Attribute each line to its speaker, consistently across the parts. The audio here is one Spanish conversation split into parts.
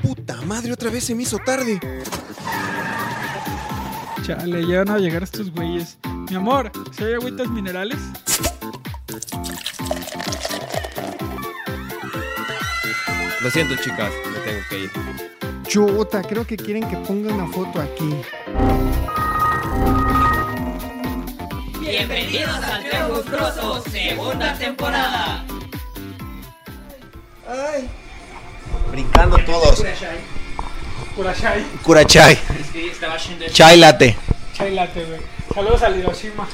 Speaker 1: Puta madre, otra vez se me hizo tarde.
Speaker 2: Chale, ya van a llegar estos güeyes. Mi amor, ¿se hay agüitas minerales?
Speaker 3: Lo siento, chicas, me tengo que ir.
Speaker 4: Chuta, creo que quieren que ponga una foto aquí.
Speaker 5: Bienvenidos al Teo Monstruoso, segunda temporada.
Speaker 1: Brincando todos.
Speaker 2: Por allá hay
Speaker 1: Curachay,
Speaker 5: Es que estaba yendo el
Speaker 1: chai latte.
Speaker 2: chai latte, güey. Saludos al Hiroshima.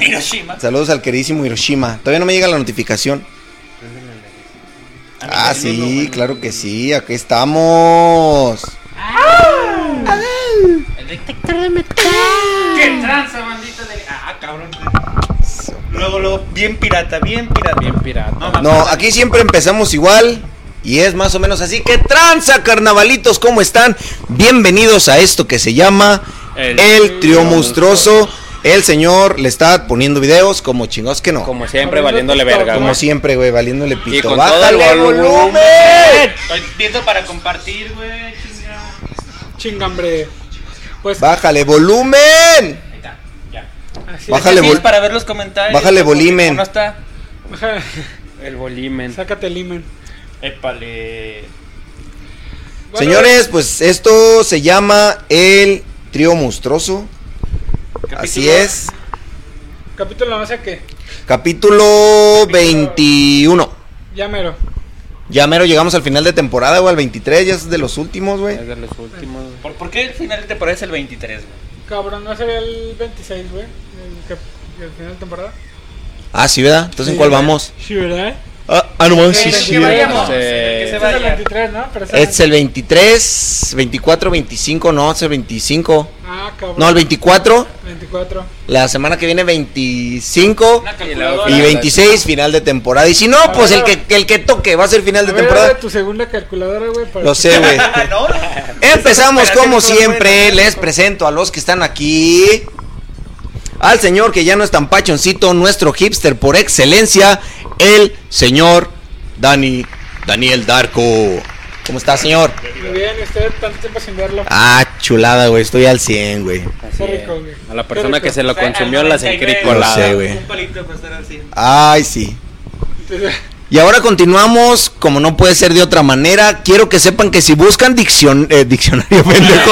Speaker 5: Hiroshima.
Speaker 1: Saludos al queridísimo Hiroshima. Todavía no me llega la notificación. Ah, sí, claro que sí. Aquí estamos.
Speaker 5: El detector de metal. ¡Qué tranza, bandita de. Ah, cabrón. Luego, luego, bien pirata, bien pirata. Bien pirata. No, mames.
Speaker 1: No, aquí siempre empezamos igual. Y es más o menos así. que tranza, carnavalitos! ¿Cómo están? Bienvenidos a esto que se llama El,
Speaker 3: El
Speaker 1: Trío Monstruoso. El señor le está poniendo videos como chingados que no. Como,
Speaker 3: Como siempre, valiéndole verga.
Speaker 2: Como
Speaker 3: güey.
Speaker 1: siempre, güey, valiéndole pito.
Speaker 3: Y con todo el
Speaker 1: ¡Bájale
Speaker 3: volumen!
Speaker 5: Estoy viendo para compartir, güey. chingada.
Speaker 2: Chingambre. Pues,
Speaker 1: ¡Bájale volumen!
Speaker 5: Ahí está, ya.
Speaker 2: así
Speaker 1: baja- Bájale
Speaker 3: Sí, es
Speaker 1: vol-
Speaker 3: para ver los comentarios.
Speaker 1: bájale
Speaker 3: Como que
Speaker 1: volumen.
Speaker 3: No está.
Speaker 2: Baja-
Speaker 3: El volumen.
Speaker 2: Sácate el imen.
Speaker 5: Épale.
Speaker 2: Bueno,
Speaker 1: Señores, pues esto se llama El Trío Monstruoso. Así
Speaker 5: Capítulo-
Speaker 1: es.
Speaker 2: Capítulo no sé qué.
Speaker 1: Capítulo 21.
Speaker 2: Ya mero.
Speaker 1: Ya mero llegamos al final de temporada, güey, al 23, ya es de los últimos, güey.
Speaker 3: Es de los últimos. güey.
Speaker 5: ¿Por, por qué el final te parece el 23, güey?
Speaker 2: Cabrón, ¿no sería el 26, güey? El, cap- el final de temporada.
Speaker 1: Ah, sí, ¿verdad? Entonces, ¿en cuál vamos?
Speaker 2: Sí, ¿verdad?
Speaker 1: Ah, ah, no mames, sí,
Speaker 5: En el
Speaker 1: sí.
Speaker 5: que vayamos.
Speaker 3: Sí.
Speaker 5: en el que se
Speaker 2: Este es el
Speaker 5: vaya.
Speaker 2: 23, ¿no? Pero ese-
Speaker 1: Es el 23, 24, 25, no, es el 25.
Speaker 2: Ah, cabrón.
Speaker 1: No, el 24,
Speaker 2: 24.
Speaker 1: la semana que viene 25
Speaker 5: Una
Speaker 1: y
Speaker 5: calculadora.
Speaker 1: 26, final de temporada. Y si no,
Speaker 2: A
Speaker 1: pues el
Speaker 2: ver,
Speaker 1: que, el que toque va a ser final
Speaker 2: A
Speaker 1: de
Speaker 2: ver,
Speaker 1: temporada.
Speaker 2: abre tu segunda calculadora, güey. para
Speaker 1: Lo
Speaker 2: que-
Speaker 1: sé, güey.
Speaker 5: Ah, no.
Speaker 1: Empezamos como
Speaker 5: Espérate,
Speaker 1: siempre,
Speaker 5: bueno.
Speaker 1: les presento a los que están aquí. Al señor que ya no es tan pachoncito, nuestro hipster por excelencia, el señor Dani, Daniel Darko. ¿Cómo está, señor?
Speaker 2: Muy bien, y usted tanto tiempo sin verlo.
Speaker 1: Ah, chulada, güey, estoy al 100, güey.
Speaker 2: Qué rico, güey.
Speaker 3: A la
Speaker 2: Qué
Speaker 3: persona
Speaker 2: rico.
Speaker 3: que se lo
Speaker 5: Al
Speaker 3: consumió las
Speaker 5: 99,
Speaker 3: encricoladas.
Speaker 1: No sé, güey.
Speaker 5: Un palito para estar así.
Speaker 1: Ay, sí.
Speaker 2: Entonces,
Speaker 1: Y ahora continuamos, como no puede ser de otra manera. Quiero que sepan que si buscan diccion- eh, diccionario, pendejo.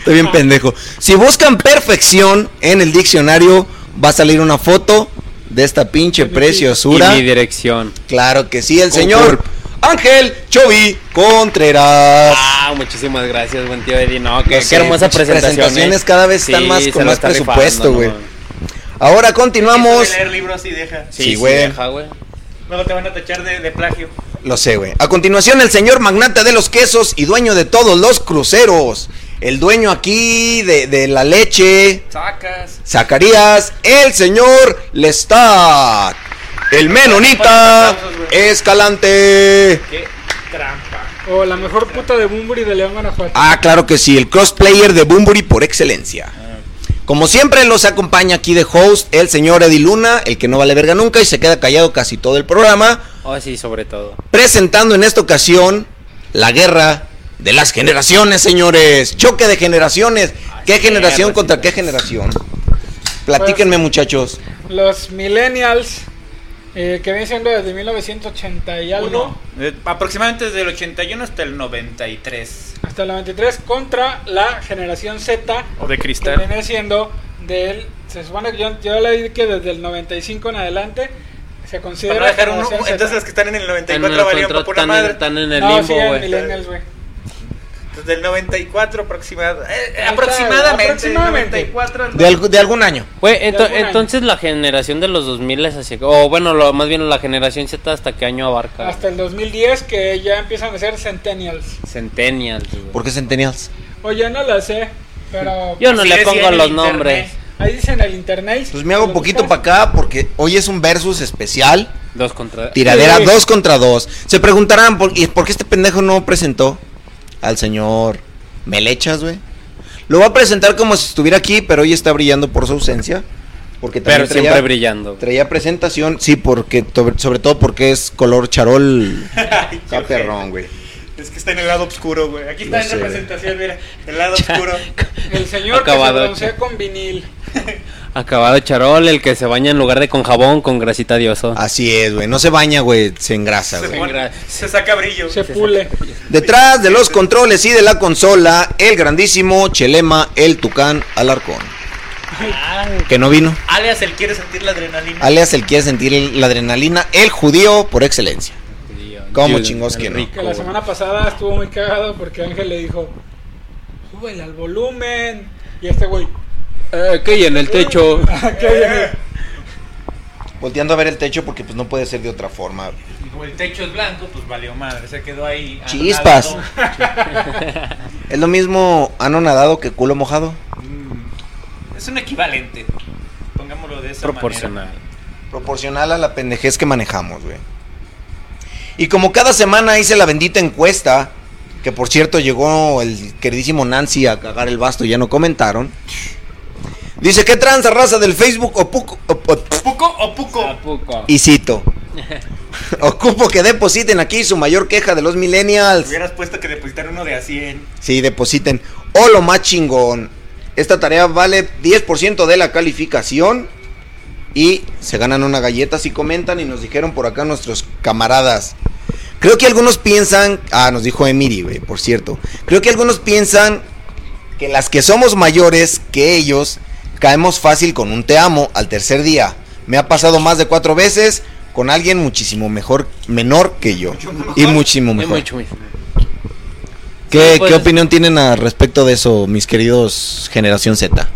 Speaker 1: Estoy bien pendejo. Si buscan perfección en el diccionario, va a salir una foto de esta pinche
Speaker 3: Y
Speaker 1: preciosura.
Speaker 3: mi dirección.
Speaker 1: Claro que sí, el
Speaker 3: Con
Speaker 1: señor
Speaker 3: culpa.
Speaker 1: Ángel Chovi Contreras.
Speaker 3: Ah, muchísimas gracias, buen tío Eddie. No, qué,
Speaker 1: No sé,
Speaker 3: qué hermosa
Speaker 1: muchas
Speaker 3: presentación.
Speaker 1: presentaciones
Speaker 3: ¿eh?
Speaker 1: cada vez están más-
Speaker 3: se
Speaker 1: con
Speaker 3: la
Speaker 1: más
Speaker 3: está
Speaker 1: presupuesto,
Speaker 3: rifando,
Speaker 1: güey.
Speaker 3: no,
Speaker 1: Ahora continuamos.
Speaker 5: Eso de leer libros y deja.
Speaker 1: Sí, güey.
Speaker 3: deja, güey.
Speaker 5: Luego te van a tachar de, de plagio.
Speaker 1: Lo sé, güey. A continuación, el señor magnate de los quesos y dueño de todos los cruceros. El dueño aquí de, de la leche.
Speaker 5: Sacas.
Speaker 1: Zacarías, el señor Lestat. El menonita Escalante.
Speaker 5: Qué trampa.
Speaker 2: O la mejor puta de Bumburi de León, Guanajuato.
Speaker 1: Ah, claro que sí, el crossplayer de Bumburi por excelencia. Como siempre, los acompaña aquí de host el señor Eddie Luna, el que no vale verga nunca y se queda callado casi todo el programa.
Speaker 3: Oh, sí, sobre todo.
Speaker 1: presentando en esta ocasión la guerra de las generaciones, señores. Choque de generaciones. ¿Qué
Speaker 3: Así
Speaker 1: generación
Speaker 3: es,
Speaker 1: contra
Speaker 3: así
Speaker 1: qué generación? Platíquenme, muchachos.
Speaker 2: Los millennials, eh, que vienen siendo desde 1980 y algo
Speaker 5: Uno. eh, aproximadamente desde el 81 hasta el 93.
Speaker 2: hasta el 93, contra la generación Z,
Speaker 5: O de
Speaker 2: que viene siendo del... Se supone que yo, yo leí que desde el 95 en adelante se
Speaker 5: Para
Speaker 2: considera...
Speaker 5: no dejar uno.
Speaker 2: generación Z.
Speaker 5: Entonces los que están en el
Speaker 3: Están
Speaker 5: 94
Speaker 3: en, el
Speaker 5: valieron
Speaker 3: control,
Speaker 5: para pura
Speaker 3: están, en,
Speaker 5: madre.
Speaker 3: están en el
Speaker 2: No, sí,
Speaker 3: limbo,
Speaker 2: eran
Speaker 3: güey.
Speaker 2: millennials, güey.
Speaker 5: Desde el 94 aproximada- eh, eh,
Speaker 2: Ahí está,
Speaker 5: aproximadamente.
Speaker 2: aproximadamente.
Speaker 5: 94 al-
Speaker 1: De, algu- de algún año.
Speaker 3: Güey, ento-
Speaker 2: alguna.
Speaker 3: entonces la generación de los 2000 es así. O bueno, lo, más bien la generación Z hasta qué año abarca.
Speaker 2: Hasta el 2010 que ya empiezan a ser centennials.
Speaker 3: Centennial.
Speaker 1: ¿Por qué centennials?
Speaker 2: Oye, no lo sé, pero pues
Speaker 3: Yo no
Speaker 5: Así
Speaker 3: le
Speaker 5: decía
Speaker 3: pongo
Speaker 5: en el
Speaker 3: los
Speaker 5: internet.
Speaker 3: nombres.
Speaker 2: ahí dicen el internet.
Speaker 1: Pues me hago
Speaker 2: Lo
Speaker 1: poquito
Speaker 2: buscas.
Speaker 1: para acá porque hoy es un versus especial.
Speaker 3: Dos contra.
Speaker 1: Tiradera
Speaker 2: Sí.
Speaker 1: dos contra dos. Se preguntarán por, ¿y por qué este pendejo no presentó al señor Melechas, güey. Lo va a presentar como si estuviera aquí, pero hoy está brillando por su ausencia. Porque
Speaker 3: Pero
Speaker 1: también
Speaker 3: siempre
Speaker 1: traía-
Speaker 3: brillando. güey.
Speaker 1: Traía presentación, sí, porque to- sobre todo porque es color charol.
Speaker 5: Ay, qué
Speaker 1: Está perrón, güey.
Speaker 5: ojete. Es que está en el lado oscuro, güey. Aquí está
Speaker 1: Lo
Speaker 5: en
Speaker 1: sé.
Speaker 5: representación, mira. El lado oscuro.
Speaker 2: El señor
Speaker 3: Acabado,
Speaker 2: que se broncea con vinil.
Speaker 3: Acabado charol, el que se baña en lugar de con jabón, con grasita de oso.
Speaker 1: Así es, güey. No se baña, güey. Se engrasa,
Speaker 5: se,
Speaker 1: güey.
Speaker 5: pone-
Speaker 3: Gra-
Speaker 5: se saca brillo.
Speaker 2: Se pule.
Speaker 1: Detrás de los controles y de la consola, el grandísimo Chelema, el Tucán Alarcón.
Speaker 5: Ah,
Speaker 1: Que no vino.
Speaker 5: alias, él quiere sentir la adrenalina.
Speaker 1: Alias, el quiere sentir el- la adrenalina, el judío por excelencia. ¿Cómo chingos que no?
Speaker 2: Que la semana pasada estuvo muy cagado porque Ángel le dijo: Súbele al volumen. Y este güey.
Speaker 3: que Eh, en el techo.
Speaker 2: "¿Qué viene?".
Speaker 1: Volteando a ver el techo porque pues no puede ser de otra forma.
Speaker 5: Como el techo es blanco, pues valió madre. Se quedó ahí.
Speaker 1: Chispas.
Speaker 5: anonadado.
Speaker 1: Es lo mismo anonadado que culo mojado.
Speaker 5: Mm. Es un equivalente. Pongámoslo de esa
Speaker 3: Proporcional.
Speaker 1: Proporcional a la pendejez que manejamos, güey. Y como cada semana hice la bendita encuesta, que por cierto llegó el queridísimo Nancy a cagar el basto, ya no comentaron. Dice, ¿qué tranza raza del Facebook o puco- o- o-
Speaker 5: manera. ¿Puco o puco?
Speaker 3: ¿A poco?
Speaker 1: Y cito. Ocupo que depositen aquí su mayor queja de los millennials.
Speaker 5: Hubieras puesto que depositar uno de a 100.
Speaker 1: Sí, depositen. O lo más chingón. Esta tarea vale 10% de la calificación. Y se ganan una galleta si comentan. Y nos dijeron por acá nuestros camaradas. Creo que algunos piensan. Ah, nos dijo Emiri, güey, por cierto. Creo que algunos piensan que las que somos mayores que ellos caemos fácil con un te amo al tercer día. Me ha pasado más de cuatro veces con alguien muchísimo mejor, menor que yo. Y muchísimo
Speaker 3: Es
Speaker 1: mejor.
Speaker 3: mucho, mucho.
Speaker 1: ¿Qué,
Speaker 3: Sí, pues.
Speaker 1: qué opinión tienen al respecto de eso, mis queridos Generación Z?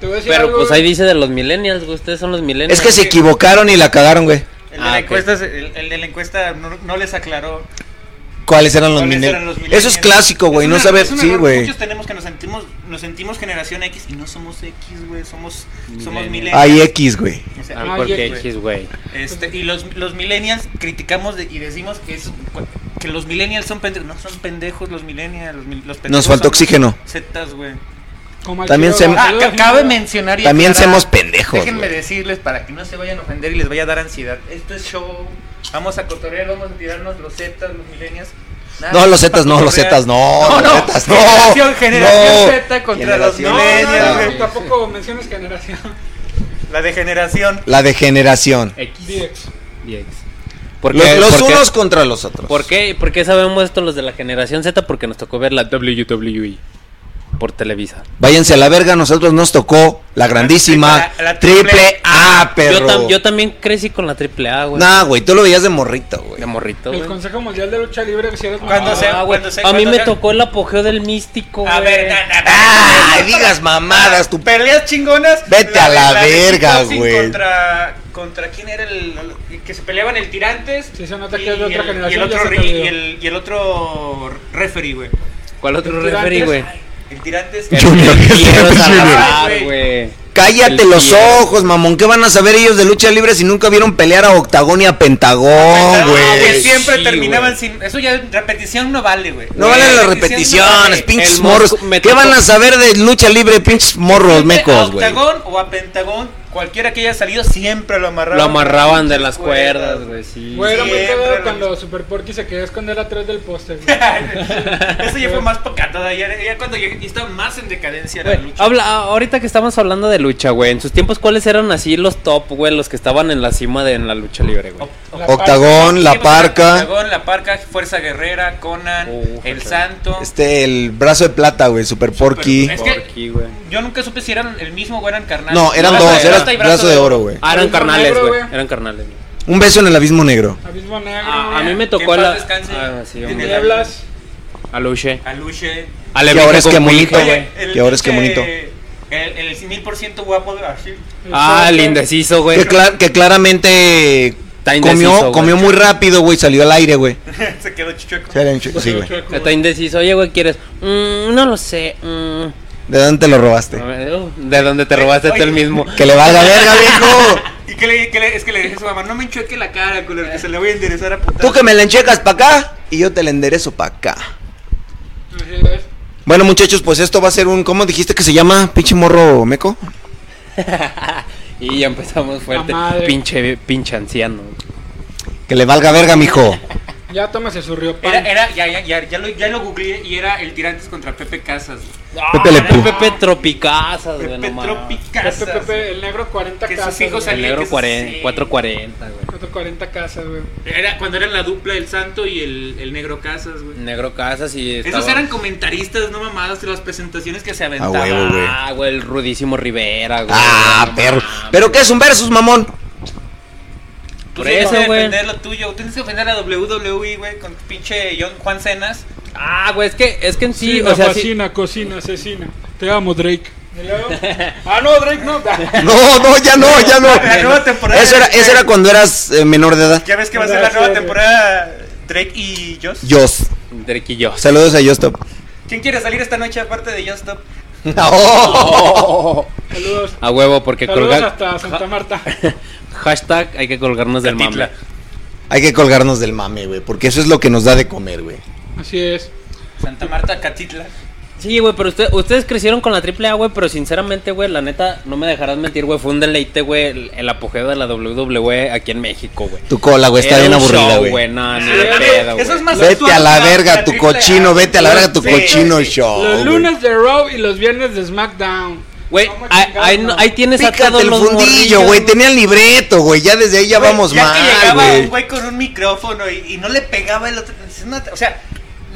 Speaker 2: Te voy a decir
Speaker 3: Pero
Speaker 2: algo,
Speaker 3: pues
Speaker 2: güey.
Speaker 3: ahí dice de los millennials, güey, ustedes son los millennials.
Speaker 1: Es que se equivocaron y la cagaron, güey.
Speaker 5: El, de,
Speaker 3: Ah,
Speaker 5: la
Speaker 3: ok.
Speaker 5: encuesta, se- el, el de la encuesta no, no les aclaró.
Speaker 1: ¿Cuáles eran los,
Speaker 5: ¿Cuáles
Speaker 1: mille-
Speaker 5: eran los millennials?
Speaker 1: Eso es clásico, güey.
Speaker 5: Es
Speaker 1: No
Speaker 5: una-
Speaker 1: saber.
Speaker 5: es un
Speaker 1: Sí,
Speaker 5: error que
Speaker 1: güey.
Speaker 5: Muchos tenemos que nos sentimos, nos sentimos generación X y no somos X, güey. Somos, somos
Speaker 3: Millennials.
Speaker 5: millennials.
Speaker 1: Hay X, güey.
Speaker 5: O sea,
Speaker 3: Ah,
Speaker 5: hay
Speaker 3: porque
Speaker 5: X,
Speaker 3: X, güey.
Speaker 5: Este, y los, los millennials criticamos de- y decimos que es que los millennials son pendejos. No son pendejos los millennials. Los, mil- los pendejos
Speaker 1: Nos faltó
Speaker 5: son
Speaker 1: oxígeno.
Speaker 5: Zetas,
Speaker 3: Ah,
Speaker 5: güey.
Speaker 2: Como al
Speaker 1: También
Speaker 2: Quiroga.
Speaker 1: se-
Speaker 5: Ah, ca- cabe mencionar y
Speaker 1: También
Speaker 5: aclarar.
Speaker 1: somos pendejos,
Speaker 5: Déjenme
Speaker 1: güey.
Speaker 5: decirles para que no se vayan a ofender y les vaya a dar ansiedad. Esto es show. Vamos a cotorrear, vamos a tirarnos los zetas, los millennials. Nada
Speaker 1: No,
Speaker 5: más
Speaker 1: los
Speaker 5: para
Speaker 1: Zetas no, los
Speaker 5: cotorrear.
Speaker 1: Zetas no, los Zetas no.
Speaker 5: Generación, generación
Speaker 1: No.
Speaker 5: Z contra
Speaker 1: Generación
Speaker 5: los
Speaker 2: No,
Speaker 5: millennials.
Speaker 1: Z.
Speaker 2: no,
Speaker 5: güey.
Speaker 2: no, tampoco menciones generación.
Speaker 5: La degeneración.
Speaker 1: La degeneración.
Speaker 3: X.
Speaker 2: DX.
Speaker 3: ¿Por
Speaker 1: Los,
Speaker 3: qué-
Speaker 1: los
Speaker 3: por qué-
Speaker 1: unos contra los otros.
Speaker 3: ¿Por qué? ¿Por qué sabemos esto los de la generación Z? Porque nos tocó ver la WWE por Televisa.
Speaker 1: Váyanse a la verga, nosotros nos tocó la grandísima
Speaker 5: La- la
Speaker 1: triple,
Speaker 5: triple
Speaker 1: A, perro.
Speaker 3: Yo, tam- yo también crecí con la AAA, güey.
Speaker 1: Nah, güey, tú lo veías de morrito, güey.
Speaker 3: De morrito,
Speaker 2: El
Speaker 3: güey.
Speaker 2: Consejo Mundial de Lucha Libre que si eres
Speaker 5: Cuando
Speaker 2: mamá,
Speaker 5: sea-
Speaker 3: Ah, güey.
Speaker 5: cuando se-
Speaker 3: a mí
Speaker 5: cuando
Speaker 3: me
Speaker 5: sea-
Speaker 3: tocó el apogeo del místico.
Speaker 5: A
Speaker 3: güey.
Speaker 5: ver, na, na, na,
Speaker 1: Ay,
Speaker 5: na, na,
Speaker 1: digas mamadas, tu
Speaker 5: na. peleas chingonas.
Speaker 1: Vete a la
Speaker 5: de
Speaker 1: verga,
Speaker 5: kickboxing
Speaker 1: güey.
Speaker 5: Contra, contra quién era el, el que se peleaban el tirantes.
Speaker 2: Sí, se nota que
Speaker 5: y
Speaker 2: es de otra
Speaker 5: el-
Speaker 2: generación,
Speaker 5: Y el
Speaker 2: ya
Speaker 5: otro,
Speaker 2: se te
Speaker 5: ri-
Speaker 2: olvidó.
Speaker 5: y el, y el otro referee, güey.
Speaker 3: ¿Cuál otro
Speaker 2: Tirantes.
Speaker 3: referee, güey?
Speaker 5: El tirantes.
Speaker 1: Yo- Junior,
Speaker 3: El
Speaker 1: que
Speaker 3: Piero
Speaker 1: siempre es Junior.
Speaker 3: Salazar, güey.
Speaker 1: Cállate
Speaker 3: El
Speaker 1: los
Speaker 3: Piero.
Speaker 1: ojos, mamón. ¿Qué van a saber ellos de lucha libre si nunca vieron pelear a Octagón y a Pentagón,
Speaker 5: Ah,
Speaker 1: güey?
Speaker 5: Que siempre
Speaker 3: Sí,
Speaker 5: terminaban
Speaker 3: güey.
Speaker 5: sin. Eso ya repetición no vale, güey.
Speaker 1: No
Speaker 5: Güey,
Speaker 1: valen las
Speaker 5: repetición no
Speaker 1: repeticiones,
Speaker 5: vale.
Speaker 1: pinches
Speaker 3: El
Speaker 1: morros.
Speaker 3: mosco- me
Speaker 1: ¿Qué
Speaker 3: tocó-
Speaker 1: van a saber de lucha libre, pinches morros,
Speaker 5: Siempre
Speaker 1: mecos,
Speaker 5: A
Speaker 1: güey?
Speaker 5: Octagón o a Pentagón, cualquiera que haya salido, siempre lo amarraban.
Speaker 3: Lo amarraban de las cuerdas, güey. Sí.
Speaker 2: Güey, era muy
Speaker 5: Siempre
Speaker 2: cagado
Speaker 5: era
Speaker 2: cuando
Speaker 5: lo-
Speaker 2: Super Porky se quedó a esconder atrás del póster. güey.
Speaker 5: Eso ya fue más pocata. Ya, ya cuando yo ya estaba más en decadencia la
Speaker 3: Güey,
Speaker 5: lucha.
Speaker 3: habla, ah, ahorita que estamos hablando de lucha, güey. En sus tiempos, ¿cuáles eran así los top, güey? Los que estaban en la cima de en la lucha libre, güey.
Speaker 5: O- o-
Speaker 2: La
Speaker 1: Octagón, La Parca,
Speaker 5: Octagón, La Parca, Fuerza Guerrera, Conan,
Speaker 3: Uf,
Speaker 5: El
Speaker 3: acá.
Speaker 5: Santo.
Speaker 1: este, el brazo de plata, güey, Super Porky.
Speaker 5: Es que-
Speaker 3: Porky, güey.
Speaker 5: Yo nunca supe si eran el mismo o eran carnales.
Speaker 1: No, eran
Speaker 5: Brazo de
Speaker 1: dos, era
Speaker 5: plata y
Speaker 1: brazo de oro, güey.
Speaker 3: Ah, eran
Speaker 2: Abismo
Speaker 3: carnales,
Speaker 2: negro,
Speaker 3: güey.
Speaker 2: güey.
Speaker 3: Eran carnales. güey.
Speaker 1: Un beso en el abismo negro.
Speaker 2: Abismo Negro.
Speaker 3: Ah, a
Speaker 2: güey.
Speaker 3: mí me
Speaker 5: Que en
Speaker 3: tocó
Speaker 5: paz
Speaker 3: la-
Speaker 5: descanse.
Speaker 3: Ah, sí,
Speaker 5: En
Speaker 3: hombre.
Speaker 2: Nieblas.
Speaker 3: Aluche.
Speaker 5: Aluche.
Speaker 3: Ah,
Speaker 1: Que ahora es que bonito,
Speaker 5: Oye,
Speaker 1: güey.
Speaker 5: el
Speaker 1: Que ahora es que
Speaker 5: pinche-
Speaker 1: bonito.
Speaker 5: El, el mil por ciento guapo de así.
Speaker 3: Ah, el
Speaker 2: Joker.
Speaker 3: indeciso, güey.
Speaker 1: Que, cla- que claramente
Speaker 3: Está indeciso,
Speaker 1: comió,
Speaker 3: güey.
Speaker 1: comió muy rápido, güey, salió al aire, güey.
Speaker 5: Se quedó chuchueco.
Speaker 1: Sí, güey.
Speaker 3: Está indeciso. Oye, güey, ¿quieres? Mm, no lo sé. Mm.
Speaker 1: ¿De dónde te lo robaste?
Speaker 3: A ver, uh, ¿De dónde te robaste
Speaker 5: Oye.
Speaker 3: tú el mismo?
Speaker 1: Que le valga verga, viejo.
Speaker 5: Y que le, que le- es que le dije a su mamá, no me enchueque la cara, culero, que se la voy a enderezar a puta.
Speaker 1: Tú que me la enchecas para acá y yo te la enderezo para acá.
Speaker 2: Así es.
Speaker 1: Bueno, muchachos, pues esto va a ser un. ¿Cómo dijiste que se llama? Pinche morro meco.
Speaker 3: Y ya empezamos fuerte.
Speaker 2: La madre.
Speaker 3: Pinche, pinche anciano.
Speaker 1: Que le valga verga, mijo.
Speaker 2: Ya tómese su río
Speaker 6: Era, era, ya, ya, ya, ya lo, ya lo googleé y era el Tirantes contra Pepe Casas.
Speaker 1: Pepe Le Pew.
Speaker 3: Pepe Tropicazas, güey,
Speaker 5: Pepe
Speaker 3: no mames.
Speaker 5: Tropi
Speaker 2: Pepe,
Speaker 5: Casas,
Speaker 2: Pepe, el negro 40
Speaker 6: Que sus
Speaker 2: casas.
Speaker 6: hijos
Speaker 2: güey.
Speaker 3: El negro
Speaker 6: Sí.
Speaker 3: 40, 440, güey.
Speaker 2: Otro 40 casas, güey.
Speaker 6: Era cuando era la dupla el Santo y el, el Negro Casas, güey.
Speaker 3: Negro Casas y Mm, estaba...
Speaker 6: Esos eran comentaristas, no mamadas, de las presentaciones que se aventaban.
Speaker 1: huevo, güey.
Speaker 3: Ah, güey, el rudísimo Rivera, güey.
Speaker 1: Ah,
Speaker 3: no
Speaker 1: perro.
Speaker 3: mames.
Speaker 1: ¿Pero qué es un versus, mamón?
Speaker 6: Tú
Speaker 3: Por
Speaker 6: tienes
Speaker 3: eso,
Speaker 6: que
Speaker 3: güey.
Speaker 6: defender lo tuyo. Tú tienes que ofender a WWE, güey, con tu pinche John Juan Cenas.
Speaker 3: Ah, güey, es que, es que en sí,
Speaker 2: Sí,
Speaker 3: o sea, sí,
Speaker 2: fascina, cocina, asesina. Te amo, Drake. ah, no, Drake no.
Speaker 1: No, no, ya no, ya no.
Speaker 5: La nueva temporada
Speaker 1: Eso era,
Speaker 5: de-
Speaker 1: eso era cuando eras eh, menor de edad.
Speaker 5: Ya ves que va a ser la nueva temporada Drake y Joss.
Speaker 1: Jos.
Speaker 3: Drake y yo.
Speaker 1: Saludos a Yostop.
Speaker 5: ¿Quién quiere salir esta noche aparte de Just Stop?
Speaker 1: No.
Speaker 2: Saludos.
Speaker 1: Ah,
Speaker 3: A huevo, porque
Speaker 2: Saludos
Speaker 3: colgar...
Speaker 2: hasta Santa Marta.
Speaker 3: Hashtag hay que colgarnos del mame.
Speaker 6: Catitla.
Speaker 1: Hay que colgarnos del mame, güey, porque eso es lo que nos da de comer, güey.
Speaker 2: Así es.
Speaker 6: Santa Marta, Catitla.
Speaker 3: Sí, güey, pero usted- ustedes crecieron con la triple A, güey, pero sinceramente, güey, la neta, no me dejarás mentir, güey, fue un deleite, güey, el, el apogeo de la WWE aquí en México, güey.
Speaker 1: Tu cola, güey, está
Speaker 3: Era
Speaker 1: bien
Speaker 3: un
Speaker 1: aburrida,
Speaker 3: show,
Speaker 1: güey.
Speaker 3: No, ni
Speaker 5: Sí,
Speaker 3: de
Speaker 5: güey,
Speaker 3: pedo,
Speaker 5: eso es
Speaker 3: güey.
Speaker 5: más
Speaker 1: Vete a la
Speaker 5: actual que
Speaker 1: verga, tu
Speaker 5: triple A.
Speaker 1: cochino, vete a la verga, tu
Speaker 5: Sí,
Speaker 1: cochino
Speaker 5: sí.
Speaker 1: show.
Speaker 2: Los
Speaker 1: Oh, güey.
Speaker 2: lunes de Raw y los viernes de SmackDown.
Speaker 3: Güey,
Speaker 2: ¿Cómo
Speaker 3: ahí,
Speaker 2: chingados,
Speaker 3: ahí no-
Speaker 2: no?
Speaker 3: ahí tienes a
Speaker 1: Pícate
Speaker 3: todos
Speaker 1: el
Speaker 3: los
Speaker 1: fundillo,
Speaker 3: morrillos,
Speaker 1: güey. Tenía el libreto, güey. Ya desde ahí ya
Speaker 5: Güey,
Speaker 1: vamos
Speaker 5: ya que
Speaker 1: mal,
Speaker 5: llegaba
Speaker 1: güey.
Speaker 5: un güey con un micrófono y, y no le pegaba el otro. es una- o sea,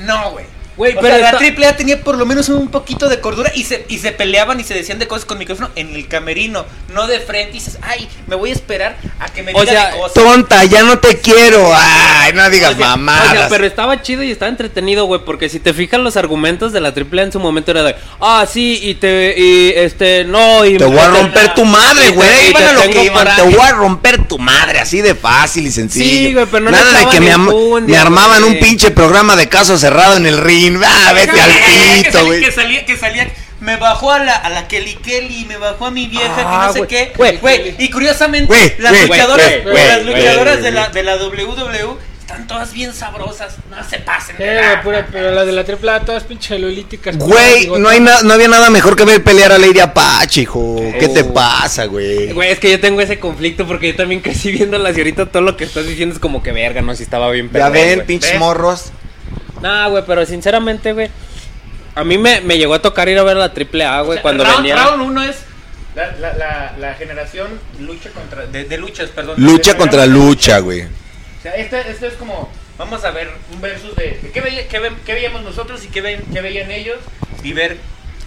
Speaker 5: no, güey.
Speaker 3: Güey,
Speaker 5: O
Speaker 3: pero
Speaker 5: sea, la
Speaker 3: está-
Speaker 5: triple A tenía por lo menos un poquito de cordura y se, y se peleaban y se decían de cosas con micrófono en el camerino, no de frente. Y dices, ay, me voy a esperar a que me
Speaker 3: O
Speaker 5: diga
Speaker 3: sea,
Speaker 5: de cosas.
Speaker 1: Tonta, ya no te quiero. Ay, no digas
Speaker 3: O sea,
Speaker 1: mamadas.
Speaker 3: o sea, pero estaba chido y estaba entretenido, güey, porque si te fijas los argumentos de la triple A en su momento era de, ah, sí, y te, y este, no, y...
Speaker 1: Te voy a romper tu madre,
Speaker 3: Y te-
Speaker 1: güey.
Speaker 3: y
Speaker 1: Iban
Speaker 3: te
Speaker 1: a lo
Speaker 3: tengo
Speaker 1: que iban. Te
Speaker 3: coraje.
Speaker 1: voy a romper tu madre, así de fácil y sencillo.
Speaker 3: Sí, güey, pero no le
Speaker 1: Nada de
Speaker 3: echaban
Speaker 1: que me, am-
Speaker 3: ningún
Speaker 1: me
Speaker 3: día,
Speaker 1: armaban
Speaker 3: güey.
Speaker 1: un pinche programa de caso cerrado en el ring. Ah, vete al
Speaker 5: Eh, que,
Speaker 1: pito,
Speaker 5: salía,
Speaker 1: güey.
Speaker 5: que salía, que salía, me bajó a la, a la Kelly Kelly, me bajó a mi vieja,
Speaker 3: Ah,
Speaker 5: que no sé
Speaker 3: güey,
Speaker 5: qué.
Speaker 3: güey,
Speaker 5: Güey, y curiosamente,
Speaker 1: güey,
Speaker 5: las
Speaker 1: güey,
Speaker 5: luchadoras,
Speaker 1: güey, güey,
Speaker 5: las
Speaker 1: güey,
Speaker 5: luchadoras
Speaker 1: güey,
Speaker 5: de, la, de la WWE están todas bien sabrosas, no se pasen. de
Speaker 2: Eh,
Speaker 5: lanza.
Speaker 2: güey, pura- pero las de la triple A todas pinche lolíticas.
Speaker 1: Ah. Güey, no, hay na- no había nada mejor que ver pelear a Lady Apache, hijo. ¿Qué te
Speaker 3: Oh.
Speaker 1: pasa, güey?
Speaker 3: Güey, es que yo tengo ese conflicto porque yo también crecí viéndolas y ahorita todo lo que estás diciendo es como que verga, no, si estaba bien
Speaker 1: Ya
Speaker 3: pendejo,
Speaker 1: ven,
Speaker 3: güey.
Speaker 1: pinches
Speaker 5: ¿Ves?
Speaker 1: morros.
Speaker 3: Nah, güey, pero sinceramente, güey, a mí me, me llegó a tocar ir a ver la triple A, güey, cuando
Speaker 5: round,
Speaker 3: venía...
Speaker 5: Round 1 es la, la, la, la generación lucha contra, de, de luchas, perdón.
Speaker 1: Lucha
Speaker 5: De-
Speaker 1: contra lucha, güey.
Speaker 5: O sea, este, este es como, vamos a ver un versus de, de qué, veía- qué ve- qué veíamos nosotros y qué, ve- qué veían ellos y ver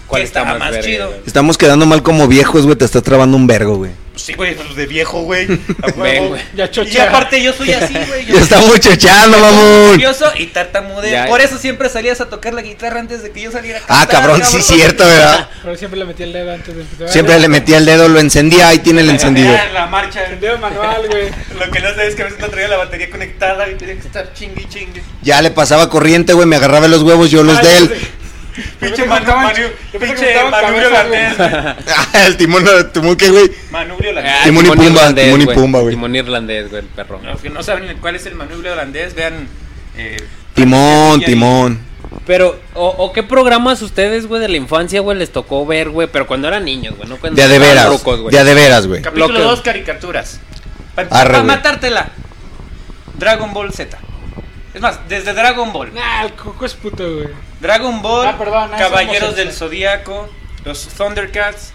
Speaker 3: ¿Cuál
Speaker 5: qué
Speaker 3: está
Speaker 5: estaba
Speaker 3: más
Speaker 5: más
Speaker 3: verga,
Speaker 5: chido.
Speaker 3: güey?
Speaker 1: Estamos quedando mal como viejos, güey. Te está trabando un vergo, güey.
Speaker 5: Sí, güey, pues, de viejo, güey. A huevo.
Speaker 3: Ven, güey.
Speaker 2: Ya
Speaker 5: Y
Speaker 2: chochea.
Speaker 5: aparte yo soy así, güey.
Speaker 1: Ya
Speaker 5: Yo soy
Speaker 1: estamos chochando, mamón.
Speaker 5: curioso y tartamudeo.
Speaker 3: Ya.
Speaker 5: Por eso siempre salías a tocar la guitarra antes de que yo saliera a
Speaker 1: Ah,
Speaker 5: cantar,
Speaker 1: cabrón, sí, cierto, ¿verdad?
Speaker 2: Pero siempre le metí el dedo antes del festival.
Speaker 1: Siempre le metía el dedo, lo encendía, ahí tiene el encendido.
Speaker 5: Era La marcha.
Speaker 2: El dedo manual, güey.
Speaker 5: Lo que no sabes es que a veces no traía la batería conectada y tenía que estar chingue y chingue.
Speaker 1: Ya le pasaba corriente, güey, me agarraba los huevos, yo los
Speaker 2: Ah,
Speaker 1: de
Speaker 2: yo
Speaker 1: él.
Speaker 2: pensé- pensé
Speaker 5: Pinche
Speaker 2: que
Speaker 5: Manu,
Speaker 2: estaban-
Speaker 5: Manu-
Speaker 2: yo pensé que
Speaker 5: pinche
Speaker 2: estaban
Speaker 5: Manubrio
Speaker 2: cabezas, güey.
Speaker 5: Landés.
Speaker 1: Ah, el timón, el timón que, güey.
Speaker 5: Manubrio
Speaker 3: Ah,
Speaker 5: Landés.
Speaker 1: Timón y Pumba,
Speaker 3: irlandés,
Speaker 1: Timón y Pumba, güey.
Speaker 3: Timón irlandés, güey, el perro.
Speaker 5: Los que no saben cuál es el Manubrio Holandés, vean. eh,
Speaker 1: Timón, timón.
Speaker 3: Pero, o, o qué programas ustedes, güey, de la infancia, güey, les tocó ver, güey? Pero cuando eran niños, güey, no cuando
Speaker 1: De a de
Speaker 3: estaban
Speaker 1: veras,
Speaker 3: rucos, güey.
Speaker 1: de a de veras, güey.
Speaker 5: Capítulo
Speaker 3: Lo que-
Speaker 5: 2, caricaturas. Para
Speaker 1: Arre, güey.
Speaker 5: matártela. Dragon Ball Z. Es más, desde Dragon Ball.
Speaker 2: Nah, el coco es puto, güey.
Speaker 5: Dragon Ball,
Speaker 2: Ah, perdón, no, es
Speaker 5: Caballeros
Speaker 2: homosexual.
Speaker 5: del Zodíaco, los Thundercats,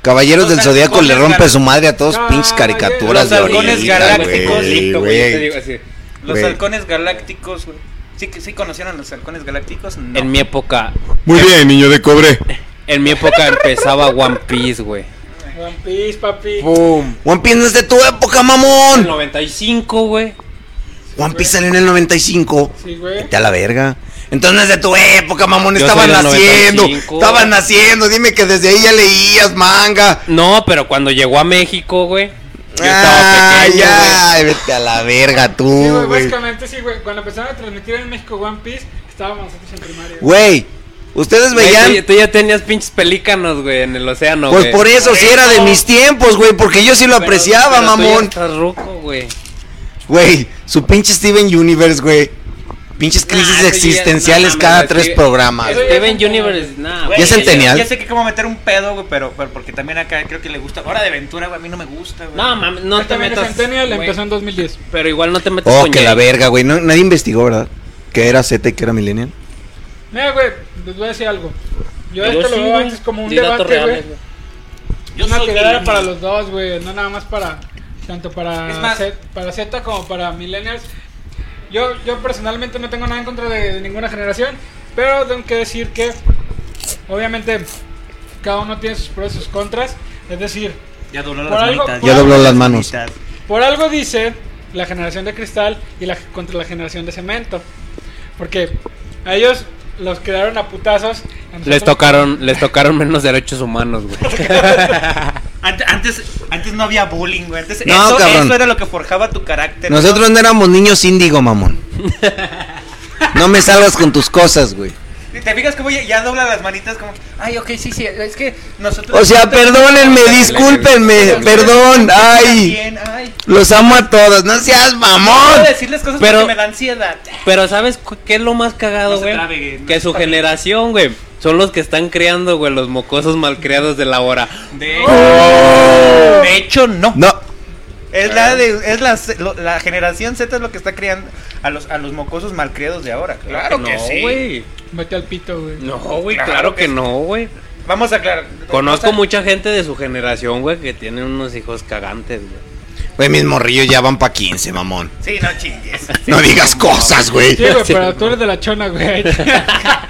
Speaker 1: Caballeros del
Speaker 5: Los
Speaker 1: Zodíaco le
Speaker 5: halcones
Speaker 1: rompe
Speaker 5: gar-
Speaker 1: su madre a todos
Speaker 2: Ay,
Speaker 1: pinches caricaturas
Speaker 5: los
Speaker 1: de
Speaker 5: halcones
Speaker 1: ahorita,
Speaker 5: galácticos,
Speaker 1: güey,
Speaker 3: Listo, güey, yo te digo
Speaker 1: güey.
Speaker 3: así.
Speaker 5: los
Speaker 1: Güey.
Speaker 5: halcones galácticos, güey. ¿Sí, que- ¿Sí conocieron los halcones galácticos? No.
Speaker 3: En mi época,
Speaker 1: Muy bien, niño de cobre.
Speaker 3: en mi época empezaba One Piece, güey.
Speaker 2: One Piece, papi.
Speaker 3: ¡Pum!
Speaker 1: One Piece no es de tu época,
Speaker 3: El
Speaker 1: mamón.
Speaker 3: 95, güey.
Speaker 1: One Piece salió en el 95.
Speaker 2: Sí, güey.
Speaker 1: Vete a la verga. Entonces no es de tu época, mamón.
Speaker 3: Yo
Speaker 1: Estaban
Speaker 3: soy del
Speaker 1: naciendo.
Speaker 3: 95.
Speaker 1: Estaban naciendo. Dime que desde ahí ya leías manga.
Speaker 3: No, pero cuando llegó a México, güey. Yo estaba
Speaker 1: Ay,
Speaker 3: pequeño, güey.
Speaker 1: Ah, ay, vete a la verga
Speaker 2: Sí,
Speaker 1: tú,
Speaker 2: güey,
Speaker 1: güey.
Speaker 2: básicamente sí, güey. Cuando empezaron a transmitir en México One Piece, estábamos nosotros en primaria. güey.
Speaker 1: Güey, ustedes
Speaker 3: Güey,
Speaker 1: veían.
Speaker 3: tú ya- Tú ya tenías pinches pelícanos, güey, en el océano,
Speaker 1: Pues
Speaker 3: güey.
Speaker 1: por eso sí era de mis tiempos, güey, porque yo sí lo
Speaker 3: Pero-
Speaker 1: apreciaba,
Speaker 3: pero tú ya
Speaker 1: mamón.
Speaker 3: estás ruco, güey.
Speaker 1: Güey, su pinche Steven Universe, güey. Pinches crisis
Speaker 3: eso Ah, ya-
Speaker 1: existenciales
Speaker 3: no mames,
Speaker 1: cada
Speaker 3: güey,
Speaker 1: tres
Speaker 3: sí.
Speaker 1: programas.
Speaker 2: Eso ya-
Speaker 3: Steven Universe, nada.
Speaker 1: Ya
Speaker 3: güey.
Speaker 1: es centenial.
Speaker 5: Ah, Ya sé que cómo meter un pedo, güey, pero, pero porque también acá creo que le gusta. Hora de aventura, güey, a mí no me gusta, güey.
Speaker 3: No, mames, no
Speaker 2: Él
Speaker 3: te
Speaker 2: también es
Speaker 3: metas.
Speaker 2: Centennial,
Speaker 3: güey.
Speaker 2: empezó en 2010.
Speaker 3: Pero igual no te metas
Speaker 1: Oh,
Speaker 3: con
Speaker 1: que la
Speaker 3: Yay.
Speaker 1: verga, güey. No- nadie investigó, ¿verdad? Que era Z y que era Millennial.
Speaker 2: Mira, güey, les voy a decir algo. Yo
Speaker 3: Pero
Speaker 2: esto
Speaker 3: sí,
Speaker 2: lo veo
Speaker 3: güey.
Speaker 2: antes como un
Speaker 3: Di datos
Speaker 2: debate, güey.
Speaker 3: reales,
Speaker 5: Yo
Speaker 2: una
Speaker 5: soy
Speaker 2: tirada
Speaker 5: millennial.
Speaker 2: para los dos, güey, no nada más para tanto para
Speaker 5: Es más-
Speaker 2: Z, para Z como para millennials. Yo yo personalmente no tengo nada en contra de, de ninguna generación, pero tengo que decir que obviamente cada uno tiene sus pros y sus contras, es decir,
Speaker 5: Ya dobló
Speaker 2: Por
Speaker 5: las
Speaker 2: algo-
Speaker 5: manitas.
Speaker 2: por Ya algo-
Speaker 1: dobló las manos.
Speaker 5: manitas.
Speaker 2: por algo dice la generación de cristal y la contra la generación de cemento. Porque a ellos los quedaron a putazos. a
Speaker 3: Les
Speaker 2: nosotros-
Speaker 3: tocaron, les tocaron menos derechos humanos, güey.
Speaker 5: Ante- Antes, antes no había bullying, güey. Antes
Speaker 1: No,
Speaker 5: eso,
Speaker 1: cabrón.
Speaker 5: eso era lo que forjaba tu carácter.
Speaker 1: Nosotros no éramos niños índigo, mamón. No me salgas con tus cosas, güey.
Speaker 5: ¿no? ¿Te fijas cómo ya, ya dobla las manitas? Como, ay, ok, sí, sí. Es que nosotros.
Speaker 1: O sea, perdónenme, discúlpenme, perdón. Ay,
Speaker 5: También, ay.
Speaker 1: los amo a todos. No seas mamón.
Speaker 5: Puedo decirles cosas
Speaker 3: Pero-
Speaker 5: porque me da ansiedad.
Speaker 3: Pero ¿sabes cu- qué es lo más
Speaker 5: No
Speaker 3: cagado,
Speaker 5: se
Speaker 3: güey?
Speaker 5: trabe, güey, no
Speaker 3: que
Speaker 5: se
Speaker 3: su
Speaker 5: trabe.
Speaker 3: generación, güey, son los que están creando, güey, los mocosos malcriados de la hora.
Speaker 5: De, de hecho, no.
Speaker 1: No,
Speaker 5: Es, la, de, es la, lo- la generación Z es lo que está creando a los, a los mocosos malcriados de ahora. Claro, que,
Speaker 3: no,
Speaker 5: sí.
Speaker 3: güey.
Speaker 2: Vete al pito, güey.
Speaker 3: No, güey, claro, que, no, güey.
Speaker 5: Vamos a aclarar.
Speaker 3: Conozco
Speaker 5: Vamos a-
Speaker 3: mucha gente de su generación, güey, que tienen unos hijos cagantes, güey.
Speaker 1: güey, mis morrillos ya van pa' 15, mamón.
Speaker 5: Sí, no chingues.
Speaker 1: No digas cosas, güey.
Speaker 2: Sí, güey, pero tú eres de la chona, güey.
Speaker 1: Ah,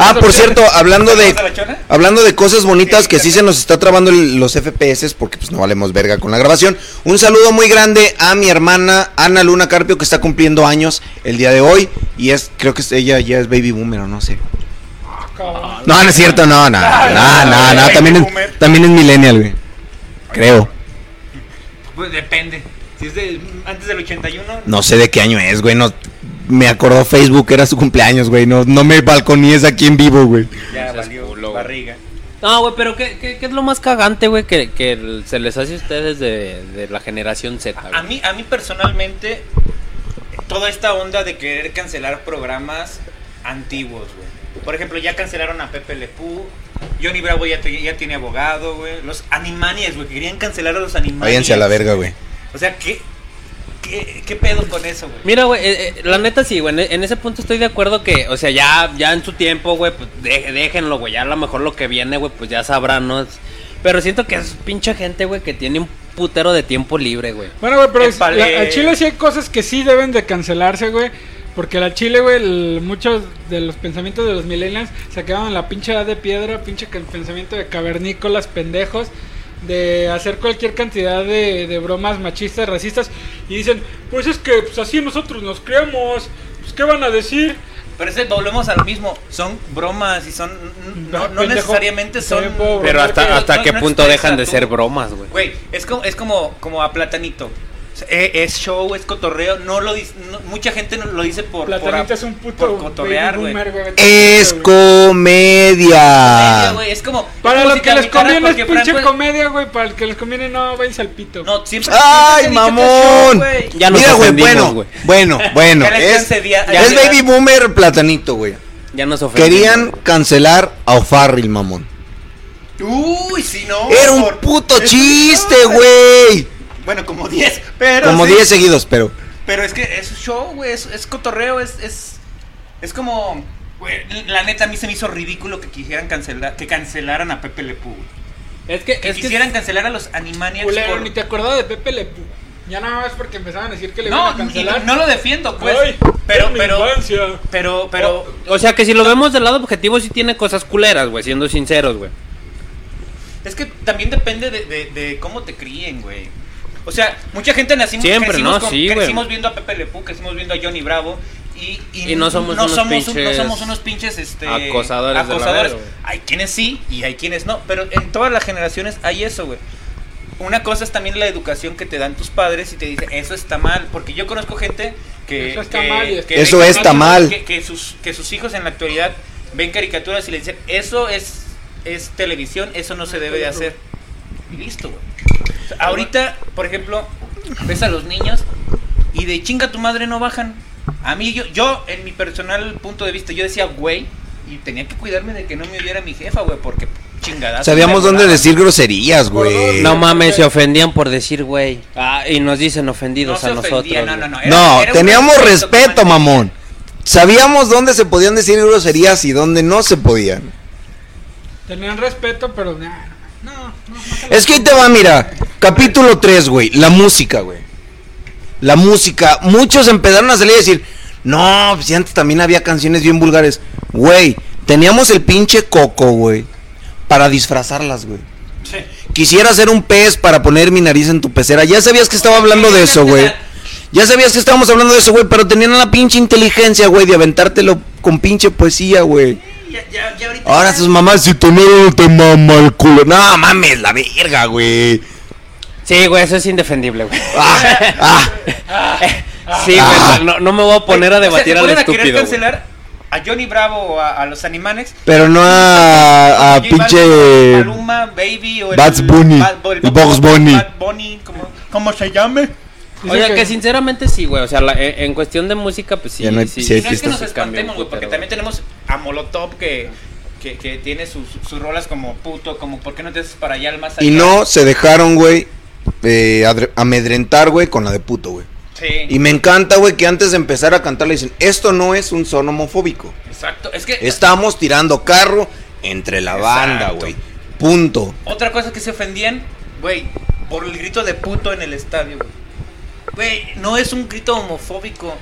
Speaker 2: ah,
Speaker 1: por cierto, hablando de
Speaker 5: ¿Vamos a la chona?
Speaker 1: hablando de cosas bonitas que sí se nos está trabando el- los FPS porque pues no valemos verga con la grabación. Un saludo muy grande a mi hermana Ana Luna Carpio que está cumpliendo años el día de hoy y es creo que es- ella ya es baby boomer o no sé. No, no es cierto, no, no, no, no, no, también es, también es millennial, güey. Creo.
Speaker 5: Pues depende. Si es de antes del 81.
Speaker 1: No sé de qué año es, güey, no me acordó Facebook, era su cumpleaños, güey, no, no me balconíes aquí en vivo, güey.
Speaker 5: Ya
Speaker 3: Seas
Speaker 5: valió
Speaker 3: culo, güey.
Speaker 5: barriga.
Speaker 3: No, güey, pero ¿qué, qué, qué es lo más cagante, güey, que, que el- se les hace a ustedes de, de la generación Z? güey?
Speaker 5: A mí, a mí personalmente, toda esta onda de querer cancelar programas antiguos, güey. Por ejemplo, ya cancelaron a Pepe Lepú. Johnny Bravo ya, te- ya tiene abogado, güey. Los Animaniacs, güey. Querían cancelar a los Animaniacs.
Speaker 1: Váyanse a la verga, güey.
Speaker 5: O sea, ¿qué, qué, qué pedo con eso, güey?
Speaker 3: Mira, güey, eh, eh, la neta sí, güey, en- en ese punto estoy de acuerdo que, o sea, ya, ya en su tiempo, güey, pues de- déjenlo, güey, ya a lo mejor lo que viene, güey, pues ya sabrán, ¿no? Pero siento que es pinche gente, güey, que tiene un putero de tiempo libre, güey.
Speaker 2: Bueno, güey, pero
Speaker 5: El palé.
Speaker 2: la- al Chile sí hay cosas que sí deben de cancelarse, güey. Porque al Chile, güey, el- muchos de los pensamientos de los millennials se quedaban en la pinche edad de piedra, pinche que el pensamiento de cavernícolas, pendejos, de hacer cualquier cantidad de, de bromas machistas, racistas. Y dicen, pues es que pues así nosotros nos creamos, pues ¿qué van a decir?
Speaker 5: Pero ese, volvemos a lo mismo. Son bromas y son. No, no
Speaker 2: Pendejo.
Speaker 5: necesariamente son.
Speaker 2: Sí, pobre.
Speaker 3: Pero hasta, hasta
Speaker 5: No,
Speaker 3: qué
Speaker 5: no
Speaker 3: punto
Speaker 5: expresa
Speaker 3: dejan de
Speaker 5: tú.
Speaker 3: ser bromas, güey.
Speaker 5: Güey, es como, es como, como a Platanito. O sea, e- Es show, es cotorreo, no lo dis- no- mucha gente no lo dice por, por
Speaker 2: Platanita
Speaker 5: a-
Speaker 2: es un puto
Speaker 5: por cotorrear,
Speaker 2: baby
Speaker 5: güey.
Speaker 2: boomer, güey.
Speaker 1: Es
Speaker 2: Güey.
Speaker 1: comedia. Ah.
Speaker 5: Comedia, güey, Es como
Speaker 2: Para
Speaker 5: es como
Speaker 2: los
Speaker 5: si
Speaker 2: que les
Speaker 5: criticaras
Speaker 2: conviene es
Speaker 5: porque
Speaker 2: pinche
Speaker 5: Franco-
Speaker 2: comedia, güey. Para el que les conviene no, váyanse al pito.
Speaker 5: No, siempre siempre se dice
Speaker 1: ¡Ay,
Speaker 5: que es show,
Speaker 1: mamón!
Speaker 5: güey.
Speaker 3: Ya nos
Speaker 1: Mira, güey,
Speaker 3: ofendimos,
Speaker 1: bueno,
Speaker 3: güey.
Speaker 1: bueno, bueno.
Speaker 5: Ya les
Speaker 1: Es,
Speaker 5: concedía-
Speaker 1: es
Speaker 5: ya les-
Speaker 1: Baby Boomer Platanito, güey.
Speaker 3: Ya nos ofendimos.
Speaker 1: Querían
Speaker 3: güey.
Speaker 1: cancelar a O'Farrill, mamón.
Speaker 5: Uy, si no.
Speaker 1: Era un
Speaker 5: por-
Speaker 1: puto
Speaker 5: es-
Speaker 1: chiste, güey.
Speaker 5: Bueno, como 10, pero
Speaker 1: Como
Speaker 5: sí.
Speaker 1: 10 seguidos, pero.
Speaker 5: Pero es que es show, güey, es, es cotorreo, es, es, es como, güey, la neta a mí se me hizo ridículo que quisieran cancelar, que cancelaran a Pepe Le Pew, güey.
Speaker 3: Es que,
Speaker 5: Que
Speaker 3: es que
Speaker 5: quisieran cancelar a los Animaniacs
Speaker 2: Culero,
Speaker 5: por-
Speaker 2: ni te acordabas de Pepe Le Pew. Ya nada más porque empezaban a decir que le iban
Speaker 5: No,
Speaker 2: a
Speaker 5: y
Speaker 2: cancelar.
Speaker 5: no lo defiendo, pues,
Speaker 2: Ay, Oh.
Speaker 5: pero,
Speaker 2: es mi
Speaker 5: pero,
Speaker 2: infancia.
Speaker 5: pero, pero,
Speaker 3: o sea, que si lo vemos del lado objetivo, sí tiene cosas culeras, güey, siendo sinceros, güey.
Speaker 5: es que también depende de, de, de cómo te críen, güey. O sea, mucha gente nacimos,
Speaker 3: Siempre,
Speaker 5: crecimos,
Speaker 3: ¿no? Sí, güey.
Speaker 5: crecimos viendo a Pepe Le Pew, crecimos viendo a Johnny Bravo y,
Speaker 3: Y no somos unos
Speaker 5: somos un-
Speaker 3: pinches
Speaker 5: no somos unos pinches este,
Speaker 3: acosadores de la
Speaker 5: acosadores.
Speaker 3: verga, güey.
Speaker 5: hay quienes sí y hay quienes no, pero en todas las generaciones hay eso, güey. Una cosa es también la educación que te dan tus padres y te dicen, eso está mal, porque yo conozco gente que...
Speaker 2: Eso está
Speaker 5: que-
Speaker 2: mal y-
Speaker 5: que-
Speaker 1: Eso
Speaker 5: que-
Speaker 1: está mal.
Speaker 5: Que, que sus, que sus hijos en la actualidad ven caricaturas y le dicen, eso es, es televisión, eso no se debe de hacer. Y listo, güey. O sea, ahorita, por ejemplo, ves a los niños y de chinga tu madre no bajan. A mí, yo, yo, en mi personal punto de vista, yo decía, güey, y tenía que cuidarme de que no me oyera mi jefa, güey, porque chingadazo.
Speaker 1: Sabíamos
Speaker 5: me
Speaker 1: dónde
Speaker 5: volaba.
Speaker 1: decir groserías, güey.
Speaker 3: No mames, se ofendían por decir güey. Ah, y nos dicen
Speaker 5: No
Speaker 3: ofendidos
Speaker 5: se
Speaker 3: a nosotros.
Speaker 5: ofendía, no,
Speaker 3: güey.
Speaker 5: no, no. era-
Speaker 1: No,
Speaker 5: era un
Speaker 1: teníamos
Speaker 5: que
Speaker 1: respeto,
Speaker 5: mantenía.
Speaker 1: mamón. Sabíamos dónde se podían decir groserías y dónde no se podían.
Speaker 2: Tenían respeto, pero nah, no, no.
Speaker 1: Es que ahí te va, mira. Capítulo 3, güey. La música, güey. La música. Muchos empezaron a salir y decir, no, pues si antes también había canciones bien vulgares. Güey, teníamos el pinche coco, güey. Para disfrazarlas, güey. Quisiera ser un pez para poner mi nariz en tu pecera. Ya sabías que estaba hablando de eso, güey. Ya sabías que estábamos hablando de eso, güey, pero tenían la pinche inteligencia, güey, de aventártelo con pinche poesía, güey.
Speaker 5: Ya, ya, ya ahorita
Speaker 1: Ahora
Speaker 5: ya-
Speaker 1: sus mamás, si tu negro te mama el culo. No mames, la verga, güey.
Speaker 3: Sí, güey, eso es indefendible, güey.
Speaker 1: Ah, ah.
Speaker 3: sí,
Speaker 1: Ah.
Speaker 3: güey, no, no me voy a poner a
Speaker 5: O sea, se
Speaker 3: debatir al
Speaker 5: ponen a querer
Speaker 3: estúpido. güey.
Speaker 5: cancelar a Johnny Bravo o a, a los Animanex.
Speaker 1: Pero no a, a
Speaker 5: J Balvin,
Speaker 1: pinche.
Speaker 5: Maluma, Baby o
Speaker 1: Bugs Bunny,
Speaker 5: Bad Bunny,
Speaker 1: el Bugs Bunny.
Speaker 5: Bad Bunny, como, ¿cómo se llame.
Speaker 2: Dice
Speaker 3: O sea,
Speaker 2: que-
Speaker 3: que sinceramente sí, güey. O sea, la- e, en en cuestión de música, pues sí.
Speaker 1: Ya no hay-
Speaker 3: sí,
Speaker 1: sí hay
Speaker 5: Y no es que
Speaker 1: fiestas.
Speaker 5: nos
Speaker 3: se cambia un
Speaker 5: espantemos, güey, porque
Speaker 3: putero,
Speaker 5: también tenemos a Molotov que, que, que tiene sus, sus rolas como puto, como ¿por qué no te haces para allá al más allá?
Speaker 1: Y no se dejaron, güey, eh, adre- amedrentar, güey, con la de puto, güey.
Speaker 5: Sí,
Speaker 1: Y me encanta, güey, que antes de empezar a cantar le dicen, esto no es un son homofóbico.
Speaker 5: exacto. Es que
Speaker 1: Estamos tirando carro entre la banda,
Speaker 5: Exacto.
Speaker 1: güey. Punto.
Speaker 5: otra cosa que se ofendían, güey, por el grito de puto en el estadio, güey. Güey, no es un grito homofóbico.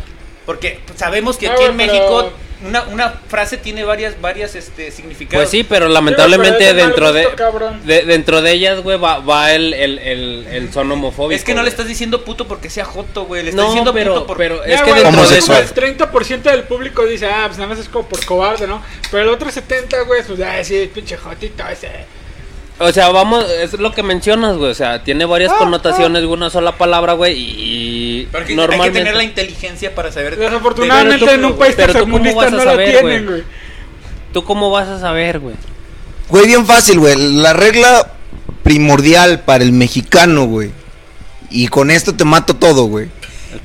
Speaker 5: Porque sabemos que
Speaker 2: No,
Speaker 5: aquí en
Speaker 2: güey,
Speaker 5: México
Speaker 2: pero-
Speaker 5: una, una frase tiene varias, varias este, significados.
Speaker 3: Pues sí, pero
Speaker 2: Sí,
Speaker 3: lamentablemente
Speaker 2: güey, pero es
Speaker 3: dentro
Speaker 2: mal
Speaker 3: de,
Speaker 2: gusto, cabrón.
Speaker 3: de- dentro de ellas, güey, va, va el, el, el, el son homofóbico.
Speaker 5: Es que no le
Speaker 3: güey.
Speaker 5: estás diciendo puto porque sea joto, güey. Le estás
Speaker 3: No,
Speaker 5: diciendo puto
Speaker 3: pero,
Speaker 5: por...
Speaker 3: pero
Speaker 2: Ya,
Speaker 3: es que
Speaker 2: güey,
Speaker 3: dentro de
Speaker 2: es
Speaker 3: eso...
Speaker 2: como El 30% del público dice, ah, pues nada más es como por cobarde, ¿no? Pero el otro 70%, güey, pues, ah, sí, pinche jotito ese.
Speaker 3: O sea, vamos, es lo que mencionas, güey. O sea, tiene varias connotaciones, güey, una sola palabra, güey, y-
Speaker 5: Ah, Pero que
Speaker 3: y
Speaker 5: Hay que tener la
Speaker 3: normalmente...
Speaker 5: inteligencia para saber.
Speaker 2: Desafortunadamente
Speaker 3: Pero tú-
Speaker 2: en un país
Speaker 3: pero tú cómo
Speaker 2: tercermundista
Speaker 3: vas a
Speaker 2: no
Speaker 3: saber,
Speaker 2: la tienen,
Speaker 3: güey.
Speaker 2: güey.
Speaker 3: ¿Tú cómo vas a saber, güey?
Speaker 1: Güey, bien fácil, güey. La regla primordial para el mexicano, güey. Y con esto te mato todo, güey.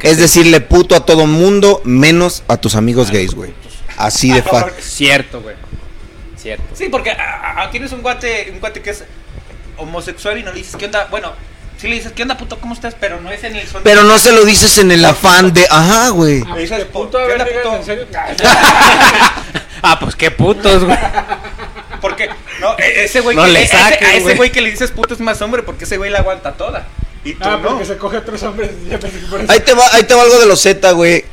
Speaker 1: Es decirle puto a todo mundo, menos a tus amigos gays, güey. Así de fácil.
Speaker 3: Cierto, güey. Cierto.
Speaker 5: Sí, porque ah, ah, tienes un guate, un guate que es homosexual y no le dices qué onda. Bueno, sí le dices qué onda, puto, ¿cómo estás? Pero no es en el son.
Speaker 1: Pero no se lo dices en el afán de, ajá, güey.
Speaker 2: Ah,
Speaker 5: Me dices,
Speaker 2: de
Speaker 5: ¿por
Speaker 2: puto, a
Speaker 5: qué
Speaker 2: ver,
Speaker 5: la
Speaker 2: digas,
Speaker 5: puto?
Speaker 2: en serio.
Speaker 3: Ah, pues qué putos, güey.
Speaker 5: Porque no, e- ese güey
Speaker 3: No
Speaker 5: que
Speaker 3: le
Speaker 5: ese-
Speaker 3: saques,
Speaker 5: a ese
Speaker 3: güey.
Speaker 5: güey que le dices puto es más hombre porque ese güey la aguanta toda. Y tú
Speaker 2: Ah,
Speaker 5: no.
Speaker 2: porque se coge a otros hombres. ya pensé que por eso.
Speaker 1: Ahí te va, ahí te va algo de los Z, güey.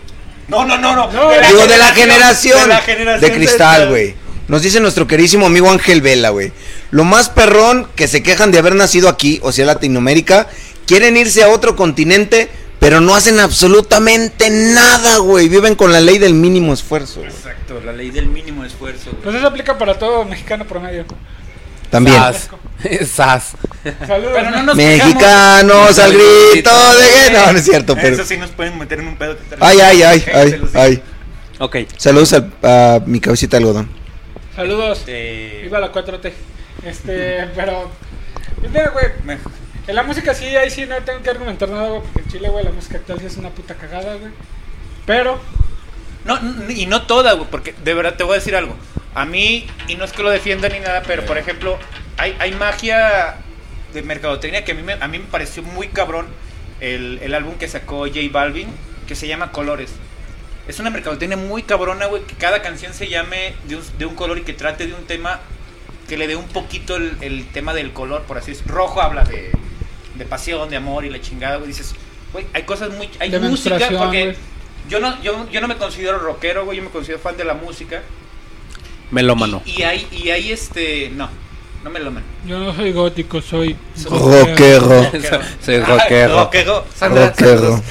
Speaker 5: No, no, no, no.
Speaker 2: No,
Speaker 1: Digo, de la generación.
Speaker 5: De la generación
Speaker 1: De cristal,
Speaker 5: central.
Speaker 1: güey. Nos dice nuestro querísimo amigo Ángel Vela, güey. Lo más perrón que se quejan de haber nacido aquí, o sea, Latinoamérica, quieren irse a otro continente, pero no hacen absolutamente nada, güey. Viven con la ley del mínimo esfuerzo, güey.
Speaker 5: Exacto, la ley del mínimo esfuerzo. güey.
Speaker 2: Pues eso aplica para todo mexicano promedio.
Speaker 1: También.
Speaker 3: Sas. Sas.
Speaker 2: Saludos.
Speaker 5: Pero no nos
Speaker 1: Mexicanos al grito de... No, no es cierto, pero...
Speaker 5: Eso sí nos pueden meter en un pedo. que-
Speaker 1: Ay, ay, ay, ay,
Speaker 5: Los-
Speaker 1: ay.
Speaker 3: Ok.
Speaker 1: Saludos al- a mi cabecita de algodón.
Speaker 2: Saludos.
Speaker 5: Este,
Speaker 2: Viva la 4T. Este, pero. yo digo, güey.
Speaker 5: me-
Speaker 2: En la música sí, ahí sí no tengo que argumentar nada, güey. Porque en Chile, güey, la música actual sí es una puta cagada, güey. Pero.
Speaker 5: No, n- y no toda, güey, porque de verdad te voy a decir algo. A mí, y no es que lo defienda ni nada, pero por ejemplo, hay, hay magia de mercadotecnia que a mí me, a mí me pareció muy cabrón el, el álbum que sacó J Balvin, que se llama Colores. Es una mercadotecnia muy cabrona, güey, que cada canción se llame de un, de un color y que trate de un tema que le dé un poquito el, el tema del color, por así decirlo. Rojo habla de, de pasión, de amor y la chingada, güey. Dices, güey, hay cosas muy... Hay
Speaker 2: De
Speaker 5: música,
Speaker 2: menstruación,
Speaker 5: porque...
Speaker 2: güey.
Speaker 5: Yo no, yo, yo no me considero rockero, güey, yo me considero fan de la música.
Speaker 3: Melómano.
Speaker 5: Y ahí, y ahí este, no, no me lo man.
Speaker 2: Yo no soy gótico, soy.
Speaker 1: Rockero.
Speaker 3: Soy
Speaker 5: Ah,
Speaker 3: rockero.
Speaker 5: Rockero. Sandra
Speaker 1: Rockero.
Speaker 5: Santos.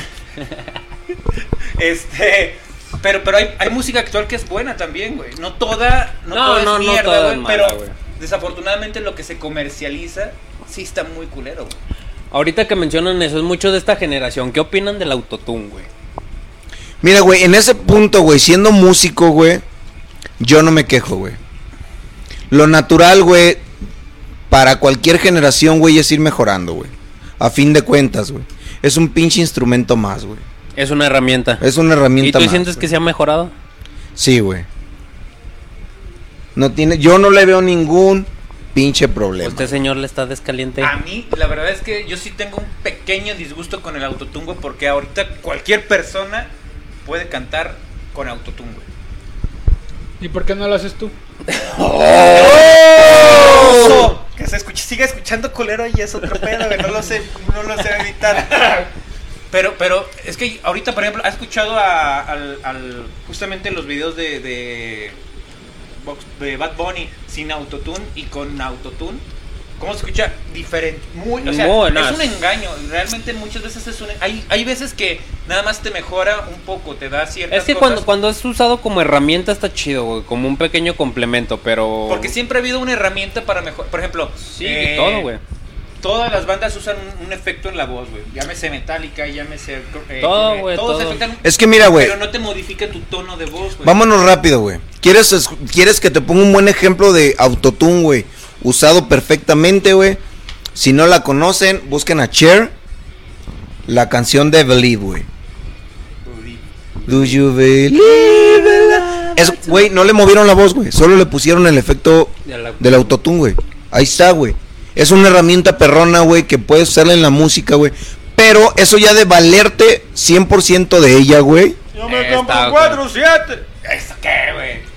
Speaker 5: Este, pero, pero hay, hay música actual que es buena también, güey. No toda, no,
Speaker 3: No,
Speaker 5: toda
Speaker 3: no, no
Speaker 5: es mierda,
Speaker 3: toda
Speaker 5: güey,
Speaker 3: es mala,
Speaker 5: pero
Speaker 3: güey.
Speaker 5: desafortunadamente lo que se comercializa sí está muy culero, güey.
Speaker 3: Ahorita que mencionan eso, es mucho de esta generación. ¿Qué opinan del autotune, güey?
Speaker 1: Mira, güey, en ese punto, güey, siendo músico, güey, yo no me quejo, güey. Lo natural, güey, para cualquier generación, güey, es ir mejorando, güey. A fin de cuentas, güey. Es un pinche instrumento más, güey.
Speaker 3: Es una herramienta.
Speaker 1: Es una
Speaker 3: ¿Y
Speaker 1: herramienta
Speaker 3: tú
Speaker 1: más,
Speaker 3: sientes que se ha mejorado?
Speaker 1: Sí, güey. No tiene, yo no le veo ningún pinche problema.
Speaker 3: Usted, señor, le está descaliente.
Speaker 5: A mí, la verdad es que yo sí tengo un pequeño disgusto con el autotune, güey, porque ahorita cualquier persona puede cantar con autotune, güey.
Speaker 2: ¿Y por qué no lo haces tú?
Speaker 5: Oso, Que se escuche, siga escuchando culero y es otro pedo, güey, No lo sé, no lo sé evitar. Pero, pero, es que ahorita, por ejemplo, ¿has escuchado a- al, al- justamente los videos de, de, Vox- de Bad Bunny sin autotune y con autotune? ¿Cómo se escucha? Diferente. Muy, o sea,
Speaker 3: Muy, no,
Speaker 5: es un
Speaker 3: es-
Speaker 5: engaño. Realmente muchas veces es un... Hay, hay veces que nada más te mejora un poco, te da ciertas
Speaker 3: Es que
Speaker 5: cosas.
Speaker 3: cuando, cuando es usado como herramienta está chido, güey, como un pequeño complemento, pero...
Speaker 5: Porque siempre ha habido una herramienta para mejorar. Por ejemplo,
Speaker 3: Sí,
Speaker 5: eh,
Speaker 3: todo, güey.
Speaker 5: Todas las bandas usan un, un efecto en la voz, güey. Llámese Metallica, llámese. eh,
Speaker 3: Todo,
Speaker 5: eh,
Speaker 3: güey,
Speaker 5: Todos
Speaker 3: todo.
Speaker 5: afectan.
Speaker 1: Es que mira, güey.
Speaker 5: Pero no te modifica tu tono de voz, güey.
Speaker 1: Vámonos rápido, güey. ¿Quieres, es- ¿Quieres que te ponga un buen ejemplo de autotune, güey? Usado perfectamente, güey. Si no la conocen, busquen a Cher. La canción de Believe, güey. Do you believe? Es, güey, no le movieron la voz, güey. Solo le pusieron el efecto
Speaker 3: Del autotune.
Speaker 1: del autotune, güey. Ahí está, güey. Es una herramienta perrona, güey, que puedes usarla en la música, güey. Pero eso ya de valerte 100% de ella, güey.
Speaker 5: Yo
Speaker 3: me Está, compro un güey.
Speaker 5: 7. ¿Eso qué, güey?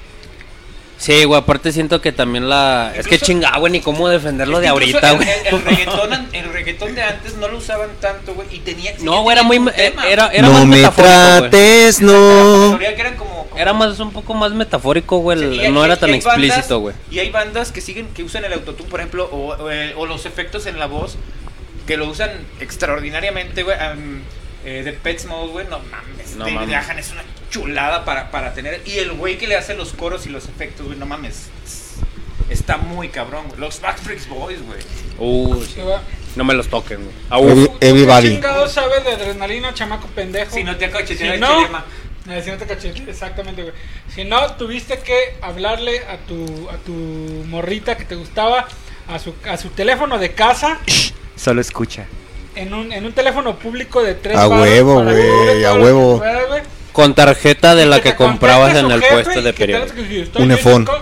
Speaker 3: Sí, güey, aparte siento que también la... Es que
Speaker 5: Incluso-
Speaker 3: chingada, güey, ni cómo defenderlo de
Speaker 5: Incluso
Speaker 3: ahorita,
Speaker 5: el-
Speaker 3: güey.
Speaker 5: El, el reggaetón, an- el reggaetón de antes no lo usaban tanto, güey. Y tenía.
Speaker 3: No, güey, era muy...
Speaker 5: tenía un
Speaker 3: eh,
Speaker 5: tema.
Speaker 3: Era, era
Speaker 1: no
Speaker 3: más
Speaker 1: me
Speaker 3: metafórico, pues. güey.
Speaker 1: trates,
Speaker 5: La
Speaker 1: no.
Speaker 5: mayoría que eran como- como
Speaker 3: Era más, un poco más metafórico, güey, el-
Speaker 5: Sí, y hay-
Speaker 3: no
Speaker 5: y
Speaker 3: era
Speaker 5: hay
Speaker 3: tan
Speaker 5: bandas-
Speaker 3: explícito, güey.
Speaker 5: Y hay bandas que siguen, que usan el autotune, por ejemplo, o, o, eh, o los efectos en la voz, que lo usan extraordinariamente, güey. am, eh, de Pet Mode, güey, no mames.
Speaker 3: No
Speaker 5: David
Speaker 3: mames.
Speaker 5: Gahan es una chulada para, para tener. Y el güey que le hace los coros y los efectos, güey, no mames. Está muy cabrón, güey. Los Backstreet Boys, güey.
Speaker 3: Uh,
Speaker 2: Sí, va.
Speaker 3: no me los toquen, güey.
Speaker 1: Evi-
Speaker 2: ¿Qué
Speaker 1: E- Everybody.
Speaker 2: chingado sabe de adrenalina, chamaco pendejo?
Speaker 5: Si no te
Speaker 2: Si
Speaker 5: acachetean el
Speaker 2: no,
Speaker 5: chilema.
Speaker 2: eh, si no te cachetean, exactamente, güey. Si no, tuviste que hablarle a tu, a tu morrita que te gustaba, a su, a su teléfono de casa,
Speaker 5: Solo escucha.
Speaker 2: en un, en un teléfono público de tres
Speaker 1: A
Speaker 2: varos
Speaker 1: huevo,
Speaker 2: para que
Speaker 1: güey,
Speaker 2: cobre
Speaker 1: a
Speaker 2: todo lo
Speaker 1: huevo.
Speaker 2: que puedas, güey.
Speaker 3: Con tarjeta de la
Speaker 2: te
Speaker 3: que comprabas
Speaker 2: contacte
Speaker 3: en
Speaker 2: su
Speaker 3: el
Speaker 2: jefe
Speaker 3: puesto
Speaker 2: y
Speaker 3: de
Speaker 2: que te
Speaker 3: periódico.
Speaker 2: hagas que si estoy
Speaker 1: Un
Speaker 2: bien,
Speaker 1: efón.
Speaker 2: chico.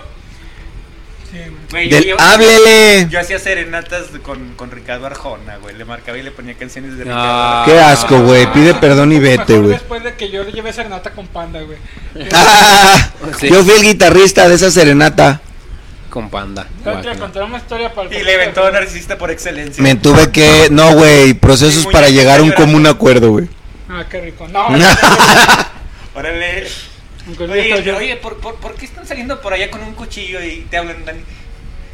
Speaker 2: Sí, güey.
Speaker 5: Güey, yo
Speaker 1: Del
Speaker 5: llevo-
Speaker 1: háblele.
Speaker 5: Yo hacía serenatas con, con Ricardo Arjona, güey. Le marcaba y le ponía canciones de Ricardo
Speaker 3: Ah.
Speaker 1: Qué asco, güey. Pide perdón y vete,
Speaker 2: Mejor
Speaker 1: güey.
Speaker 2: Después de que yo le llevé serenata con panda, güey.
Speaker 1: Ah,
Speaker 3: Sí.
Speaker 1: Yo fui el guitarrista de esa serenata.
Speaker 3: Con panda.
Speaker 2: Tengo que
Speaker 3: guácala.
Speaker 2: contar una historia para
Speaker 5: Y le inventó narcisista por excelencia.
Speaker 1: Me tuve que. No, güey. Procesos
Speaker 5: Sí,
Speaker 1: para
Speaker 5: muñeco,
Speaker 1: llegar a un
Speaker 5: está llorando.
Speaker 1: común acuerdo, güey.
Speaker 2: Ah, qué rico. No, no,
Speaker 5: Órale.
Speaker 2: no, no, no,
Speaker 5: Oye,
Speaker 2: no,
Speaker 5: oye, ¿por, por, por qué están saliendo por allá con un cuchillo y te hablan, Dani?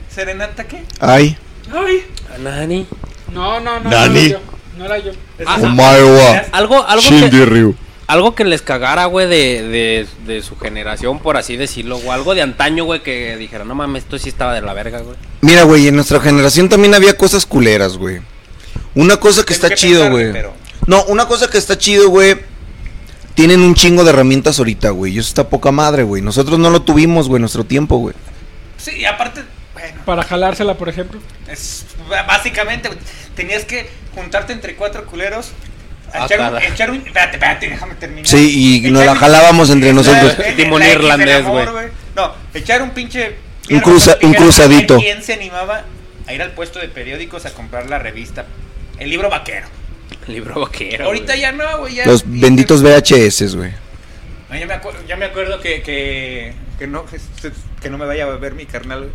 Speaker 5: ¿Serenata qué?
Speaker 1: Ay.
Speaker 2: Ay.
Speaker 3: Nani.
Speaker 2: No, no, no.
Speaker 1: Dani.
Speaker 2: No era yo. No era yo.
Speaker 3: Ah,
Speaker 1: Omarwa.
Speaker 3: Algo, algo
Speaker 1: Shindy
Speaker 3: que,
Speaker 1: Ryu.
Speaker 3: algo que les cagara, güey, de, de, de su generación, por así decirlo, o algo de antaño, güey, que dijera, no mames, esto sí estaba de la verga, güey.
Speaker 1: Mira, güey. En nuestra generación también había cosas culeras, güey. Una cosa
Speaker 5: Tengo
Speaker 1: que está
Speaker 5: que
Speaker 1: chido,
Speaker 5: pensarle,
Speaker 1: güey.
Speaker 5: pero-
Speaker 1: No, una cosa que está chido, güey. Tienen un chingo de herramientas ahorita, güey. Y eso está poca madre, güey. Nosotros no lo tuvimos, güey, en nuestro tiempo, güey.
Speaker 5: Sí, y aparte, bueno,
Speaker 2: Para jalársela, por ejemplo.
Speaker 5: es, básicamente güey, tenías que juntarte entre cuatro culeros.
Speaker 3: Ah,
Speaker 5: echar, un,
Speaker 3: cara.
Speaker 5: echar un- Espérate, espérate, déjame terminar.
Speaker 1: Sí, y nos
Speaker 5: Echar
Speaker 1: la
Speaker 5: un-
Speaker 1: jalábamos entre nosotros.
Speaker 5: Claro, en- en
Speaker 3: Timón
Speaker 5: la X del
Speaker 3: irlandés,
Speaker 5: amor,
Speaker 3: güey.
Speaker 5: No, echar un pinche.
Speaker 1: Un cruza- un cruzadito.
Speaker 5: ¿Quién se animaba a ir al puesto de periódicos a comprar la revista? El libro vaquero.
Speaker 3: El libro vaquero.
Speaker 5: Ahorita
Speaker 3: güey.
Speaker 5: ya no, güey. ya-
Speaker 1: Los
Speaker 5: ya-
Speaker 1: benditos VHS, güey.
Speaker 5: No, ya, me acuerdo, ya me acuerdo que, que, que no, que, que no me vaya a ver mi carnal. güey,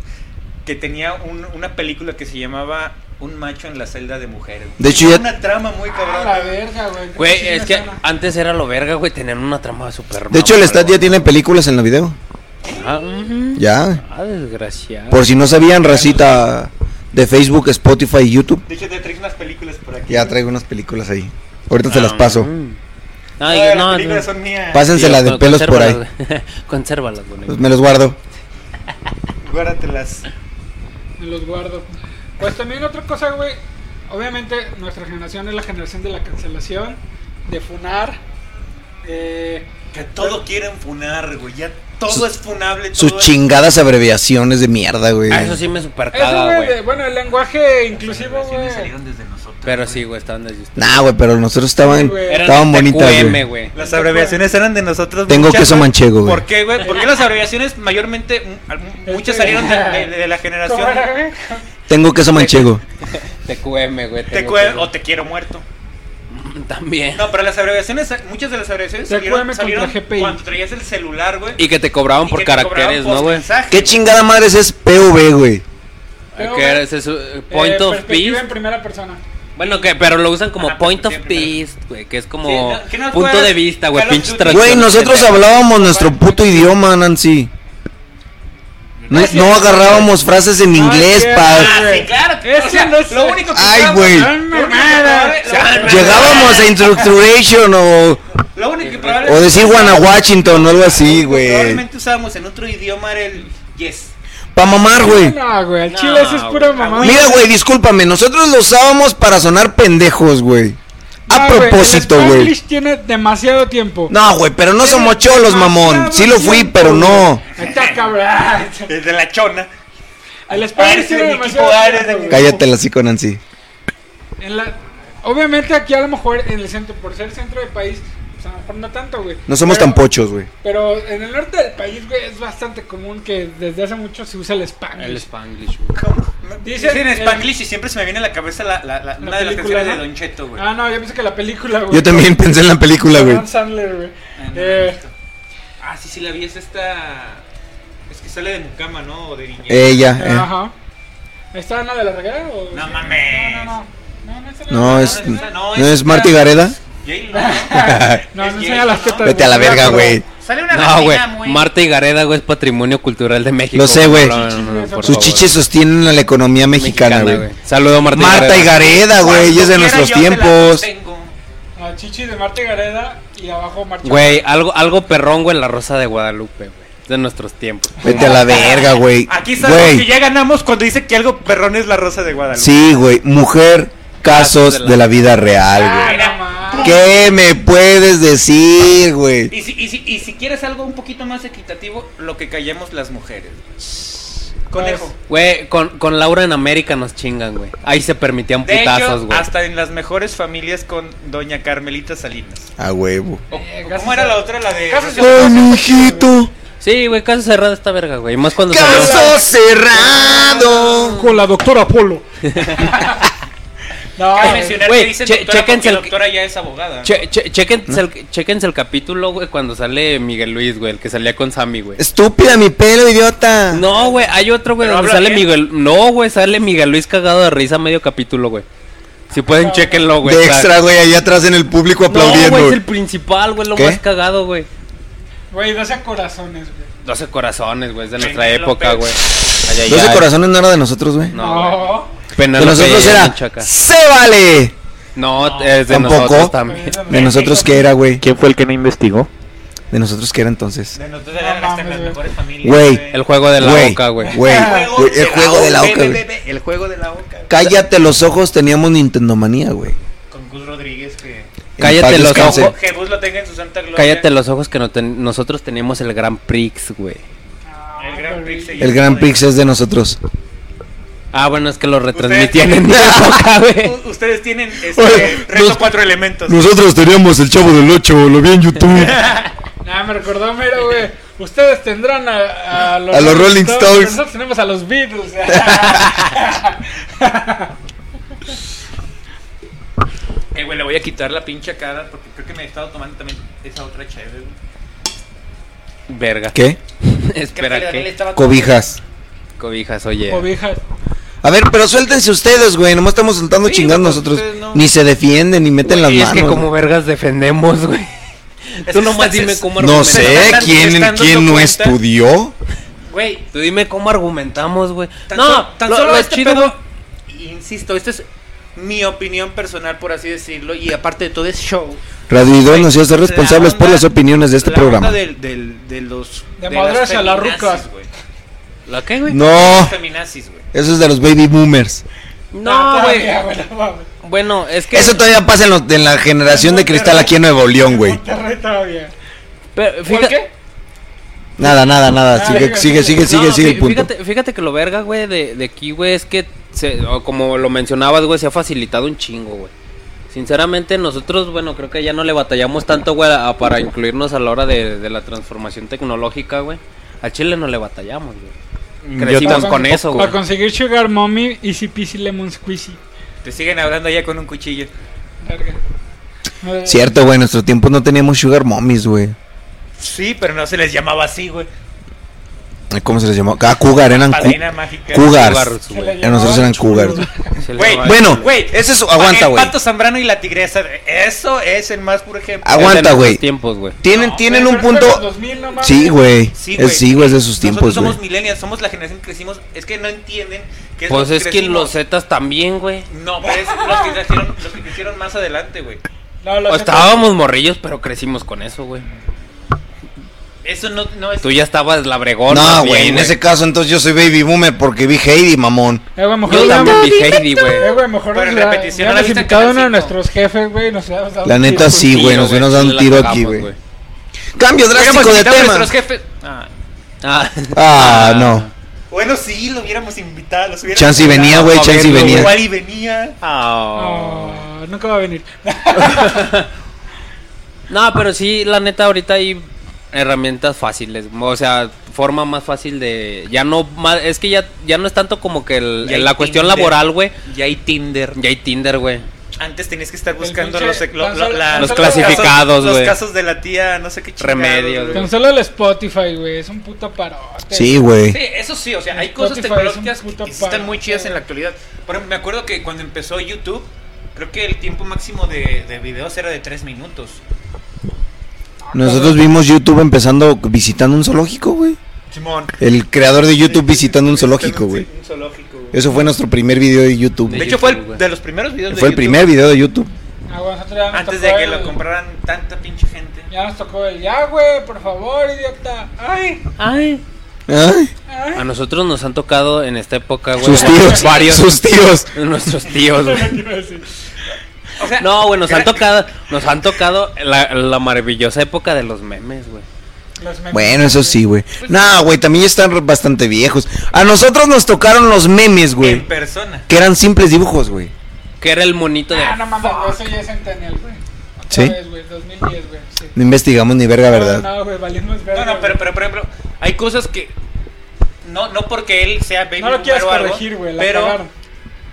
Speaker 5: Que tenía un- una película que se llamaba Un macho en la celda de mujeres. güey.
Speaker 1: De hecho,
Speaker 5: Tenía
Speaker 1: ya-
Speaker 5: una trama muy
Speaker 2: Ah,
Speaker 5: cabrona.
Speaker 2: la
Speaker 5: güey.
Speaker 2: verga, güey.
Speaker 3: Güey,
Speaker 2: Sí,
Speaker 3: es
Speaker 2: me
Speaker 3: que
Speaker 2: suena.
Speaker 3: antes era lo verga, güey, tener una trama súper
Speaker 1: De hecho, el
Speaker 3: mamona,
Speaker 1: Stat ya
Speaker 3: güey.
Speaker 1: tiene películas en la video.
Speaker 3: Ah, ujú.
Speaker 1: Ya.
Speaker 3: Ah, desgraciado.
Speaker 1: Por si no sabían, racita de Facebook, Spotify y YouTube.
Speaker 5: De hecho, te traigo unas películas por aquí.
Speaker 1: Ya
Speaker 5: güey.
Speaker 1: traigo unas películas ahí. Ahorita se las paso.
Speaker 3: Ah,
Speaker 5: Todas
Speaker 3: yo
Speaker 5: las
Speaker 3: no,
Speaker 5: películas
Speaker 3: no.
Speaker 5: son mías.
Speaker 1: Pásensela
Speaker 3: Sí,
Speaker 1: de pelos por ahí.
Speaker 3: consérvalas, güey. Consérvalas, güey.
Speaker 1: Pues me los guardo.
Speaker 5: Guárdatelas.
Speaker 2: Me los guardo. Pues también otra cosa, güey. Obviamente nuestra generación es la generación de la cancelación, de funar. Eh,
Speaker 5: Que todo quieren funar, güey. Ya todo
Speaker 1: Su-
Speaker 5: es funable. Todo
Speaker 1: Sus
Speaker 5: es-
Speaker 1: chingadas abreviaciones de mierda, güey.
Speaker 3: Ah, eso sí me super
Speaker 2: eso,
Speaker 3: caga,
Speaker 2: güey.
Speaker 3: güey.
Speaker 2: de- Bueno, el lenguaje
Speaker 5: Las
Speaker 2: inclusivo, güey.
Speaker 5: generaciones salieron desde nosotros.
Speaker 3: Pero sí, güey, estaban deslistados.
Speaker 1: Nah, güey, pero nosotros estaban,
Speaker 2: Sí, güey.
Speaker 3: Eran
Speaker 1: estaban
Speaker 3: de
Speaker 1: bonitas,
Speaker 3: TQM,
Speaker 1: güey.
Speaker 3: güey.
Speaker 5: Las abreviaciones eran de nosotros.
Speaker 1: Tengo
Speaker 5: muchas,
Speaker 1: queso manchego, güey.
Speaker 5: ¿Por qué, güey? ¿Por qué las abreviaciones mayormente, mm, al- muchas salieron de, de- de la generación
Speaker 1: Tengo queso manchego.
Speaker 3: TQM, güey.
Speaker 5: te
Speaker 3: tengo
Speaker 5: cue-
Speaker 3: que-
Speaker 5: o te quiero muerto?
Speaker 3: También.
Speaker 5: No, pero las abreviaciones, muchas de las abreviaciones
Speaker 2: Te
Speaker 5: salieron,
Speaker 2: cueme
Speaker 5: salieron
Speaker 2: contra GPI.
Speaker 5: cuando traías el celular, güey.
Speaker 3: Y que te cobraban
Speaker 5: y
Speaker 3: por
Speaker 5: que te
Speaker 3: caracteres,
Speaker 5: cobraban por
Speaker 3: ¿no, güey?
Speaker 5: mensaje.
Speaker 1: ¿Qué chingada madre es PV, güey?
Speaker 2: Pero,
Speaker 3: Que era ese su- point
Speaker 2: Eh,
Speaker 3: of
Speaker 2: perspectiva en
Speaker 3: peace.
Speaker 2: primera persona.
Speaker 3: Bueno, que pero lo usan como
Speaker 5: Ajá,
Speaker 3: point of
Speaker 5: Ah, perspectiva en
Speaker 3: peace, güey, que es como
Speaker 5: Sí, no, ¿qué nos
Speaker 3: punto
Speaker 5: puedes-
Speaker 3: de vista, güey,
Speaker 5: Call of
Speaker 3: pinches
Speaker 5: Duty?
Speaker 1: Güey, nosotros
Speaker 3: etcétera.
Speaker 1: hablábamos nuestro puto idioma, Nancy. No, no agarrábamos frases en inglés
Speaker 2: qué
Speaker 1: para...
Speaker 2: mal.
Speaker 5: Ah, sí, claro.
Speaker 2: Ese
Speaker 5: o sea,
Speaker 2: no es-
Speaker 5: lo único que
Speaker 1: Ay,
Speaker 5: usaba-
Speaker 1: güey.
Speaker 5: lo único que usaba-
Speaker 2: Ay,
Speaker 5: lo-
Speaker 1: Llegábamos a Instructuration o,
Speaker 5: Lo único que probablemente.
Speaker 1: o decir Guanawashington o algo así, güey.
Speaker 5: Probablemente usábamos en otro idioma era el yes.
Speaker 1: Pa' mamar, güey.
Speaker 2: No, güey, al
Speaker 3: No,
Speaker 2: chile eso es pura
Speaker 3: güey,
Speaker 2: mamá.
Speaker 1: Mira, güey, discúlpame, nosotros lo usábamos para sonar pendejos, güey. A propósito,
Speaker 2: Ah, El
Speaker 1: güey.
Speaker 2: Spanglish tiene demasiado tiempo.
Speaker 1: No, güey, pero no
Speaker 2: Tiene
Speaker 1: somos cholos,
Speaker 2: demasiado
Speaker 1: mamón. Sí lo fui,
Speaker 2: tiempo,
Speaker 1: pero no.
Speaker 2: güey. Ahí está, cabrón.
Speaker 5: Desde la chona.
Speaker 2: El Spanglish
Speaker 5: Eres de
Speaker 2: tiene
Speaker 5: mi
Speaker 2: demasiado
Speaker 5: equipo, eres de
Speaker 2: tiempo.
Speaker 5: mi-
Speaker 2: güey.
Speaker 1: Cállate la con Nancy.
Speaker 2: En la- Obviamente aquí a lo mejor en el centro, por ser centro del país, pues a lo mejor no tanto, güey.
Speaker 1: No somos
Speaker 2: Pero-
Speaker 1: tan pochos, güey.
Speaker 2: Pero en el norte del país, güey, es bastante común que desde hace mucho se usa el Spanglish.
Speaker 3: El Spanglish, güey.
Speaker 5: Dicen,
Speaker 2: Dicen-
Speaker 5: en Spanglish y siempre se me viene a la cabeza la, la- la- una de las
Speaker 2: película,
Speaker 5: canciones de
Speaker 2: ¿no?
Speaker 5: Don Cheto, güey.
Speaker 2: Ah, no, yo pensé que la película, güey.
Speaker 1: Yo también pensé en la película, güey.
Speaker 2: Adam Sandler, güey.
Speaker 5: Ah, no,
Speaker 2: Eh,
Speaker 5: Ah, sí, sí, la vi, es esta. Es que sale de Mucama, ¿no? O de Viñedo.
Speaker 1: Ella, eh.
Speaker 2: Ajá. ¿Está Ana de la Reguera o...?
Speaker 5: No mames.
Speaker 2: No, no, no. No, no es, Ana de
Speaker 1: No,
Speaker 2: la
Speaker 1: es,
Speaker 2: Reguera.
Speaker 1: no es Marty Gareda.
Speaker 5: Jay, ¿no?
Speaker 2: No, no
Speaker 5: es gay,
Speaker 2: enseña las
Speaker 5: ¿no?
Speaker 2: tetas.
Speaker 1: Vete a la
Speaker 2: güey,
Speaker 1: verga,
Speaker 2: pero-
Speaker 1: güey.
Speaker 5: Sale una
Speaker 3: No, güey.
Speaker 5: latina muy.
Speaker 3: Marta y Gareda, güey, es patrimonio cultural de México.
Speaker 1: Lo sé, güey.
Speaker 3: No, no, no, no, por
Speaker 1: Sus
Speaker 3: favor.
Speaker 1: chiches sostienen a la economía mexicana, güey.
Speaker 3: Saludo Marta,
Speaker 1: Marta y Gareda, güey,
Speaker 5: Cuando
Speaker 1: es de
Speaker 5: quiera
Speaker 1: nuestros
Speaker 5: yo te la
Speaker 1: tiempos.
Speaker 5: sostengo.
Speaker 2: La chichi de Marte Gareda y abajo Marcha.
Speaker 3: Güey, algo, algo perrón, güey, la rosa de Guadalupe, güey. De nuestros tiempos.
Speaker 1: Vete a la verga, güey.
Speaker 5: Aquí sabemos que
Speaker 1: Güey,
Speaker 5: ya ganamos cuando dice que algo perrón es la rosa de Guadalupe.
Speaker 1: sí, güey. Mujer, casos de la vida real,
Speaker 2: Ah,
Speaker 5: Mira.
Speaker 2: no mames.
Speaker 1: güey. ¿Qué me puedes decir, güey?
Speaker 5: Y si, y, si, y si quieres algo un poquito más equitativo, lo que callemos las mujeres. güey. Conejo.
Speaker 3: Pues, Güey, con, con Laura en América nos chingan, güey. Ahí se permitían
Speaker 5: De
Speaker 3: putazos,
Speaker 5: hecho,
Speaker 3: güey.
Speaker 5: hasta en las mejores familias con doña Carmelita Salinas.
Speaker 1: A huevo.
Speaker 5: O-
Speaker 2: Eh,
Speaker 5: o
Speaker 2: gracias
Speaker 5: ¿Cómo
Speaker 2: a-
Speaker 5: era la otra? La de...
Speaker 2: Gracias
Speaker 5: Rosa-
Speaker 1: ¡Ay, mijito!
Speaker 3: Sí, güey, caso cerrado esta verga, güey. Más cuando salió-
Speaker 1: ¡Caso cerrado!
Speaker 2: Con la doctora Polo. no,
Speaker 5: Cabe
Speaker 2: güey.
Speaker 5: mencionar
Speaker 3: Güey,
Speaker 5: que dicen
Speaker 3: che-
Speaker 5: doctora
Speaker 3: chéquense
Speaker 5: porque
Speaker 3: el-
Speaker 5: la doctora ya es abogada. ¿no?
Speaker 3: Che, che- chéquense, el, chéquense el capítulo, güey, cuando sale Miguel Luis, güey, el que salía con Sammy, güey.
Speaker 1: Estúpida mi pelo, idiota.
Speaker 3: No, güey, hay otro, güey,
Speaker 5: ¿Pero
Speaker 3: donde
Speaker 5: habla
Speaker 3: sale
Speaker 5: bien?
Speaker 3: Miguel. No, güey, sale Miguel Luis cagado de risa medio capítulo, güey. Si pueden, chequenlo, güey.
Speaker 1: de
Speaker 3: está-
Speaker 1: extra, güey, ahí atrás en el público
Speaker 3: No,
Speaker 1: aplaudiendo.
Speaker 3: güey, es el principal, güey, lo
Speaker 1: ¿Qué?
Speaker 3: más cagado, güey.
Speaker 2: Güey, dos a corazones, güey.
Speaker 3: 12 corazones, güey, es de nuestra
Speaker 5: Penélope.
Speaker 3: época, güey. Ay, ay,
Speaker 1: 12
Speaker 3: ay.
Speaker 1: corazones no era de nosotros, güey.
Speaker 3: No, güey.
Speaker 2: No.
Speaker 1: De
Speaker 3: Penélope
Speaker 1: nosotros
Speaker 3: y
Speaker 1: era.
Speaker 3: Menchaca.
Speaker 1: ¡Se vale!
Speaker 3: No, es de
Speaker 1: Tampoco.
Speaker 3: nosotros también.
Speaker 1: ¿De nosotros qué era, güey?
Speaker 7: ¿Quién fue el que no investigó?
Speaker 1: ¿De nosotros qué era entonces?
Speaker 5: De nosotros
Speaker 2: No
Speaker 5: eran hasta en las
Speaker 2: mames,
Speaker 5: mejores familias.
Speaker 1: Güey,
Speaker 3: El juego de la
Speaker 1: Güey,
Speaker 3: boca, güey.
Speaker 1: Güey, güey, el juego de la
Speaker 5: ve,
Speaker 1: oca,
Speaker 5: ve, ve,
Speaker 1: güey.
Speaker 5: ve, El juego de la boca.
Speaker 1: Cállate los ojos, teníamos Nintendo manía, güey.
Speaker 5: Con Gus Rodríguez que...
Speaker 1: En
Speaker 3: Cállate
Speaker 1: paz
Speaker 3: los
Speaker 1: descanse.
Speaker 3: ojos.
Speaker 5: Que Gus lo tenga en su santa gloria.
Speaker 3: Cállate los ojos que no ten- nosotros teníamos el Gran Prix, güey.
Speaker 5: El Gran Prix. se
Speaker 1: El Gran Prix es de nosotros.
Speaker 3: Ah, bueno, es que lo retransmitían
Speaker 5: Ustedes-
Speaker 3: en mi época, güey.
Speaker 5: U- Ustedes tienen este,
Speaker 1: Oye,
Speaker 5: reto
Speaker 1: los-
Speaker 5: cuatro elementos.
Speaker 1: Nosotros teníamos el Chavo del 8, lo vi en YouTube.
Speaker 2: Nah, me recordó, mira, güey. Ustedes tendrán a,
Speaker 1: A los Rolling Stones.
Speaker 2: Nosotros tenemos a los Beatles.
Speaker 5: Eh, güey, le voy a quitar la pinche cara porque creo que me he estado tomando también esa otra chévere. güey.
Speaker 3: Verga.
Speaker 1: ¿Qué?
Speaker 3: Espera,
Speaker 5: Creo que le
Speaker 3: ¿qué?
Speaker 5: estaba-
Speaker 1: Cobijas.
Speaker 3: Cobijas, oye.
Speaker 2: Cobijas.
Speaker 1: A ver, pero suéltense ustedes, güey. Nomás estamos soltando
Speaker 5: Sí,
Speaker 1: chingados
Speaker 5: güey,
Speaker 1: nosotros.
Speaker 5: ustedes no.
Speaker 1: Ni se defienden, ni meten
Speaker 3: Güey,
Speaker 1: las
Speaker 3: Es que
Speaker 1: manos.
Speaker 3: como vergas defendemos, güey. Tú
Speaker 5: que
Speaker 3: nomás
Speaker 5: estás-
Speaker 3: dime cómo
Speaker 1: No
Speaker 3: argumentamos.
Speaker 1: sé,
Speaker 5: están-
Speaker 1: ¿quién,
Speaker 5: están dando
Speaker 1: quién no
Speaker 5: cuenta?
Speaker 1: estudió?
Speaker 5: Güey,
Speaker 3: Tú dime cómo argumentamos, güey.
Speaker 5: Tan
Speaker 3: No,
Speaker 5: sol- tan
Speaker 3: lo-
Speaker 5: solo
Speaker 3: lo
Speaker 5: este
Speaker 3: chido,
Speaker 5: pedo-
Speaker 3: güey.
Speaker 5: insisto, esta es mi opinión personal, por así decirlo, y aparte de todo es show.
Speaker 1: Radio Idol nos hizo ser
Speaker 5: La
Speaker 1: responsables por
Speaker 5: onda-
Speaker 1: las opiniones de este
Speaker 5: la
Speaker 1: programa.
Speaker 5: onda del- del- de los...
Speaker 2: De
Speaker 5: las
Speaker 2: madres a las
Speaker 5: feminazis,
Speaker 2: rucas.
Speaker 5: güey.
Speaker 3: ¿La qué, güey?
Speaker 1: No,
Speaker 5: Feminazis, güey.
Speaker 1: eso es de los baby boomers.
Speaker 3: No, güey.
Speaker 2: todavía, no mames.
Speaker 3: Bueno, es que.
Speaker 1: Eso todavía pasa en, los- en la generación de cristal aquí en Nuevo León, güey.
Speaker 2: Monterrey todavía.
Speaker 3: Pero,
Speaker 2: ¿Por
Speaker 3: fíjate-
Speaker 2: qué?
Speaker 1: Nada, nada, nada. Sigue, sigue, sigue, sigue,
Speaker 3: No,
Speaker 1: sigue el
Speaker 3: fí-
Speaker 1: punto.
Speaker 3: Fíjate, fíjate que lo verga, güey, de, de aquí, güey, es que, se- o como lo mencionabas, güey, se ha facilitado un chingo, güey. Sinceramente, nosotros, bueno, creo que ya no le batallamos tanto, güey, a- para incluirnos a la hora de, de la transformación tecnológica, güey. A Chile no le batallamos, güey.
Speaker 1: Yo
Speaker 3: Crecimos
Speaker 1: tampoco.
Speaker 3: con eso, güey.
Speaker 2: Para conseguir Sugar Mommy, Easy Peasy Lemon Squeezy.
Speaker 5: Te siguen hablando allá con un cuchillo.
Speaker 2: Verga. Eh,
Speaker 1: Cierto, güey, en nuestro tiempo no teníamos sugar mommies, güey.
Speaker 5: Sí, pero no se les llamaba así, güey.
Speaker 1: ¿Cómo se les llamó? Ah, cougar, eran cu-
Speaker 5: Padrina mágica.
Speaker 1: cougars.
Speaker 3: Cougars,
Speaker 2: se la
Speaker 1: Eh, Nosotros eran cougars. güey.
Speaker 3: Se le
Speaker 5: Güey,
Speaker 3: va-
Speaker 1: Bueno,
Speaker 5: Güey,
Speaker 1: ese es-
Speaker 5: pa-
Speaker 1: aguanta,
Speaker 5: el
Speaker 1: güey.
Speaker 5: Pato Zambrano y la tigresa. Eso es el más puro ejemplo.
Speaker 3: es de
Speaker 1: Aguanta,
Speaker 3: nuestros
Speaker 1: güey.
Speaker 3: tiempos, güey.
Speaker 1: Tienen,
Speaker 5: No,
Speaker 1: tienen
Speaker 2: pero
Speaker 1: un
Speaker 2: es de los
Speaker 1: punto.
Speaker 2: 2000, no mames.
Speaker 1: Sí, güey. Es- Sí, güey, es de sus
Speaker 5: Nosotros
Speaker 1: tiempos,
Speaker 5: somos
Speaker 1: güey.
Speaker 5: millennials, somos la generación que crecimos. Es que no entienden que es
Speaker 3: Pues
Speaker 5: lo
Speaker 3: es que
Speaker 5: crecimos.
Speaker 3: los Zetas también, güey.
Speaker 5: No, pero es los que crecieron, los que crecieron más adelante, güey.
Speaker 2: no, lo
Speaker 3: O
Speaker 2: sé.
Speaker 3: estábamos morrillos, pero crecimos con eso, güey.
Speaker 5: Eso no, no es.
Speaker 3: Tú ya estabas labregón.
Speaker 1: No,
Speaker 3: más bien,
Speaker 1: güey, en ese caso entonces yo soy baby boomer porque vi Heidi, mamón.
Speaker 2: Eh, güey, mejor
Speaker 3: Yo
Speaker 2: hubiéramos-
Speaker 3: también vi Heidi, güey.
Speaker 2: Eh, güey, mejor
Speaker 5: Pero
Speaker 2: nos
Speaker 5: en
Speaker 2: hubiera-
Speaker 5: repetición
Speaker 2: hubiéramos
Speaker 5: no la viste
Speaker 2: invitado a uno de
Speaker 5: Canal cinco.
Speaker 2: nuestros jefes, güey. nos hubiéramos dado
Speaker 1: La
Speaker 2: un
Speaker 1: neta,
Speaker 2: tiro.
Speaker 1: sí, güey, nos
Speaker 3: Sí,
Speaker 1: hubieran dado un
Speaker 3: la
Speaker 1: tiro
Speaker 3: cagamos,
Speaker 1: aquí, güey. Cambio
Speaker 3: pues,
Speaker 5: Hubiéramos
Speaker 1: drástico de
Speaker 5: invitado a
Speaker 1: tema.
Speaker 5: nuestros jefes. Ah.
Speaker 3: Ah,
Speaker 1: Ah, no.
Speaker 5: Bueno, sí, lo hubiéramos invitado. Los hubiéramos
Speaker 1: Chance y venía,
Speaker 5: invitado.
Speaker 1: güey,
Speaker 3: a
Speaker 1: chance y
Speaker 3: verlo,
Speaker 1: venía.
Speaker 5: Igual y venía.
Speaker 3: Ah.
Speaker 2: No, nunca va a venir.
Speaker 3: No, pero sí, la neta, ahorita hay herramientas fáciles. O sea, forma más fácil de. Ya no. ma- Es que ya, ya no es tanto como que el-
Speaker 5: Ya hay
Speaker 3: la cuestión
Speaker 5: Tinder.
Speaker 3: laboral, güey.
Speaker 5: Ya hay Tinder.
Speaker 3: Ya hay Tinder, güey.
Speaker 5: Antes tenías que estar buscando
Speaker 2: pinche-
Speaker 5: los, lo-
Speaker 2: tan
Speaker 5: lo-
Speaker 2: solo-
Speaker 5: la-
Speaker 2: tan
Speaker 3: Los
Speaker 2: solo-
Speaker 3: clasificados,
Speaker 5: Los
Speaker 3: güey.
Speaker 5: casos de la tía, no sé qué chingados,
Speaker 3: Remedios,
Speaker 5: güey.
Speaker 3: güey.
Speaker 2: Tan solo el Spotify, güey. Es un puto parote.
Speaker 1: Sí, güey.
Speaker 5: Sí, eso sí, o sea, hay
Speaker 2: Spotify
Speaker 5: cosas tecnológicas
Speaker 2: es un puto
Speaker 5: que sí están
Speaker 2: pan,
Speaker 5: muy chidas
Speaker 2: güey.
Speaker 5: en la actualidad. Por ejemplo, me acuerdo que cuando empezó YouTube, creo que el tiempo máximo de, de videos era de 3 minutos.
Speaker 1: Nosotros vimos YouTube empezando visitando un zoológico, güey.
Speaker 5: Simón.
Speaker 1: El creador de YouTube visitando un zoológico, güey.
Speaker 5: Un zoológico, güey.
Speaker 1: Eso fue nuestro primer video de YouTube.
Speaker 5: De
Speaker 1: güey.
Speaker 5: hecho, fue
Speaker 3: YouTube, güey.
Speaker 5: el, de los primeros videos de
Speaker 1: Fue el
Speaker 5: YouTube.
Speaker 1: primer video de YouTube.
Speaker 2: Ah, güey, nosotros ya nos
Speaker 5: Antes
Speaker 2: tocó
Speaker 5: de que
Speaker 2: el-
Speaker 5: lo compraran tanta pinche gente.
Speaker 2: Ya nos tocó el ya, güey, por favor, idiota. Ay,
Speaker 3: Ay.
Speaker 1: Ay,
Speaker 3: A nosotros nos han tocado en esta época, güey.
Speaker 1: sus tíos.
Speaker 3: Varios.
Speaker 1: Sus tíos.
Speaker 3: Nuestros tíos, güey.
Speaker 5: O sea,
Speaker 3: No, güey, nos han
Speaker 5: era-
Speaker 3: tocado, nos han tocado la, la maravillosa época de los memes, güey.
Speaker 2: los memes.
Speaker 1: Bueno, eso sí, güey. Nah, güey, también ya están bastante viejos. A nosotros nos tocaron los memes, güey.
Speaker 5: En persona.
Speaker 1: Que eran simples dibujos, güey.
Speaker 3: Que era el monito de.
Speaker 2: Ah, no mames, güey, eso ya es centennial, güey. Otra
Speaker 1: ¿Sí?
Speaker 2: vez, güey, 2010, güey. Sí.
Speaker 1: No investigamos ni verga, ¿verdad?
Speaker 2: No, no, güey, valimos verga.
Speaker 5: No, no, pero,
Speaker 2: güey.
Speaker 5: pero por ejemplo, hay cosas que. No, no porque él sea baby
Speaker 2: No lo
Speaker 5: boomer
Speaker 2: quieras
Speaker 5: o algo,
Speaker 2: corregir, güey, la
Speaker 5: Pero
Speaker 2: cagaron.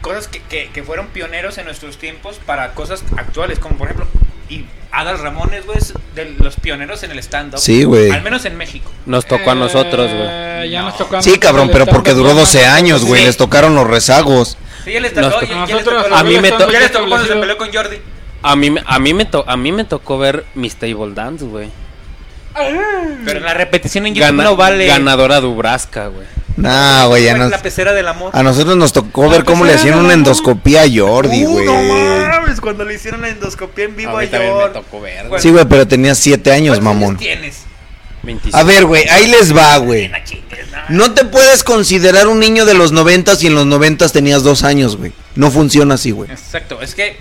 Speaker 5: cosas que, que, que fueron pioneros en nuestros tiempos para cosas actuales, como por ejemplo, y Adal Ramones, güey, es de los pioneros en el stand-up.
Speaker 1: Sí, güey.
Speaker 5: Al menos en México.
Speaker 3: Nos tocó a nosotros,
Speaker 2: Eh,
Speaker 3: güey.
Speaker 2: Ya nos tocó a
Speaker 1: Sí, cabrón, pero porque duró 12 años, güey.
Speaker 5: Sí.
Speaker 1: Les tocaron los rezagos.
Speaker 5: Sí, ya les
Speaker 3: Nos
Speaker 5: tocó.
Speaker 3: tocó.
Speaker 5: ya- ya les
Speaker 2: Nosotros-
Speaker 5: tocó
Speaker 3: a mí me
Speaker 5: cuando-
Speaker 3: to-
Speaker 5: Ya les tocó cuando se
Speaker 2: establecido.
Speaker 5: peleó con Jordi.
Speaker 3: A mí, a mí me to- a mí me tocó ver Miss Table Dance, güey.
Speaker 5: Pero en la repetición en YouTube
Speaker 3: Gana-
Speaker 5: no vale.
Speaker 3: Ganadora Dubraska, güey.
Speaker 1: Nah, güey, ya
Speaker 5: Fue
Speaker 1: nos-
Speaker 5: Pues, La pecera del amor.
Speaker 1: a nosotros nos tocó ver cómo le hacían una endoscopía a Jordi,
Speaker 5: Uh,
Speaker 1: güey.
Speaker 5: no mames, cuando le hicieron la endoscopía en vivo a, Jordi.
Speaker 3: ver,
Speaker 5: güey.
Speaker 1: Sí, güey, pero tenía 7 años,
Speaker 5: ¿Cuántos
Speaker 1: mamón.
Speaker 5: años tienes?
Speaker 3: 25.
Speaker 1: A ver, güey, ahí les va, güey.
Speaker 5: No chingues, no.
Speaker 1: No te puedes considerar un niño de los noventas y en los noventas tenías dos años, güey. No funciona así, güey.
Speaker 5: Exacto, es que.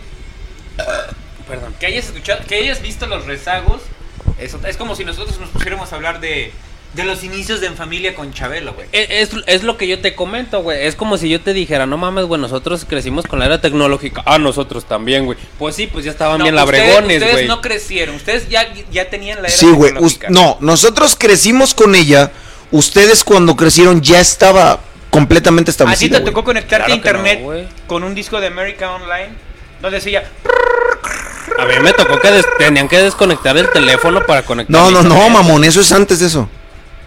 Speaker 5: Perdón. Que hayas escuchado, que hayas visto los rezagos. Es, es como si nosotros nos pusiéramos a hablar de, de los inicios de En Familia con Chabelo, güey.
Speaker 3: E, Es, es- es lo que yo te comento, güey. Es como si yo te dijera, no mames, güey, nosotros crecimos con la era tecnológica. Ah, nosotros también, güey. Pues sí, pues ya estaban bien
Speaker 5: ustedes-
Speaker 3: labregones,
Speaker 5: Ustedes
Speaker 3: güey.
Speaker 5: no crecieron, ustedes ya, ya tenían la era
Speaker 1: Sí, güey. us-
Speaker 5: tecnológica.
Speaker 1: No, nosotros crecimos con ella. Ustedes cuando crecieron ya estaba completamente
Speaker 5: A ti
Speaker 1: establecida.
Speaker 5: te
Speaker 1: güey.
Speaker 5: tocó conectarte a
Speaker 3: Claro que no,
Speaker 5: internet
Speaker 3: güey.
Speaker 5: con un disco de America Online donde decía.
Speaker 3: A mí me tocó que des- tenían que desconectar el teléfono para conectar.
Speaker 1: No, no, no,
Speaker 3: internet.
Speaker 1: mamón, eso es antes de eso.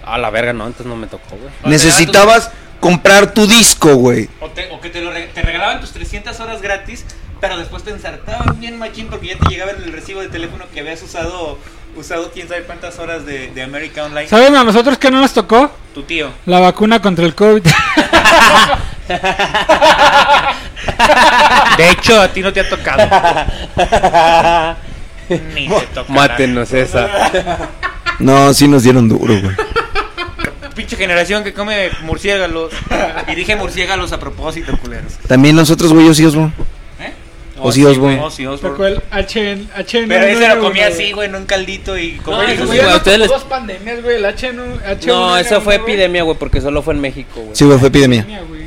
Speaker 3: A la verga, no, antes no me tocó, güey.
Speaker 5: O
Speaker 1: Necesitabas comprar tu disco, güey.
Speaker 5: O, te- o que te, lo re- te regalaban tus 300 horas gratis, pero después te ensartaban bien machín porque ya te llegaba en el recibo de teléfono que habías usado, usado quién sabe cuántas horas de, de America Online.
Speaker 2: ¿Saben a nosotros qué no nos tocó?
Speaker 5: Tu tío.
Speaker 2: La vacuna contra el COVID.
Speaker 5: De hecho, a ti no te ha tocado. Ni te tocará.
Speaker 3: Mátenos esa.
Speaker 1: No, sí nos dieron duro, güey.
Speaker 5: Pinche generación que come murciélagos. Y dije murciélagos a propósito, culeros.
Speaker 1: También nosotros, güey, sí, Osborne.
Speaker 5: ¿Eh?
Speaker 1: O
Speaker 5: sí,
Speaker 1: si Osborne.
Speaker 5: güey, Ozzy Osbourne.
Speaker 2: Sacó el HN, HN.
Speaker 5: Pero ese lo comía así, güey, en un caldito y
Speaker 2: No,
Speaker 5: como
Speaker 3: Oye,
Speaker 2: ese
Speaker 3: güey,
Speaker 2: güey
Speaker 3: a
Speaker 2: nos
Speaker 3: ustedes
Speaker 2: tocó
Speaker 3: les-
Speaker 2: dos pandemias, güey. El H1, H1N1.
Speaker 3: No, esa fue
Speaker 2: güey.
Speaker 3: epidemia, güey, porque solo fue en México, güey.
Speaker 1: Sí, güey, fue epidemia.
Speaker 2: Pandemia, güey.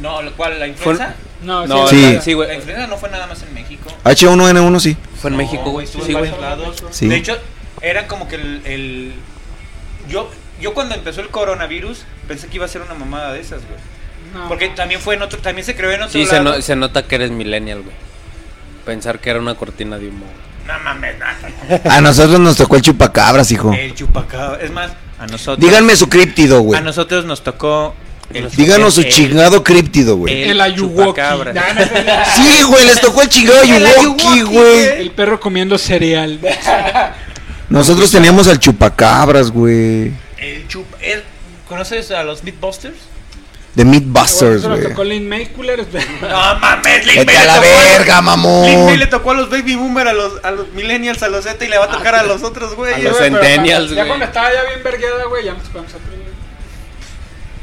Speaker 5: No, lo cual la influenza.
Speaker 2: No,
Speaker 3: No,
Speaker 1: Sí.
Speaker 3: sí, sí,
Speaker 5: La
Speaker 3: güey.
Speaker 5: influenza no fue nada más en México.
Speaker 1: H1N1, sí.
Speaker 3: Fue en
Speaker 5: No,
Speaker 3: México, güey.
Speaker 5: Estuvo
Speaker 3: Sí,
Speaker 5: en
Speaker 3: güey.
Speaker 5: varios lados.
Speaker 1: Sí.
Speaker 5: De hecho, era como que el. el- yo, yo cuando empezó el coronavirus pensé que iba a ser una mamada de esas, güey.
Speaker 2: No.
Speaker 5: Porque también fue en otro, también se creó en otro
Speaker 3: Sí, se,
Speaker 5: lado.
Speaker 3: no- se nota que eres millennial, güey. Pensar que era una cortina de humo. güey.
Speaker 5: No mames, nada.
Speaker 1: A nosotros nos tocó el chupacabras, hijo.
Speaker 5: El chupacabra. Es más, a nosotros.
Speaker 1: Díganme su críptido,
Speaker 5: A
Speaker 1: güey.
Speaker 5: nosotros nos tocó. el-
Speaker 1: Díganos su
Speaker 5: el-
Speaker 1: chingado críptido, güey.
Speaker 2: El ayuwoki.
Speaker 5: chupacabra.
Speaker 2: Nah, no es el-
Speaker 1: Sí, güey, les tocó el chingado Yuwoki, güey.
Speaker 2: El perro comiendo cereal.
Speaker 1: Nosotros teníamos al chupacabras, güey.
Speaker 5: El chup- el- ¿Conoces a los Meatbusters?
Speaker 1: De Meatbusters,
Speaker 2: Nosotros nos
Speaker 1: güey.
Speaker 2: tocó Lin Makeler.
Speaker 5: No mames, Lin
Speaker 1: Vete
Speaker 5: May
Speaker 1: a
Speaker 5: le
Speaker 1: la
Speaker 5: tocó
Speaker 1: verga,
Speaker 5: Lin May le
Speaker 1: mamón.
Speaker 5: tocó a los baby boomer, a los, a los millennials, a los Z y le va a tocar
Speaker 1: Ah,
Speaker 5: a los otros, güey.
Speaker 3: a
Speaker 5: Y
Speaker 3: los
Speaker 5: ahora-
Speaker 3: centennials,
Speaker 2: Ya
Speaker 3: güey.
Speaker 2: cuando estaba ya bien vergueada, güey, ya nos podemos aprender.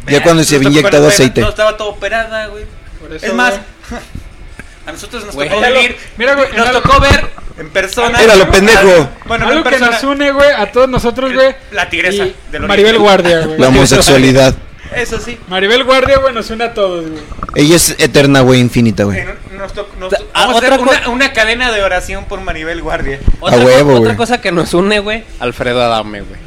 Speaker 1: Ya cuando se había
Speaker 5: Nos tocó
Speaker 1: inyectado
Speaker 5: cuando
Speaker 1: aceite.
Speaker 5: No estaba todo operada, güey.
Speaker 2: Por Pues eso,
Speaker 5: Es más,
Speaker 2: güey.
Speaker 5: a nosotros nos
Speaker 3: Güey.
Speaker 5: tocó
Speaker 3: Míralo,
Speaker 5: vivir.
Speaker 2: mira, güey,
Speaker 5: Nos
Speaker 2: míralo.
Speaker 5: tocó ver en persona.
Speaker 1: Míralo, pendejo.
Speaker 5: Bueno, no en
Speaker 2: algo que
Speaker 5: persona.
Speaker 2: nos une, güey, a todos nosotros, güey.
Speaker 5: La tigresa
Speaker 2: y
Speaker 5: del oriente.
Speaker 2: Maribel Guardia, güey.
Speaker 1: La homosexualidad.
Speaker 5: Eso sí.
Speaker 2: Maribel Guardia, güey, nos une a todos, güey.
Speaker 1: Ella es eterna, güey, infinita, güey.
Speaker 2: Ah,
Speaker 5: En un- nos tocó- nos
Speaker 3: Ta-
Speaker 5: tocó-
Speaker 3: ah,
Speaker 5: vamos a
Speaker 3: otra
Speaker 5: hacer una,
Speaker 3: cosa-
Speaker 5: una cadena de oración por Maribel Guardia.
Speaker 3: Otra, co-
Speaker 1: huevo,
Speaker 3: otra
Speaker 1: güey.
Speaker 3: cosa que nos une, güey, Alfredo Adame, güey.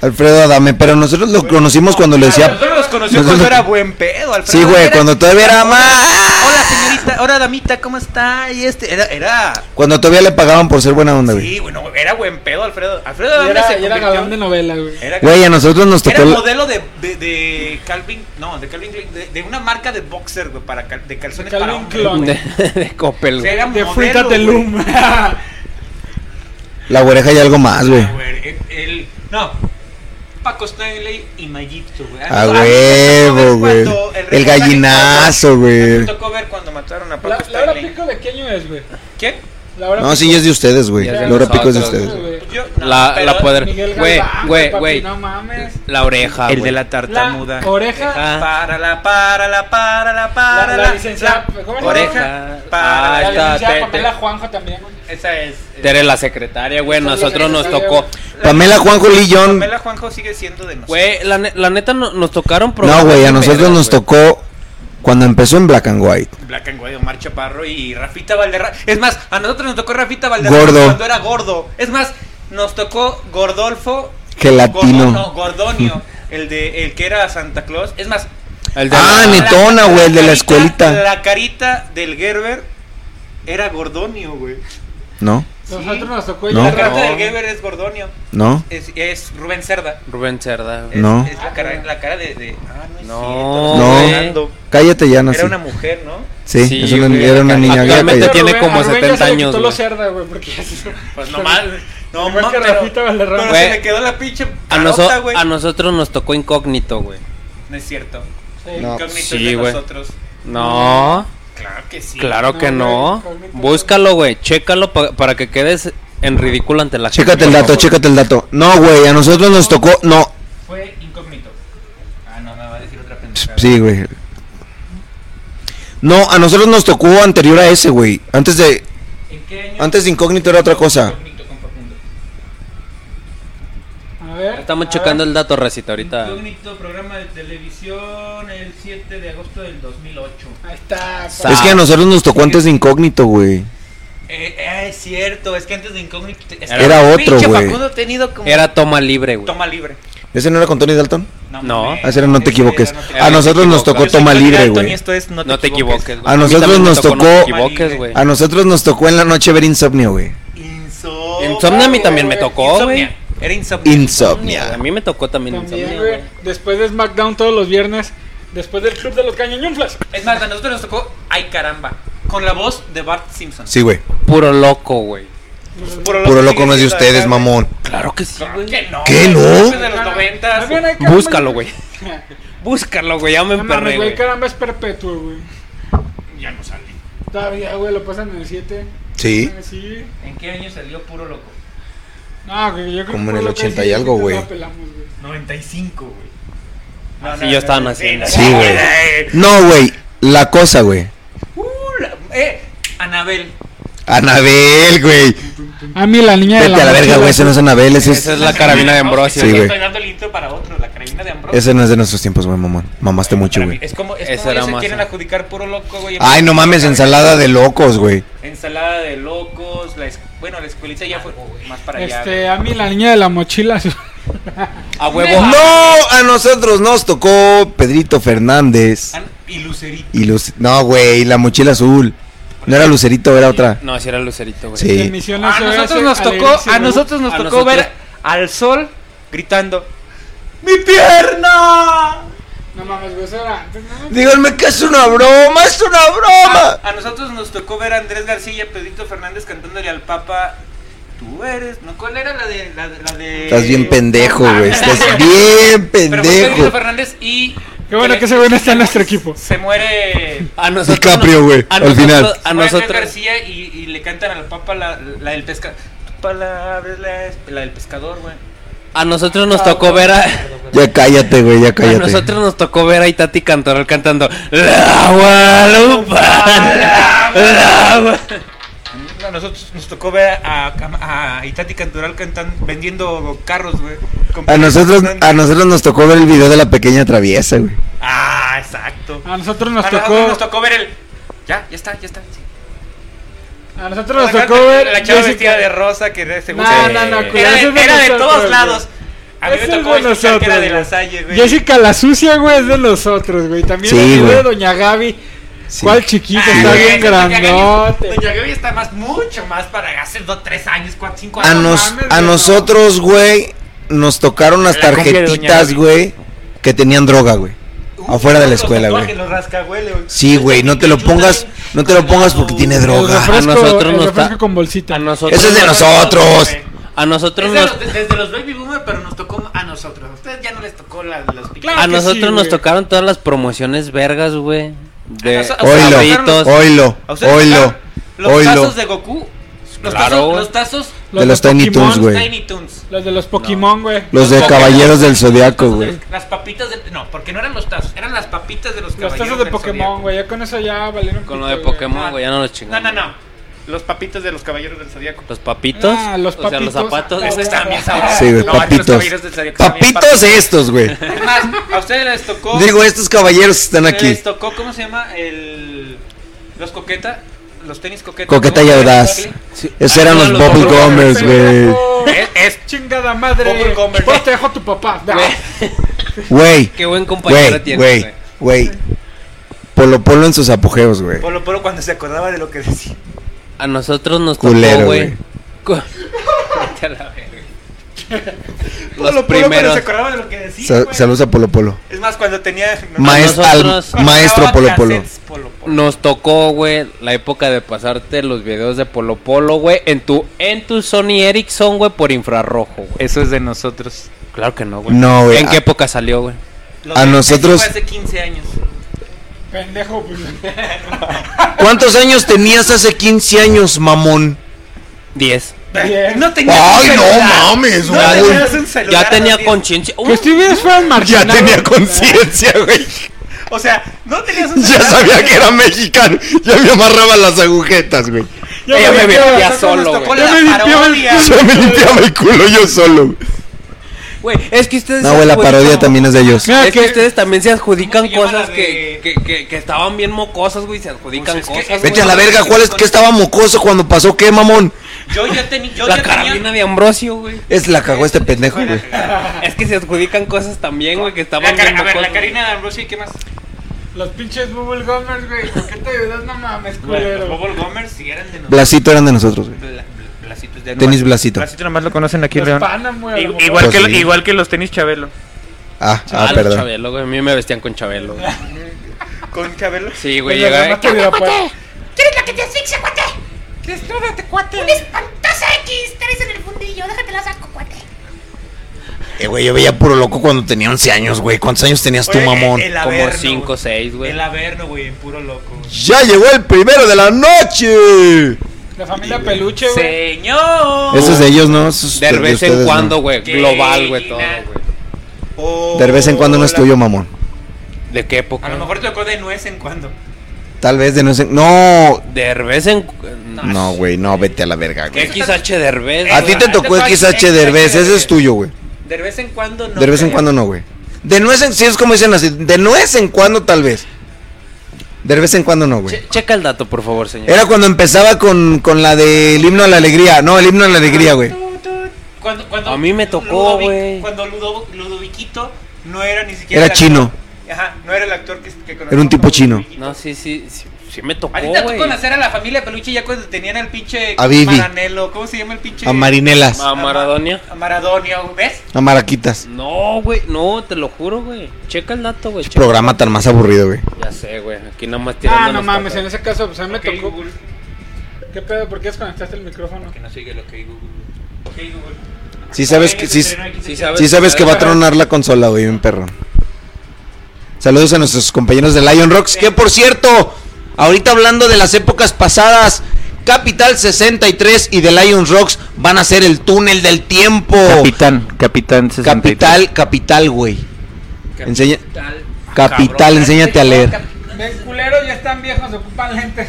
Speaker 1: Alfredo Adame, pero nosotros lo conocimos cuando le decía.
Speaker 5: Nosotros Ah, los conoció
Speaker 1: Nosotros-
Speaker 5: cuando era buen pedo, Alfredo.
Speaker 1: pues Sí, güey,
Speaker 5: Era-
Speaker 1: cuando todavía era más.
Speaker 5: Hola, señorita. Hola, damita, ¿cómo está? Y este. Era. era
Speaker 1: Cuando todavía le pagaban por ser buena onda, güey.
Speaker 5: sí, bueno, era buen pedo, Alfredo. Alfredo
Speaker 2: Y
Speaker 5: Adame
Speaker 2: era,
Speaker 5: se
Speaker 2: y era
Speaker 5: convirtió-
Speaker 2: galán de novela, güey.
Speaker 5: Era,
Speaker 1: Güey, a nosotros nos
Speaker 5: era
Speaker 1: tocó. el-
Speaker 5: modelo de, de, de Calvin. No, de Calvin Klein, De, de una marca de boxer, güey, para cal- de calzones
Speaker 2: Calvin
Speaker 5: para hombre.
Speaker 2: Klein.
Speaker 3: De, de Coppel,
Speaker 5: O
Speaker 3: güey.
Speaker 5: sea, era
Speaker 2: De
Speaker 5: modelo,
Speaker 2: Fruita de
Speaker 5: güey.
Speaker 2: Lum.
Speaker 1: La oreja y algo más, güey.
Speaker 5: Ah, güey, el- el- no. Paco Stanley y Mayito, güey.
Speaker 1: A
Speaker 5: mí- mí me
Speaker 1: huevo,
Speaker 5: tocó ver
Speaker 1: güey.
Speaker 5: cuando
Speaker 1: El
Speaker 5: reportaje-
Speaker 1: gallinazo, güey.
Speaker 5: Me tocó ver cuando mataron
Speaker 2: La,
Speaker 5: a Paco
Speaker 2: la hora
Speaker 5: Stanley.
Speaker 2: pico de qué año es, güey.
Speaker 5: ¿Quién?
Speaker 2: La hora
Speaker 1: No,
Speaker 2: pico.
Speaker 1: sí, es de ustedes, güey.
Speaker 3: Ya es de
Speaker 1: La hora pico es de
Speaker 3: nosotros,
Speaker 1: ustedes. güey.
Speaker 5: Yo, no,
Speaker 3: La,
Speaker 5: pero-
Speaker 3: la poder...
Speaker 2: Miguel
Speaker 3: Güey,
Speaker 2: Galván,
Speaker 3: güey,
Speaker 2: papi,
Speaker 3: güey.
Speaker 2: No mames.
Speaker 3: La oreja,
Speaker 5: El
Speaker 3: güey.
Speaker 5: de la tartamuda.
Speaker 2: La oreja.
Speaker 3: Ah,
Speaker 5: Para la, para la, para la, para
Speaker 2: La- la licenciada- ¿cómo se llama?
Speaker 3: Oreja.
Speaker 5: Para
Speaker 3: Ah,
Speaker 5: la
Speaker 2: la
Speaker 3: está,
Speaker 2: licenciada
Speaker 3: te-
Speaker 2: Pamela
Speaker 3: te-
Speaker 2: Juanjo también, güey.
Speaker 5: Esa es.
Speaker 3: Tere la secretaria, güey.
Speaker 2: Esa es la
Speaker 3: Nosotros nos
Speaker 2: secretaria,
Speaker 3: tocó.
Speaker 1: Pamela Juanjo Lillón.
Speaker 5: Pamela Juanjo sigue siendo de nosotros.
Speaker 3: Güey, la, ne- la neta no- nos tocaron
Speaker 1: No,
Speaker 3: programas
Speaker 1: güey, a
Speaker 3: de
Speaker 1: nosotros
Speaker 3: pedos,
Speaker 1: nos
Speaker 3: este güey.
Speaker 1: tocó cuando empezó en Black and White.
Speaker 5: Black and White, Omar Chaparro y Rafita Valderrama. Es más, a nosotros nos tocó Rafita Valderrama
Speaker 1: Gordo.
Speaker 5: cuando era gordo. Es más, nos tocó Gordolfo.
Speaker 1: Gelatino.
Speaker 5: Gordo- no, Gordonio, el de el que era Santa Claus. Es más,
Speaker 3: El de
Speaker 1: Ah,
Speaker 3: la-
Speaker 1: ni- Netona, güey, el de la
Speaker 5: carita-
Speaker 1: escuelita.
Speaker 5: La carita del Gerber era Gordonio, güey.
Speaker 1: ¿No?
Speaker 2: Nosotros nos tocó
Speaker 1: No.
Speaker 2: ya
Speaker 5: La
Speaker 2: rap-
Speaker 5: carita del Gerber es Gordonio.
Speaker 1: ¿No?
Speaker 5: Es, es Rubén Cerda.
Speaker 3: Rubén Cerda, güey.
Speaker 5: Es-
Speaker 1: No.
Speaker 5: Es la cara, la cara de, de- Ah, no es
Speaker 3: No,
Speaker 5: cierto,
Speaker 1: güey.
Speaker 5: estoy hablando.
Speaker 1: Cállate ya, no
Speaker 5: Era
Speaker 1: sé.
Speaker 5: una mujer, ¿no?
Speaker 1: Sí,
Speaker 3: Sí,
Speaker 1: es una-
Speaker 3: güey,
Speaker 1: era una niña. había
Speaker 3: actualmente
Speaker 1: cállate.
Speaker 3: tiene
Speaker 2: Rubén-
Speaker 3: como
Speaker 2: a Rubén
Speaker 3: 70
Speaker 2: ya se le quitó
Speaker 3: años, güey.
Speaker 2: lo cerda, güey, porque ya se-
Speaker 5: Pues no mal. No
Speaker 2: Igual
Speaker 5: mal,
Speaker 2: que
Speaker 5: pero,
Speaker 2: Rafita Valderrama.
Speaker 5: pero
Speaker 3: Güey.
Speaker 5: se me quedó la pinche
Speaker 3: A,
Speaker 5: carota,
Speaker 3: noso-
Speaker 5: güey.
Speaker 3: a nosotros nos tocó incógnito, güey.
Speaker 5: No es cierto.
Speaker 1: No.
Speaker 5: Incógnito es
Speaker 3: Sí,
Speaker 5: de
Speaker 3: güey.
Speaker 5: nosotros.
Speaker 3: No,
Speaker 5: Claro que sí.
Speaker 3: claro
Speaker 2: No,
Speaker 3: que no.
Speaker 2: güey, incógnito.
Speaker 3: Búscalo, güey. Chécalo pa- para que quedes en ridículo ante la
Speaker 1: Chécate el
Speaker 3: por
Speaker 1: dato,
Speaker 3: favor.
Speaker 1: chécate el dato. No, güey, a nosotros nos tocó. No.
Speaker 5: Fue incógnito. Ah, no, me va a decir otra pendejada.
Speaker 1: Sí, güey. No, a nosotros nos tocó anterior a ese, güey. Antes de.
Speaker 5: ¿En qué año?
Speaker 1: Antes de incógnito era otra cosa.
Speaker 5: Incógnito con Facundo.
Speaker 2: A ver.
Speaker 3: Estamos
Speaker 2: a
Speaker 3: checando
Speaker 2: ver.
Speaker 3: el dato, recita, ahorita.
Speaker 5: Incógnito, programa de televisión el 7 de agosto del 2008.
Speaker 2: Ahí está.
Speaker 3: Sa-
Speaker 1: Es que a nosotros nos tocó antes de incógnito, güey.
Speaker 5: Eh, eh, es cierto, es que antes de Incógnito te- es-
Speaker 1: Era otro,
Speaker 5: pinche
Speaker 1: güey.
Speaker 5: Facundo ha tenido como
Speaker 3: Era toma libre, güey.
Speaker 5: toma libre.
Speaker 1: ¿Ese no era con Tony Dalton?
Speaker 3: No.
Speaker 5: mames,
Speaker 1: Ah, ese era no
Speaker 5: ese era
Speaker 1: te equivoques.
Speaker 5: No Te
Speaker 1: A
Speaker 5: Equivoques.
Speaker 1: nosotros nos tocó
Speaker 5: Yo soy
Speaker 1: toma
Speaker 5: Tony
Speaker 1: libre,
Speaker 5: Dalton y
Speaker 1: güey.
Speaker 5: esto es no te,
Speaker 3: No te equivoques, güey.
Speaker 1: A nosotros
Speaker 3: también me
Speaker 1: nos
Speaker 3: No te
Speaker 1: tocó-
Speaker 3: equivoques, güey.
Speaker 1: A nosotros nos tocó en la noche ver Insomnio, güey.
Speaker 5: Insomnia.
Speaker 3: Insomnia a mí también me tocó, güey.
Speaker 5: Insomnia. Era insomnia.
Speaker 3: A
Speaker 1: Insomnia.
Speaker 3: mí me tocó también
Speaker 2: También,
Speaker 3: insomnio,
Speaker 2: güey.
Speaker 3: güey.
Speaker 2: Después de SmackDown todos los viernes. Después del Club de los Cañoñunflas.
Speaker 5: Es más, a nosotros nos tocó Ay caramba. Con la voz de Bart Simpson.
Speaker 1: Sí, güey.
Speaker 3: Puro loco, güey.
Speaker 1: Puro loco no
Speaker 5: sigue
Speaker 1: es de
Speaker 5: siendo
Speaker 1: ustedes,
Speaker 5: acá,
Speaker 1: mamón.
Speaker 3: Claro que sí,
Speaker 5: güey.
Speaker 3: güey.
Speaker 5: ¿Qué no?
Speaker 1: ¿Qué
Speaker 5: güey?
Speaker 1: no?
Speaker 5: Eso es de los noventas.
Speaker 3: Búscalo, güey. Búscalo, güey. Ya me
Speaker 2: No mames,
Speaker 3: emperré,
Speaker 2: güey.
Speaker 3: güey.
Speaker 2: Caramba, es perpetuo, güey.
Speaker 5: Ya no sale.
Speaker 2: Todavía, güey, lo pasan en el 7.
Speaker 1: Sí.
Speaker 2: Sí.
Speaker 5: ¿En qué año salió Puro Loco?
Speaker 2: No, güey, yo creo
Speaker 1: Como
Speaker 2: que
Speaker 1: en
Speaker 2: fue
Speaker 1: el
Speaker 2: lo que
Speaker 1: 80 y
Speaker 2: sí,
Speaker 1: algo,
Speaker 2: sí,
Speaker 1: güey.
Speaker 2: no la pelamos, güey.
Speaker 5: 95, güey. No,
Speaker 3: Así yo estaba naciendo.
Speaker 1: Sí, güey.
Speaker 5: Eh,
Speaker 1: No, güey. La cosa, güey.
Speaker 5: uh, la- eh, Anabel.
Speaker 1: Anabel, güey.
Speaker 2: A mí la niña de
Speaker 1: Vete
Speaker 2: la,
Speaker 1: a la verga,
Speaker 2: mochila.
Speaker 1: güey. Ese no es Anabel, ese es.
Speaker 3: Esa es la carabina de Ambrosio.
Speaker 1: Sí, güey.
Speaker 5: Estoy dando el intro para otro, la carabina de Ambrosio.
Speaker 1: Ese no es de nuestros tiempos, güey, mamón. Mamaste mucho,
Speaker 5: Para mí,
Speaker 1: güey.
Speaker 5: Es como, es
Speaker 3: Esa
Speaker 5: como
Speaker 3: era
Speaker 5: ellos se
Speaker 3: más-
Speaker 5: quieren adjudicar puro loco, güey.
Speaker 1: Ay, no mames, ensalada de locos, güey.
Speaker 5: Ensalada de locos, la es- bueno, la escuelita ya fue más para allá. güey.
Speaker 2: Este, a mí la niña de la mochila. azul.
Speaker 3: A huevo.
Speaker 1: No, a nosotros nos tocó Pedrito Fernández
Speaker 5: Ah, Y Lucerito.
Speaker 1: y Luz. No, güey, la mochila azul. No era Lucerito, era otra.
Speaker 3: No, si era Lucerito, güey.
Speaker 1: Sí.
Speaker 2: de Misiones
Speaker 5: A nosotros
Speaker 2: OS,
Speaker 5: nos tocó,
Speaker 2: Alexis,
Speaker 5: a
Speaker 2: güey.
Speaker 5: nosotros nos
Speaker 3: A
Speaker 5: tocó ver
Speaker 3: nosotros.
Speaker 5: al sol gritando ¡Mi pierna!
Speaker 2: No mames, güey, eso era-
Speaker 1: Díganme que es una broma, es una broma.
Speaker 5: A nosotros nos tocó ver a Andrés García y a Pedrito Fernández cantándole al Papa Tú eres, ¿no? ¿Cuál era la de la de, la de-
Speaker 1: Estás bien pendejo,
Speaker 5: Ah,
Speaker 1: güey. Estás bien
Speaker 5: Pero fue Pedrito
Speaker 1: pendejo.
Speaker 5: Fernández y
Speaker 2: Qué bueno que ese güey no está en nuestro equipo.
Speaker 5: se muere
Speaker 3: A nosotros.
Speaker 1: DiCaprio, güey,
Speaker 3: a
Speaker 1: al
Speaker 3: nosotros-
Speaker 1: final.
Speaker 3: A
Speaker 5: muere Andrés
Speaker 3: nosotros.
Speaker 5: García y, y le cantan al Papa la, la del pescador. Palabra es la, la del pescador, güey.
Speaker 3: A nosotros
Speaker 2: Ah,
Speaker 3: nos tocó ver a.
Speaker 1: Ya cállate, güey, ya
Speaker 3: A
Speaker 1: cállate.
Speaker 3: nosotros nos tocó ver a Itati Cantoral cantando La Guadalupana, la Gua-".
Speaker 5: A nosotros nos tocó ver a, a, a Itati Cantoral cantan, vendiendo carros, güey. con
Speaker 1: A nosotros,
Speaker 5: Pedrito
Speaker 1: a
Speaker 5: Fernández.
Speaker 1: nosotros nos tocó ver el video de la pequeña traviesa, güey.
Speaker 5: Ah, exacto.
Speaker 2: A nosotros nos
Speaker 5: A nosotros
Speaker 2: tocó.
Speaker 5: nos tocó ver el... Ya, ya está, ya está. sí.
Speaker 2: A nosotros nos
Speaker 5: La
Speaker 2: tocó
Speaker 5: chava-
Speaker 2: ver.
Speaker 5: La chava
Speaker 2: Jessica-
Speaker 5: vestida de rosa que de- según
Speaker 2: No,
Speaker 5: se-
Speaker 2: no, no, cuidado,
Speaker 5: Era,
Speaker 2: ese
Speaker 5: de,
Speaker 2: es de
Speaker 5: era de
Speaker 2: nosotros,
Speaker 5: todos
Speaker 2: güey.
Speaker 5: lados. A
Speaker 2: Ese
Speaker 5: mí me
Speaker 2: es
Speaker 5: tocó
Speaker 2: de
Speaker 5: escuchar que era de
Speaker 2: nosotros,
Speaker 5: la salle, güey.
Speaker 2: Jessica la sucia, güey, es de nosotros, güey. También
Speaker 1: Sí,
Speaker 2: el video
Speaker 1: güey.
Speaker 2: de Doña Gaby.
Speaker 1: Sí.
Speaker 2: ¿Cuál chiquito?
Speaker 5: Ah,
Speaker 2: está
Speaker 5: güey,
Speaker 2: bien
Speaker 5: Doña Gaby-
Speaker 2: grandote.
Speaker 5: Doña Gaby está más, mucho más para hace 2, 3 años, 4, 5
Speaker 1: A,
Speaker 5: años.
Speaker 1: nos-
Speaker 2: mames,
Speaker 1: a
Speaker 2: güey, no.
Speaker 1: nosotros, güey, nos tocaron las
Speaker 5: La cumbia de Doña
Speaker 1: tarjetitas,
Speaker 5: Gaby.
Speaker 1: güey, que tenían droga, güey.
Speaker 5: Uh,
Speaker 1: Afuera de la
Speaker 5: los
Speaker 1: escuela,
Speaker 5: tatuajes,
Speaker 1: güey.
Speaker 5: Los rascahuele, güey.
Speaker 1: Sí, güey, no te lo
Speaker 5: Yo
Speaker 1: pongas,
Speaker 5: también-
Speaker 1: no te lo pongas porque tiene
Speaker 2: El
Speaker 1: droga.
Speaker 2: refresco,
Speaker 3: nosotros
Speaker 2: el
Speaker 3: nos
Speaker 2: refresco
Speaker 3: ta-
Speaker 2: con bolsita.
Speaker 3: A nosotros.
Speaker 1: Eso es de nosotros.
Speaker 3: A nosotros
Speaker 5: Es de
Speaker 3: nos.
Speaker 5: los- desde los baby boomer, pero nos tocó a nosotros. A ustedes ya no les tocó la, los piquitos.
Speaker 2: Claro.
Speaker 3: A
Speaker 2: que
Speaker 3: nosotros
Speaker 2: sí,
Speaker 3: nos
Speaker 2: güey.
Speaker 3: tocaron todas las promociones vergas, güey. De
Speaker 5: O sea,
Speaker 1: Oilo,
Speaker 3: sabritos.
Speaker 1: oilo,
Speaker 5: A ustedes les
Speaker 1: oilo,
Speaker 5: tocaron Los
Speaker 1: oilo.
Speaker 5: tazos de Goku. Los
Speaker 3: Claro,
Speaker 5: tazos,
Speaker 3: güey.
Speaker 5: los tazos
Speaker 1: De los Tiny
Speaker 2: Pokémon,
Speaker 1: Toons, güey.
Speaker 5: Tiny Toons.
Speaker 2: Los de los Pokémon, güey.
Speaker 1: Los de
Speaker 3: Los
Speaker 1: Caballeros del Zodiaco,
Speaker 5: Tazos
Speaker 1: güey.
Speaker 5: de- Las papitas de. No, porque no eran los tazos, eran las papitas de los
Speaker 2: Los
Speaker 5: caballeros.
Speaker 2: tazos de
Speaker 5: del
Speaker 2: Pokémon,
Speaker 5: Zodiaco.
Speaker 2: güey. Ya con eso ya valieron. pito,
Speaker 3: Con lo de
Speaker 2: güey.
Speaker 3: Pokémon, güey, ya no los chingamos.
Speaker 5: No, no, no. Los papitas de los caballeros del zodiaco.
Speaker 3: Los papitos.
Speaker 2: Ah, los
Speaker 3: O sea, los
Speaker 2: papitos. Ah,
Speaker 3: zapatos.
Speaker 2: Es
Speaker 5: Esos
Speaker 2: que
Speaker 5: estaban bien sabrosos.
Speaker 1: Sí, güey,
Speaker 5: No, antes los
Speaker 1: papitos.
Speaker 5: caballeros del Zodiaco estaban bien
Speaker 1: Papitos estos, güey.
Speaker 5: Es más, a ustedes les tocó.
Speaker 1: Digo, estos caballeros que están aquí.
Speaker 5: Les tocó, ¿cómo se llama? El. Los coqueta. Los tenis coqueta.
Speaker 1: Coqueta y
Speaker 5: ¿Cómo se llama?
Speaker 1: audaz. Esos
Speaker 3: Ah,
Speaker 1: eran
Speaker 3: no,
Speaker 1: los
Speaker 3: los
Speaker 1: Bobble
Speaker 3: Bubble
Speaker 1: Gummers, güey.
Speaker 2: Pendejo.
Speaker 5: Es, es-
Speaker 2: Chingada madre.
Speaker 5: Bubble Gummer.
Speaker 2: Pues te dejó tu papá. Da.
Speaker 1: Güey,
Speaker 3: Qué buen compañero
Speaker 1: güey,
Speaker 3: tienes,
Speaker 1: güey, güey. Polo Polo en sus apogeos, güey.
Speaker 5: Polo Polo cuando se acordaba de lo que decía.
Speaker 3: A nosotros nos
Speaker 1: Culero,
Speaker 3: tocó, güey.
Speaker 1: güey.
Speaker 3: Cu- Vete a la verga. Los
Speaker 5: Polo Polo cuando
Speaker 3: primeros.
Speaker 5: se acordaba de lo que decía.
Speaker 1: Sa-
Speaker 5: güey.
Speaker 1: saludos a Polo Polo.
Speaker 5: Es más, cuando tenía.
Speaker 1: Maes- al-
Speaker 3: nosotros-
Speaker 1: maestro Polo
Speaker 5: Grababa
Speaker 1: Polo.
Speaker 5: cassettes Polo Polo.
Speaker 3: Nos tocó, güey, la época de pasarte los videos de Polo Polo, güey, en tu, en tu Sony Ericsson, güey, por infrarrojo, güey.
Speaker 5: Eso es de nosotros.
Speaker 3: Claro que no, güey.
Speaker 1: No, güey. ah.
Speaker 3: ¿En qué época salió, güey?
Speaker 5: Lo
Speaker 1: A
Speaker 5: de-
Speaker 1: nosotros-
Speaker 5: eso fue hace 15 años.
Speaker 2: Pendejo, pues.
Speaker 1: ¿Cuántos años tenías hace 15 años, mamón?
Speaker 3: 10.
Speaker 2: Bien.
Speaker 5: No tenías
Speaker 1: Ay,
Speaker 5: un
Speaker 1: no
Speaker 5: celular.
Speaker 1: mames,
Speaker 5: No
Speaker 1: güey.
Speaker 5: tenías un celular
Speaker 3: Ya tenía
Speaker 5: también.
Speaker 3: conciencia. Uh,
Speaker 2: Que
Speaker 1: Pues
Speaker 2: si ves fueran
Speaker 1: Ya
Speaker 2: marginados.
Speaker 1: tenía conciencia, güey.
Speaker 5: O sea, no tenías un
Speaker 1: Ya
Speaker 5: celular.
Speaker 1: sabía que era mexicano. Ya me amarraba las agujetas, güey.
Speaker 2: Ya
Speaker 3: Ella me
Speaker 2: veía
Speaker 3: veía
Speaker 2: las
Speaker 3: solo,
Speaker 2: tazas,
Speaker 3: güey.
Speaker 2: Ya
Speaker 5: Ya
Speaker 2: me
Speaker 5: me
Speaker 2: limpiaba el
Speaker 5: parodia.
Speaker 1: Ya me limpiaba el culo yo solo.
Speaker 3: Güey, es que ustedes.
Speaker 1: No, güey, la
Speaker 3: güey,
Speaker 1: parodia
Speaker 3: no.
Speaker 1: también es de ellos.
Speaker 2: Mira,
Speaker 3: Es que
Speaker 2: que-
Speaker 3: ustedes también se adjudican
Speaker 5: ¿Cómo se llama
Speaker 3: cosas
Speaker 5: la
Speaker 3: que,
Speaker 5: de-
Speaker 3: que, que, que estaban bien mocosas, güey, se adjudican
Speaker 5: Pues es que-
Speaker 3: cosas. güey.
Speaker 1: Vete a la verga, ¿cuál es que estaba mocoso cuando pasó qué, mamón?
Speaker 5: Yo ya, teni- yo
Speaker 3: La
Speaker 5: ya
Speaker 3: carabina
Speaker 5: tenía.
Speaker 3: de Ambrosio, güey.
Speaker 1: Es la cagó este pendejo, güey.
Speaker 3: Es que se adjudican cosas también, güey, que estaban
Speaker 5: La
Speaker 3: bien
Speaker 5: car- a ver,
Speaker 3: mocosas.
Speaker 5: la carina de Ambrosio, ¿y qué más?
Speaker 2: Los pinches Bubble Gummers, güey. ¿Por qué te ayudas? No mames,
Speaker 5: Los
Speaker 2: culero.
Speaker 5: Bubble Gummers sí eran de nosotros.
Speaker 1: Blasito eran de nosotros, güey.
Speaker 5: Bla- Bla- Blasito es de
Speaker 1: Tenis
Speaker 5: nomás-
Speaker 1: Blasito.
Speaker 5: Blasito nomás lo conocen aquí en
Speaker 2: Los
Speaker 5: León.
Speaker 2: panas, güey. a lo
Speaker 5: I-
Speaker 2: mejor.
Speaker 5: Igual,
Speaker 1: Pues
Speaker 5: que lo-
Speaker 1: sí.
Speaker 5: igual que los tenis Chabelo.
Speaker 1: Ah, ah,
Speaker 3: los
Speaker 1: perdón.
Speaker 3: Chabelo, güey. A mí me vestían con Chabelo. güey.
Speaker 5: ¿Con Chabelo?
Speaker 3: Sí, güey,
Speaker 2: Pero
Speaker 3: llegaba.
Speaker 2: además te hubiera puesto-
Speaker 5: ¿eh?
Speaker 7: ¿Quieres la que te asfixia, cuate? Destrúdate, cuate. Una espantosa X, traes en el fundillo, déjatela saco, cuate.
Speaker 1: Eh, güey, yo veía puro loco cuando tenía 11 años, güey. ¿Cuántos años tenías tú, mamón?
Speaker 3: Como 5 o 6, güey.
Speaker 5: El Averno, güey, en puro loco. güey.
Speaker 1: ¡Ya llegó el primero de la noche!
Speaker 2: La familia peluche, güey.
Speaker 5: Señor.
Speaker 1: Eso es de ellos, ¿no? Eso es
Speaker 3: De vez en
Speaker 1: ustedes,
Speaker 3: cuando,
Speaker 1: ¿no?
Speaker 3: güey.
Speaker 5: Qué
Speaker 3: Global, güey, todo,
Speaker 5: genial.
Speaker 3: güey.
Speaker 5: Oh,
Speaker 1: De vez en cuando no es
Speaker 5: la-
Speaker 1: tuyo, mamón.
Speaker 3: ¿De qué
Speaker 5: A
Speaker 3: época?
Speaker 5: lo mejor te tocó de nuez en cuando.
Speaker 1: Tal vez de no sé. No,
Speaker 3: Derbez en. cu-
Speaker 1: no, güey, no, vete a la verga, güey.
Speaker 3: ¿Qué XH Derbez?
Speaker 1: A ti te
Speaker 5: Ah,
Speaker 1: tocó
Speaker 5: te
Speaker 1: XH
Speaker 5: pases,
Speaker 1: Derbez,
Speaker 5: XH
Speaker 1: ese es
Speaker 5: Derbez.
Speaker 1: tuyo, güey.
Speaker 5: De vez en cuando no.
Speaker 1: De vez en
Speaker 5: creo.
Speaker 1: cuando no, güey. De nuez en, sí es como dicen así, de nuez en cuando tal vez. De vez en cuando no, güey.
Speaker 3: Che- checa el dato, por favor, señor.
Speaker 1: Era cuando empezaba con, con la del himno a la alegría. No, el himno a la alegría, güey.
Speaker 5: Cuando, cuando
Speaker 3: A mí me tocó,
Speaker 5: Ludovic-
Speaker 3: güey.
Speaker 5: Cuando Ludo- Ludoviquito no era ni siquiera.
Speaker 1: Era
Speaker 5: el actor.
Speaker 1: chino.
Speaker 5: Ajá, no era el actor que, que conocemos
Speaker 1: Era un tipo
Speaker 5: como
Speaker 1: chino.
Speaker 5: Ludoviquito.
Speaker 3: No, sí, sí, sí, sí me tocó,
Speaker 5: Ahorita tú
Speaker 3: güey.
Speaker 5: conocer a la familia Peluche ya cuando tenían al pinche
Speaker 1: A Vivi.
Speaker 5: Maranelo, ¿cómo se llama el pinche?
Speaker 1: A marinelas,
Speaker 3: A Maradonia.
Speaker 5: A Maradonio, ¿ves?
Speaker 1: a maraquitas.
Speaker 3: No, güey, no, te lo juro, güey. Checa el dato, güey. checa.
Speaker 1: Programa tan más aburrido, güey.
Speaker 3: Ya sé, güey. Aquí nada más
Speaker 2: Ah,
Speaker 3: tirándonos
Speaker 2: no mames,
Speaker 3: para
Speaker 2: en ese caso, pues a mí me
Speaker 5: Ok,
Speaker 2: tocó.
Speaker 5: Google.
Speaker 2: ¿Qué pedo? ¿Por qué desconectaste el micrófono?
Speaker 5: Que no sigue lo que Google. Ok, Google.
Speaker 1: Sí sabes que, sí,
Speaker 3: acá. Sí
Speaker 5: sabes.
Speaker 3: sabes,
Speaker 1: sí sabes que va a tronar la consola, güey, un perro. Saludos a nuestros compañeros de Lion Rocks, que por cierto, ahorita hablando de las épocas pasadas, Capital 63 y de Lion Rocks van a ser el túnel del tiempo.
Speaker 6: Capitán, capitán 63.
Speaker 1: Capital, capital, güey. Enseña, capital, enséñate a leer.
Speaker 2: Ven, culeros, ya están viejos, ocupan lentes.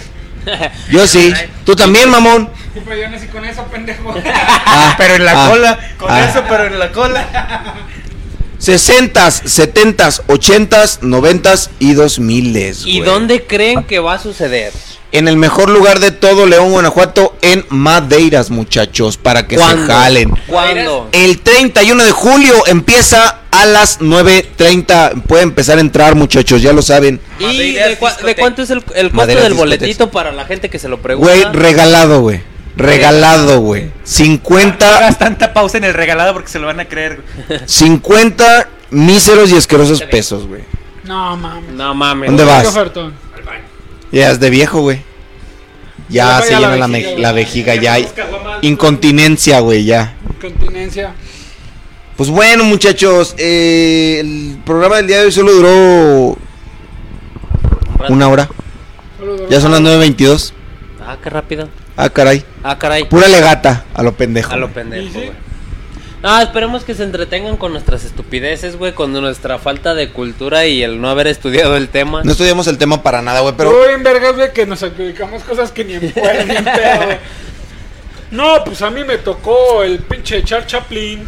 Speaker 1: Yo sí. Tú también, mamón.
Speaker 2: Y pues yo nací con eso, pendejo.
Speaker 1: Ah,
Speaker 6: Pero en la
Speaker 1: ah,
Speaker 6: cola, con
Speaker 1: ah.
Speaker 6: eso, pero en la cola.
Speaker 1: 60s, 70s, 80s, 90s y 2000s.
Speaker 3: ¿Y
Speaker 1: güey.
Speaker 3: dónde creen que va a suceder?
Speaker 1: En el mejor lugar de todo León, Guanajuato, en Madeiras, muchachos, para que se jalen.
Speaker 3: ¿Cuándo?
Speaker 1: El 31 de julio empieza a las 9.30. Puede empezar a entrar, muchachos, ya lo saben.
Speaker 3: ¿Y
Speaker 5: Madeiras
Speaker 3: de, cua- de
Speaker 5: discoteca.
Speaker 3: cuánto es el, el costo
Speaker 1: Madeiras
Speaker 3: del
Speaker 1: discoteca.
Speaker 3: boletito para la gente que se lo pregunta?
Speaker 1: Güey, regalado, güey. Regalado, güey. 50,
Speaker 5: Hagas tanta pausa en el regalado porque se lo van a creer.
Speaker 1: 50 míseros y asquerosos pesos, güey.
Speaker 2: No mames.
Speaker 3: No mames.
Speaker 1: ¿Dónde
Speaker 2: Qué
Speaker 1: vas?
Speaker 2: ofertón.
Speaker 1: Ya es de viejo, güey. Ya
Speaker 2: Ya
Speaker 1: se
Speaker 2: la
Speaker 1: llena
Speaker 2: vejiga,
Speaker 1: la, me-
Speaker 2: güey.
Speaker 1: la vejiga, ya hay incontinencia, güey, ya.
Speaker 2: Continencia.
Speaker 1: Pues bueno, muchachos, eh, el programa del día de hoy solo duró una hora. Ya son las 9.22.
Speaker 3: Ah, qué rápido.
Speaker 1: Ah, caray.
Speaker 3: Ah, caray.
Speaker 1: Pura legata a lo pendejo.
Speaker 3: A lo
Speaker 1: güey.
Speaker 3: pendejo,
Speaker 2: ¿Y sí?
Speaker 3: güey. No, esperemos que se entretengan con nuestras estupideces, güey, con nuestra falta de cultura y el no haber estudiado el tema.
Speaker 1: No estudiamos el tema para nada, güey, pero...
Speaker 2: Pero... en vergas, güey, que nos adjudicamos cosas que ni en fuera, ni en pedo, güey. No, pues a mí me tocó el pinche Char Chaplin.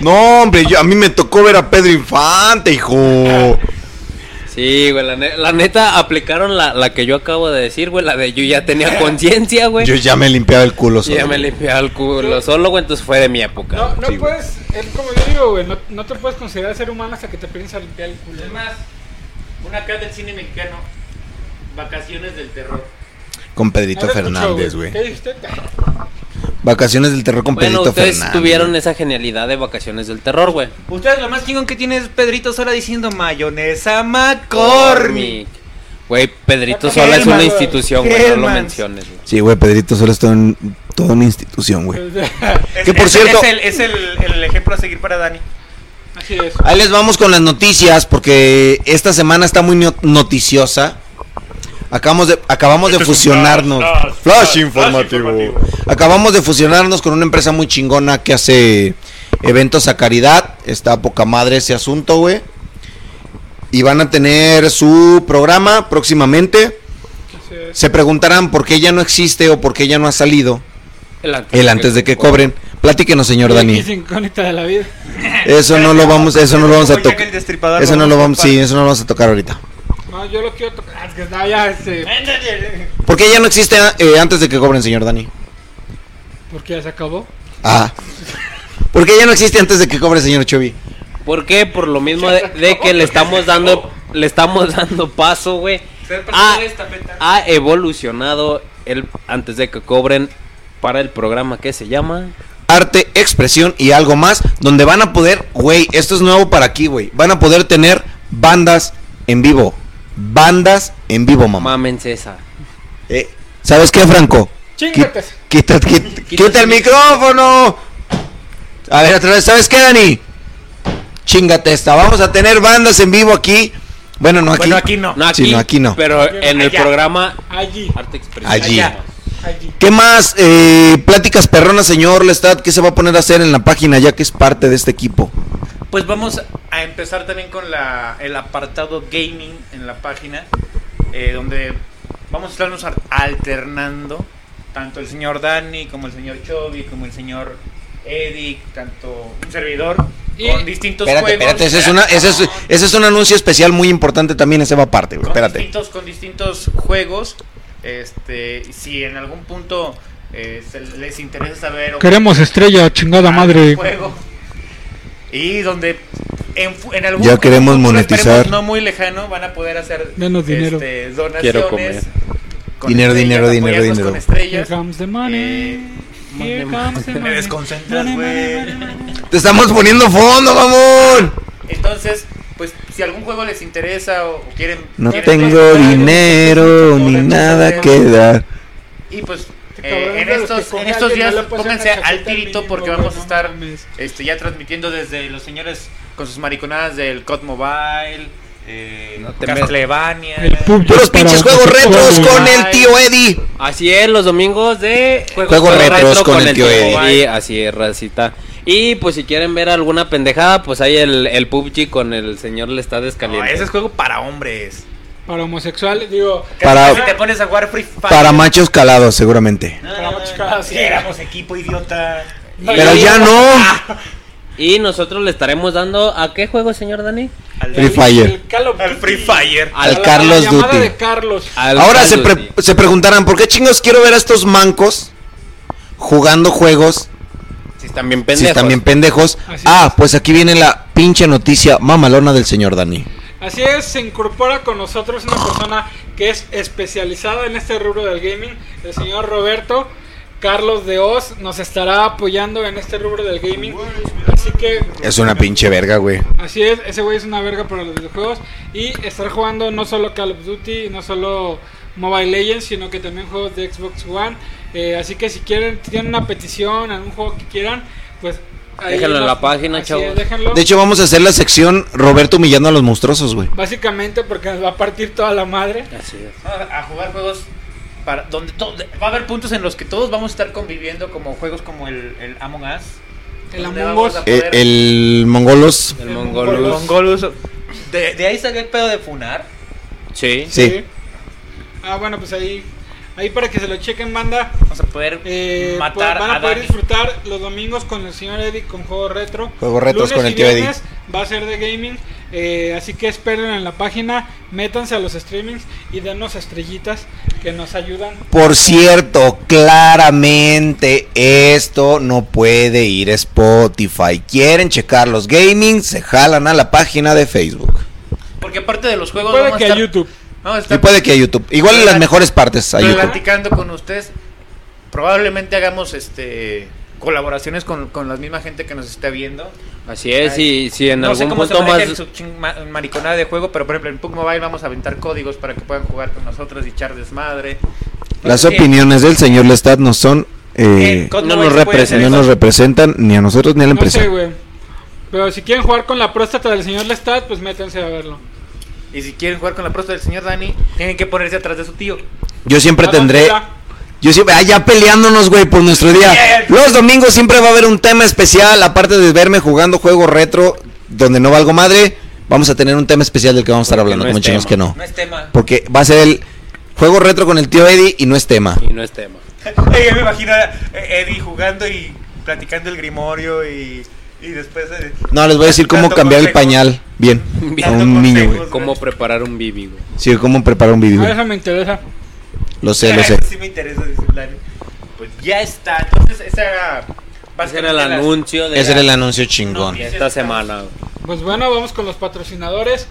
Speaker 1: No, hombre, yo- a mí me tocó ver a Pedro Infante, hijo.
Speaker 3: Sí, güey, la, ne- la neta aplicaron la, la que yo acabo de decir, güey, la de yo ya tenía conciencia, güey.
Speaker 1: Yo ya me limpiaba el culo
Speaker 3: Y
Speaker 1: solo.
Speaker 3: ya me limpiaba el culo solo, güey, entonces fue de mi época.
Speaker 2: No, no
Speaker 1: Sí, güey.
Speaker 2: puedes, es como yo digo, güey, no, no te puedes considerar ser humano hasta que te pienses a limpiar el culo.
Speaker 5: Es más, una acá del cine mexicano. Vacaciones del terror.
Speaker 1: Con Pedrito
Speaker 2: No te escucho,
Speaker 1: Fernández, güey.
Speaker 2: ¿Qué dijiste?
Speaker 1: Vacaciones del terror con
Speaker 3: Bueno,
Speaker 1: Pedrito
Speaker 3: ustedes
Speaker 1: Fernández.
Speaker 3: tuvieron esa genialidad de vacaciones del terror, güey.
Speaker 5: Ustedes lo más chingón que tiene es Pedrito Sola diciendo mayonesa McCormick.
Speaker 3: Güey, Pedrito Sola es
Speaker 5: Hellman,
Speaker 3: una
Speaker 5: güey.
Speaker 3: institución, güey, no lo
Speaker 5: Hellmans.
Speaker 3: menciones, güey.
Speaker 1: Sí, güey, Pedrito solo está en toda una institución, güey.
Speaker 5: Es-
Speaker 1: Que por
Speaker 5: es-
Speaker 1: cierto-
Speaker 5: Es, el, es el- el ejemplo a seguir para Dani.
Speaker 2: Así es.
Speaker 1: Ahí les vamos con las noticias porque esta semana está muy no- noticiosa. Acabamos de, acabamos de fusionarnos. Flash, informativo. Acabamos de fusionarnos con una empresa muy chingona que hace eventos a caridad. Está a poca madre ese asunto, güey. Y van a tener su programa próximamente.
Speaker 2: así es.
Speaker 1: Se preguntarán por qué ya no existe o por qué ya no ha salido
Speaker 3: El antes,
Speaker 1: el antes de que cobren. Platíquenos, señor
Speaker 2: Es
Speaker 1: Dani.
Speaker 2: incógnita de la vida.
Speaker 1: Eso no lo vamos, eso no lo vamos a
Speaker 5: Como Jack
Speaker 1: tocar.
Speaker 5: el Destripador,
Speaker 1: Eso no lo vamos,
Speaker 5: a
Speaker 1: sí, eso no lo vamos a tocar ahorita.
Speaker 2: No, yo lo quiero tocar. Ah, es que no, ya, este,
Speaker 1: ¿Por qué ya no existe eh, antes de que cobren, señor Dani?
Speaker 2: porque ya se acabó.
Speaker 1: Ah. ¿Por qué ya no existe antes de que cobre, señor Chovy?
Speaker 3: ¿Por qué? Por lo mismo de, de que le estamos dando le estamos dando paso, güey. Ha, ha evolucionado el antes de que cobren para el programa que se llama
Speaker 1: Arte, expresión y algo más, donde van a poder, güey, esto es nuevo para aquí, güey. Van a poder tener bandas en vivo. Bandas en vivo, mamá.
Speaker 3: Mamen César.
Speaker 1: Eh, ¿Sabes qué, Franco?
Speaker 2: Chíngate.
Speaker 1: Qui- Quita, qui- quita el
Speaker 3: el
Speaker 1: micrófono. A ver, otra vez, ¿sabes qué, Dani? Chingate esta. Vamos a tener bandas en vivo aquí. Bueno, no aquí.
Speaker 5: Bueno, aquí no.
Speaker 3: No aquí,
Speaker 1: Sí, no, aquí no.
Speaker 3: pero en el
Speaker 5: Allá.
Speaker 3: programa
Speaker 2: Allí,
Speaker 3: Arte Expresión.
Speaker 1: Allí.
Speaker 5: Allá.
Speaker 2: allí.
Speaker 1: ¿Qué más? Eh, pláticas perronas, señor Lestat. ¿Qué se va a poner a hacer en la página ya que es parte de este equipo?
Speaker 5: Pues vamos a empezar también con la, el apartado gaming en la página. eh, donde vamos a estarnos al- alternando, tanto el señor Dani, como el señor Chovy, como el señor Eddie, tanto un servidor,
Speaker 2: Y-
Speaker 5: con distintos
Speaker 1: Espérate,
Speaker 5: juegos.
Speaker 1: espérate, ese es, una, ese, es, ese es un anuncio especial muy importante también, ese va aparte, güey.
Speaker 5: con
Speaker 1: Espérate.
Speaker 5: distintos con distintos juegos este si en algún punto eh, se les interesa saber o-
Speaker 2: Queremos estrella, chingada
Speaker 5: algún
Speaker 2: madre. pues,
Speaker 5: juego, y donde en, fu- en algún
Speaker 1: Ya queremos
Speaker 5: futuro,
Speaker 1: monetizar.
Speaker 5: esperemos no muy lejano van a poder hacer
Speaker 2: Menos dinero.
Speaker 5: este, donaciones
Speaker 8: Quiero comer.
Speaker 5: con
Speaker 1: Dinero, dinero,
Speaker 5: estrellas,
Speaker 1: dinero,
Speaker 5: apoyarnos
Speaker 1: dinero.
Speaker 5: con estrellas.
Speaker 2: Here comes the money. Here comes the money.
Speaker 5: desconcentras,
Speaker 2: Money,
Speaker 5: güey.
Speaker 2: money, money, money.
Speaker 1: Te estamos poniendo fondo, mamón.
Speaker 5: entonces pues si algún juego les interesa o, o quieren
Speaker 1: No
Speaker 5: quieren
Speaker 1: tengo
Speaker 5: participar,
Speaker 1: dinero
Speaker 5: o
Speaker 1: ni
Speaker 5: quieren
Speaker 1: nada
Speaker 5: saber-
Speaker 1: que dar.
Speaker 5: Y pues
Speaker 2: Este
Speaker 5: eh,
Speaker 2: cabrón
Speaker 5: en,
Speaker 2: de los
Speaker 5: estos,
Speaker 2: que
Speaker 5: en
Speaker 2: come
Speaker 5: estos
Speaker 2: alguien,
Speaker 5: días
Speaker 2: no le puede
Speaker 5: pónganse
Speaker 2: hacer una
Speaker 5: al
Speaker 2: chaqueta al
Speaker 5: tirito
Speaker 2: mínimo,
Speaker 5: porque
Speaker 2: güey,
Speaker 5: vamos a
Speaker 2: no
Speaker 5: estar
Speaker 2: mames.
Speaker 5: este, ya transmitiendo desde los señores con sus mariconadas del COD Mobile, eh,
Speaker 8: No te
Speaker 5: Castlevania.
Speaker 2: El pub
Speaker 1: Puros
Speaker 2: para
Speaker 1: pinches juegos
Speaker 2: José
Speaker 1: retros
Speaker 2: Pablo.
Speaker 1: con el tío Eddie.
Speaker 3: Así es, los domingos de Juegos
Speaker 1: Juegos retros con el tío Eddie.
Speaker 3: Eddie, Así es, racita. Y pues si quieren ver alguna pendejada, pues hay el, el PUBG con el señor le está
Speaker 5: No,
Speaker 3: descaliente.
Speaker 5: ese es juego para hombres.
Speaker 2: Para homosexuales, digo.
Speaker 1: Para-
Speaker 5: si te pones a jugar Free Fire.
Speaker 1: Para machos calados, seguramente.
Speaker 5: No,
Speaker 2: para
Speaker 5: no,
Speaker 2: machos,
Speaker 5: no,
Speaker 2: claro,
Speaker 5: sí,
Speaker 2: sí.
Speaker 5: éramos equipo idiota.
Speaker 1: Pero ya no.
Speaker 3: Y nosotros le estaremos dando a qué juego, señor Dani?
Speaker 5: Al-
Speaker 1: Free Fire.
Speaker 2: el Call of
Speaker 5: Al
Speaker 2: Duty.
Speaker 5: Free Fire.
Speaker 1: Al
Speaker 2: A la-
Speaker 1: Carlos
Speaker 2: la llamada
Speaker 1: Duty.
Speaker 2: de Carlos.
Speaker 3: Al
Speaker 1: Ahora
Speaker 3: Call
Speaker 1: se,
Speaker 3: of
Speaker 1: pre-
Speaker 3: Duty.
Speaker 1: se preguntarán, ¿por qué chingos quiero ver a estos mancos jugando juegos
Speaker 3: Si están bien
Speaker 1: si
Speaker 3: pendejos.
Speaker 1: están bien pendejos?
Speaker 2: Así
Speaker 1: Ah, pues aquí viene la pinche noticia mamalona del señor Dani.
Speaker 2: Así es, se incorpora con nosotros una persona que es especializada en este rubro del gaming, el señor Roberto Carlos de Oz, nos estará apoyando en este rubro del gaming. Así que,
Speaker 1: Es una pinche verga, güey.
Speaker 2: así es, ese güey es una verga para los videojuegos y estar jugando no solo Call of Duty, no solo Mobile Legends, sino que también juegos de Xbox One. Eh, así que si quieren, si tienen una petición, algún juego que quieran, pues ahí
Speaker 3: Déjenlo en
Speaker 2: nos-
Speaker 3: la página,
Speaker 2: así es,
Speaker 3: chavos.
Speaker 2: déjenlo.
Speaker 1: De hecho, vamos a hacer la sección Roberto humillando a los monstruosos, güey.
Speaker 2: Básicamente porque nos va a partir toda la madre.
Speaker 3: Así es.
Speaker 5: A jugar juegos para donde todo, va a haber puntos en los que todos vamos a estar conviviendo como juegos como el, el Among Us.
Speaker 2: El
Speaker 5: donde
Speaker 2: Among
Speaker 5: vamos
Speaker 2: Us.
Speaker 5: a
Speaker 1: Eh,
Speaker 5: poder-
Speaker 1: el mongolos.
Speaker 3: El mongolo.
Speaker 5: Mongolus. De, de ahí salió el pedo de funar.
Speaker 3: Sí.
Speaker 1: Sí.
Speaker 2: Ah, bueno, pues ahí, ahí para que se lo chequen, banda.
Speaker 5: Vamos a poder
Speaker 2: Eh,
Speaker 5: matar
Speaker 2: pues van a,
Speaker 5: a
Speaker 2: poder
Speaker 5: Dani.
Speaker 2: disfrutar los domingos con el señor Eddie con juego retro.
Speaker 1: Juegos retros
Speaker 2: Lunes
Speaker 1: con
Speaker 2: y
Speaker 1: el tío Eddie.
Speaker 2: viernes Va a ser de gaming. eh, así que esperen en la página, métanse a los streamings y denos estrellitas que nos ayudan.
Speaker 1: Por cierto, claramente esto no puede ir a Spotify. Quieren checar los gaming, se jalan a la página de Facebook.
Speaker 5: Porque aparte de los juegos
Speaker 2: Puede
Speaker 5: vamos
Speaker 2: que
Speaker 5: a
Speaker 2: a
Speaker 5: estar,
Speaker 2: YouTube.
Speaker 5: vamos a
Speaker 1: Y
Speaker 5: estar
Speaker 1: puede que a YouTube. Igual en las mejores partes a YouTube.
Speaker 5: platicando con ustedes. Probablemente hagamos este colaboraciones con, con la misma gente que nos está viendo.
Speaker 3: Así es,
Speaker 5: Ay.
Speaker 3: y si en
Speaker 5: no sé
Speaker 3: algún
Speaker 5: cómo se
Speaker 3: punto
Speaker 5: maneja el
Speaker 3: más.
Speaker 5: su ching- ma- mariconada de juego, pero por ejemplo en Pug Mobile vamos a aventar códigos para que puedan jugar con nosotros y echar desmadre.
Speaker 1: Las opiniones del señor Lestat no son. eh,
Speaker 5: Eh, con-
Speaker 3: No
Speaker 5: no
Speaker 3: nos
Speaker 5: se puede
Speaker 1: no
Speaker 3: representa.
Speaker 1: nos representan ni a nosotros ni a la
Speaker 2: No
Speaker 1: empresa.
Speaker 2: sé, güey. Pero si quieren jugar con la próstata del señor Lestat, pues métanse a verlo.
Speaker 5: Y si quieren jugar con la prosta del señor Dani, tienen que ponerse atrás de su tío.
Speaker 1: Yo siempre
Speaker 2: Ah,
Speaker 1: tendré.
Speaker 2: no, mira.
Speaker 1: Yo siempre, ah, ya peleándonos, güey, por nuestro día. Los domingos siempre va a haber un tema especial, aparte de verme jugando juegos retro, donde no valgo madre, vamos a tener un tema especial del que vamos a estar hablando,
Speaker 3: no
Speaker 1: como
Speaker 3: es
Speaker 1: chingos
Speaker 3: tema.
Speaker 1: que no.
Speaker 5: No es tema.
Speaker 1: Porque va a ser el juego retro con el tío Eddie y no es tema.
Speaker 3: Y no es tema.
Speaker 5: Oye, me imagino a Eddie jugando y platicando el grimorio y, y después... eh,
Speaker 1: No, les voy a decir cómo
Speaker 5: dando
Speaker 1: cambiar el
Speaker 5: consejos.
Speaker 1: pañal bien
Speaker 3: Bien.
Speaker 1: a
Speaker 5: Dando
Speaker 1: un niño,
Speaker 5: consejos.
Speaker 1: güey.
Speaker 3: Cómo preparar un bibi, güey.
Speaker 1: Sí, cómo preparar un video.
Speaker 2: Ah, eso me interesa.
Speaker 1: Lo sé, lo sé.
Speaker 5: sí me interesa, dice Lani. Pues ya está. Entonces, esa era...
Speaker 3: Ese era el
Speaker 5: básicamente las-
Speaker 3: anuncio de
Speaker 1: Ese era el anuncio chingón.
Speaker 3: de esta semana. güey.
Speaker 2: Pues bueno, vamos con los patrocinadores.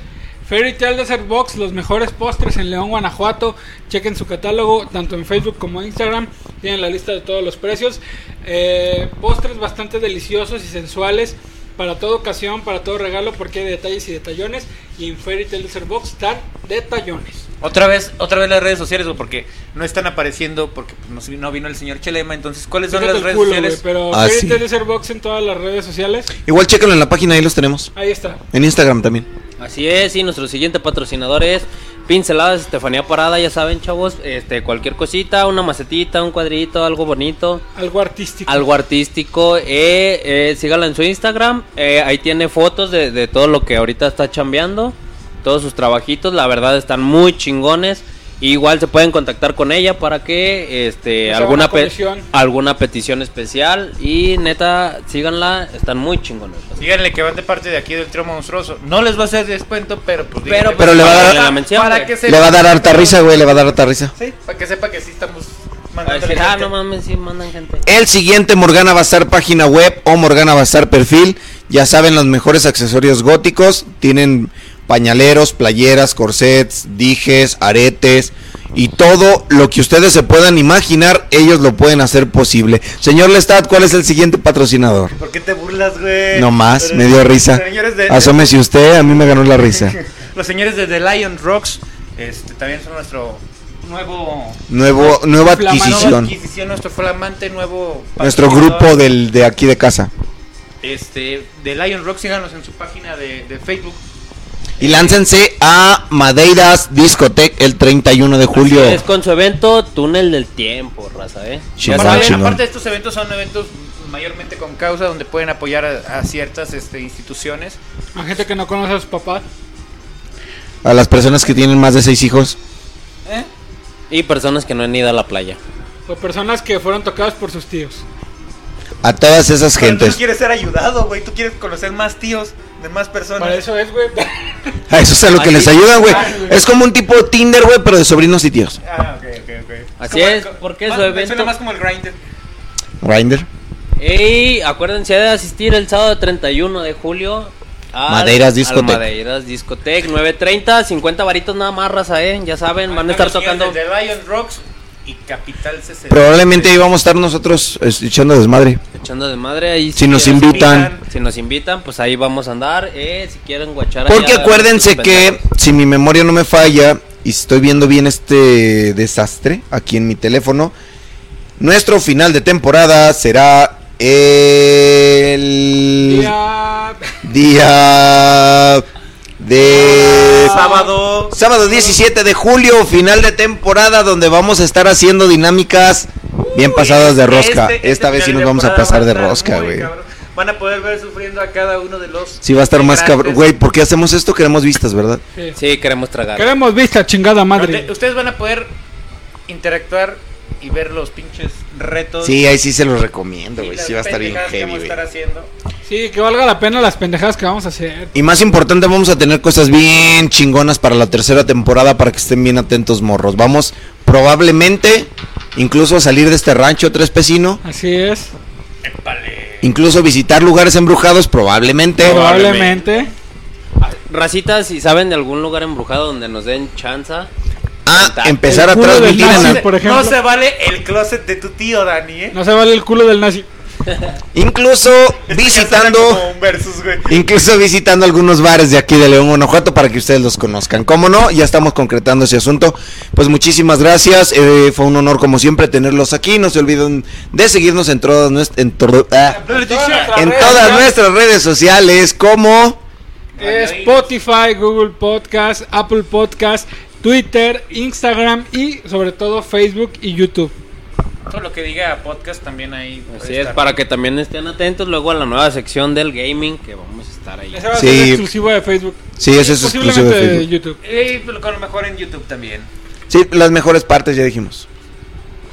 Speaker 2: Fairy Tail Desert Box, los mejores postres en León, Guanajuato. Chequen su catálogo, tanto en Facebook como en Instagram. Tienen la lista de todos los precios. Eh, postres bastante deliciosos y sensuales para toda ocasión, para todo regalo, porque hay detalles y detallones. Y en Fairy Tail Desert Box están detallones.
Speaker 5: Otra vez, otra vez las redes sociales, güey, porque no están apareciendo, porque pues, no, se- no vino el señor Chelema, entonces, ¿cuáles son
Speaker 2: Fíjate
Speaker 5: las
Speaker 2: el
Speaker 5: redes
Speaker 2: culo,
Speaker 5: sociales?
Speaker 2: güey, pero
Speaker 1: Ah,
Speaker 2: Fairy
Speaker 1: sí.
Speaker 2: Tail Desert Box en todas las redes sociales.
Speaker 1: Igual chéquenlo en la página, ahí los tenemos.
Speaker 2: Ahí está.
Speaker 1: En Instagram también.
Speaker 3: Así es, y nuestro siguiente patrocinador es Pinceladas Estefanía Parada, ya saben, chavos, este cualquier cosita, una macetita, un cuadrito, algo bonito,
Speaker 2: Algo artístico.
Speaker 1: Ah.
Speaker 3: algo artístico, eh, eh, sígala en su Instagram, eh, ahí tiene fotos de, de todo lo que ahorita está chambeando, todos sus trabajitos, la verdad están muy chingones. Igual se pueden contactar con ella para que este
Speaker 2: Nos haga
Speaker 3: alguna
Speaker 2: una
Speaker 3: pe-
Speaker 2: comisión.
Speaker 3: alguna petición especial y neta síganla, están muy chingones.
Speaker 5: Díganle que van de parte de aquí del trío monstruoso. No les va a hacer descuento, pero pues
Speaker 3: Pero,
Speaker 5: díganle.
Speaker 1: pues, Pero le va a dar-
Speaker 3: la mención,
Speaker 5: para
Speaker 3: güey.
Speaker 5: que sepa,
Speaker 1: Le va a dar harta risa, güey, le va a dar harta risa.
Speaker 5: Sí, para que sepa que sí estamos
Speaker 3: Para
Speaker 5: mandando
Speaker 3: decir, ah, no mames, sí mandan gente.
Speaker 1: El siguiente Morgana Bazar página web o Morgana Bazar perfil. Ya saben, los mejores accesorios góticos. Tienen pañaleros, playeras, corsets, dijes, aretes. Y todo lo que ustedes se puedan imaginar, ellos lo pueden hacer posible. Señor Lestat, ¿cuál es el siguiente patrocinador?
Speaker 5: ¿Por qué te burlas, güey?
Speaker 1: No más,
Speaker 5: Pero-
Speaker 1: me dio risa.
Speaker 5: Los señores de,
Speaker 1: Asómese usted, a mí me ganó la risa.
Speaker 5: los señores de The Lion Rocks este, también son nuestro nuevo
Speaker 1: Nuevo, nueva
Speaker 2: Flamado
Speaker 5: nueva
Speaker 1: adquisición.
Speaker 5: adquisición, nuestro flamante nuevo
Speaker 1: Nuestro
Speaker 5: patrocinador.
Speaker 1: grupo del, de aquí de casa.
Speaker 5: este de Lion Rock síganos en su página de, de Facebook.
Speaker 1: Y láncense a Madeiras Discotec el 31 de julio.
Speaker 3: Así Es con su evento Túnel del Tiempo, raza, eh.
Speaker 1: Chingón,
Speaker 5: aparte,
Speaker 1: chingón.
Speaker 5: aparte de estos eventos son eventos mayormente con causa donde pueden apoyar a, a ciertas este, instituciones.
Speaker 2: A gente que no conoce a sus papás.
Speaker 1: A las personas que tienen más de seis hijos.
Speaker 3: ¿Eh? Y personas que no han ido a la playa.
Speaker 2: O personas que fueron tocadas por sus tíos.
Speaker 1: A todas esas
Speaker 5: Pero Tú no
Speaker 1: gentes.
Speaker 5: quieres ser ayudado, güey. Tú quieres conocer más tíos de más personas.
Speaker 2: Para eso es, güey.
Speaker 1: A eso es a lo que les ayuda, güey.
Speaker 5: Ay, güey.
Speaker 1: Es como un tipo Tinder, güey, pero de sobrinos y tíos.
Speaker 5: Ah, ok, ok, ok.
Speaker 3: Así es, porque
Speaker 5: más-
Speaker 3: su evento-
Speaker 5: Suena más como el grinder.
Speaker 1: Grinder.
Speaker 3: Y acuérdense de asistir el sábado 31 de julio a
Speaker 1: Madeiras Discotec.
Speaker 3: Madeiras Discotec, 9.30, 50 varitos nada más, raza, eh. Ya saben, van a estar tocando.
Speaker 5: De Lion Rocks y Capital CC.
Speaker 1: Probablemente ahí vamos a estar nosotros eh, echando desmadre.
Speaker 3: Echando de madre ahí.
Speaker 1: Si nos invitan.
Speaker 3: Si nos invitan, pues ahí vamos a andar. Eh, si quieren guachar
Speaker 1: Porque
Speaker 3: allá,
Speaker 1: acuérdense
Speaker 3: sus
Speaker 1: que,
Speaker 3: pendejos.
Speaker 1: si mi memoria no me falla, y estoy viendo bien este desastre aquí en mi teléfono, nuestro final de temporada será el
Speaker 2: Ya.
Speaker 1: día de...
Speaker 5: Sábado.
Speaker 1: Sábado 17 de julio, final de temporada, donde vamos a estar haciendo dinámicas bien pasadas de rosca.
Speaker 5: Este-
Speaker 1: Esta
Speaker 5: este
Speaker 1: vez sí
Speaker 5: final
Speaker 1: nos vamos a
Speaker 5: temporada
Speaker 1: pasar
Speaker 5: va
Speaker 1: de
Speaker 5: estar
Speaker 1: rosca,
Speaker 5: muy
Speaker 1: güey.
Speaker 5: cabrón. Van a poder ver sufriendo a cada uno de los.
Speaker 1: Sí va a estar más cabrón.
Speaker 5: integrantes.
Speaker 1: Güey, ¿por qué hacemos esto? Queremos vistas, ¿verdad?
Speaker 2: Sí.
Speaker 3: Sí, queremos tragar.
Speaker 2: Queremos vista, chingada
Speaker 5: Ute-
Speaker 2: madre.
Speaker 5: Ustedes van a poder interactuar y ver los pinches retos.
Speaker 1: Sí, ahí sí se los recomiendo,
Speaker 5: y
Speaker 1: güey.
Speaker 5: las
Speaker 1: Sí va a estar bien
Speaker 5: pendejadas que
Speaker 1: heavy,
Speaker 5: vamos a
Speaker 1: güey.
Speaker 5: estar haciendo.
Speaker 2: Sí, que valga la pena las pendejadas que vamos a hacer.
Speaker 1: Y más importante, vamos a tener cosas bien chingonas para la tercera temporada para que estén bien atentos, morros. Vamos probablemente incluso a salir de este rancho tres pecino,
Speaker 2: Así es.
Speaker 1: incluso visitar lugares embrujados, probablemente.
Speaker 2: Probablemente.
Speaker 3: Racitas, si saben de algún lugar embrujado donde nos den chanza.
Speaker 1: A empezar a
Speaker 2: El culo del
Speaker 1: transmitir en
Speaker 2: nazi.
Speaker 1: la-
Speaker 2: Sí, por ejemplo.
Speaker 5: No se vale el closet de tu tío, Dani, ¿eh?
Speaker 2: No se vale el culo del nazi.
Speaker 1: Incluso
Speaker 5: Esto ya suena como
Speaker 1: visitando.
Speaker 5: un versus, güey.
Speaker 1: Incluso visitando algunos bares de aquí de León, Guanajuato, para que ustedes los conozcan. Como no, ya estamos concretando ese asunto. Pues muchísimas gracias. eh, fue un honor, como siempre, tenerlos aquí. No se olviden de seguirnos en todas, nues- en todo- ah, en todas nuestras redes sociales. Como.
Speaker 2: Spotify, Google Podcast, Apple Podcast, Twitter, Instagram y sobre todo Facebook y YouTube.
Speaker 5: Todo lo que diga podcast también ahí. puede
Speaker 3: Así es,
Speaker 5: estar.
Speaker 3: para que también estén atentos luego a la nueva sección del gaming que vamos a estar ahí.
Speaker 2: Ese va a
Speaker 1: Sí.
Speaker 2: ser exclusivo de Facebook.
Speaker 1: Sí, ese es
Speaker 2: Posiblemente
Speaker 1: exclusivo de Facebook.
Speaker 2: YouTube.
Speaker 5: Eh, pero a lo mejor en YouTube también.
Speaker 1: Sí, las mejores partes, ya dijimos.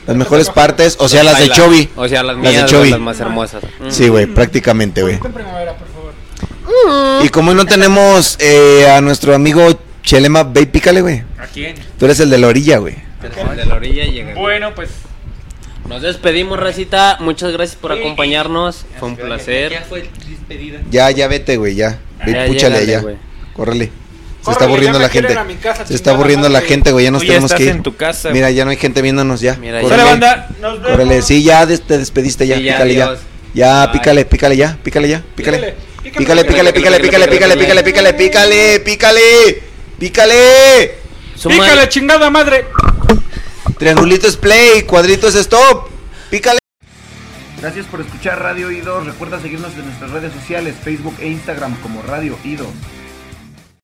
Speaker 1: Las mejores partes, o sea, las de
Speaker 3: Baila.
Speaker 1: Chovy.
Speaker 3: O sea, las
Speaker 1: Las de
Speaker 3: mías, las,
Speaker 1: Chovy.
Speaker 3: más hermosas. Mm.
Speaker 1: Sí, güey, prácticamente, güey.
Speaker 2: en primavera, por favor.
Speaker 1: Y como no tenemos eh, a nuestro amigo Chelema, ve y pícale, güey.
Speaker 5: ¿A quién?
Speaker 1: Tú eres el de la orilla, güey.
Speaker 3: De la orilla llega.
Speaker 5: Bueno, pues.
Speaker 3: Nos despedimos, Racita. Muchas gracias por acompañarnos. Fue un placer.
Speaker 5: fue despedida.
Speaker 1: Ya, ya vete, güey, ya. Ve,
Speaker 3: Ah, Ya, llégale,
Speaker 1: púchale allá.
Speaker 3: güey.
Speaker 1: Córrele. Se
Speaker 2: Córrele,
Speaker 1: está aburriendo
Speaker 2: ya me
Speaker 1: la
Speaker 2: quiero
Speaker 1: gente.
Speaker 2: ir a mi casa,
Speaker 1: Se está
Speaker 2: chingada
Speaker 1: aburriendo la
Speaker 2: madre.
Speaker 1: gente, güey. Ya nos
Speaker 5: Tú ya
Speaker 1: tenemos
Speaker 5: estás
Speaker 1: que ir.
Speaker 5: en tu casa.
Speaker 1: Mira, ya no hay gente viéndonos ya.
Speaker 3: Mira, ya.
Speaker 5: Sale, banda. Nos vemos.
Speaker 1: Córrele. Sí, ya des- te despediste ya.
Speaker 3: Sí, ya,
Speaker 1: pícale ya.
Speaker 3: adiós.
Speaker 1: Ya,
Speaker 3: Bye.
Speaker 1: pícale, pícale ya. Pícale ya. Pícale. Pícale,
Speaker 2: Pícale,
Speaker 1: pícale, pícale, pícale, pícale, pícale, pícale, pícale, pícale. Pícale.
Speaker 3: Suma-
Speaker 2: Pícale, chingada madre.
Speaker 1: Triangulito es play, cuadrito es stop. Pícale.
Speaker 8: Gracias por escuchar Radio Ido. Recuerda seguirnos en nuestras redes sociales, Facebook e Instagram como Radio Ido.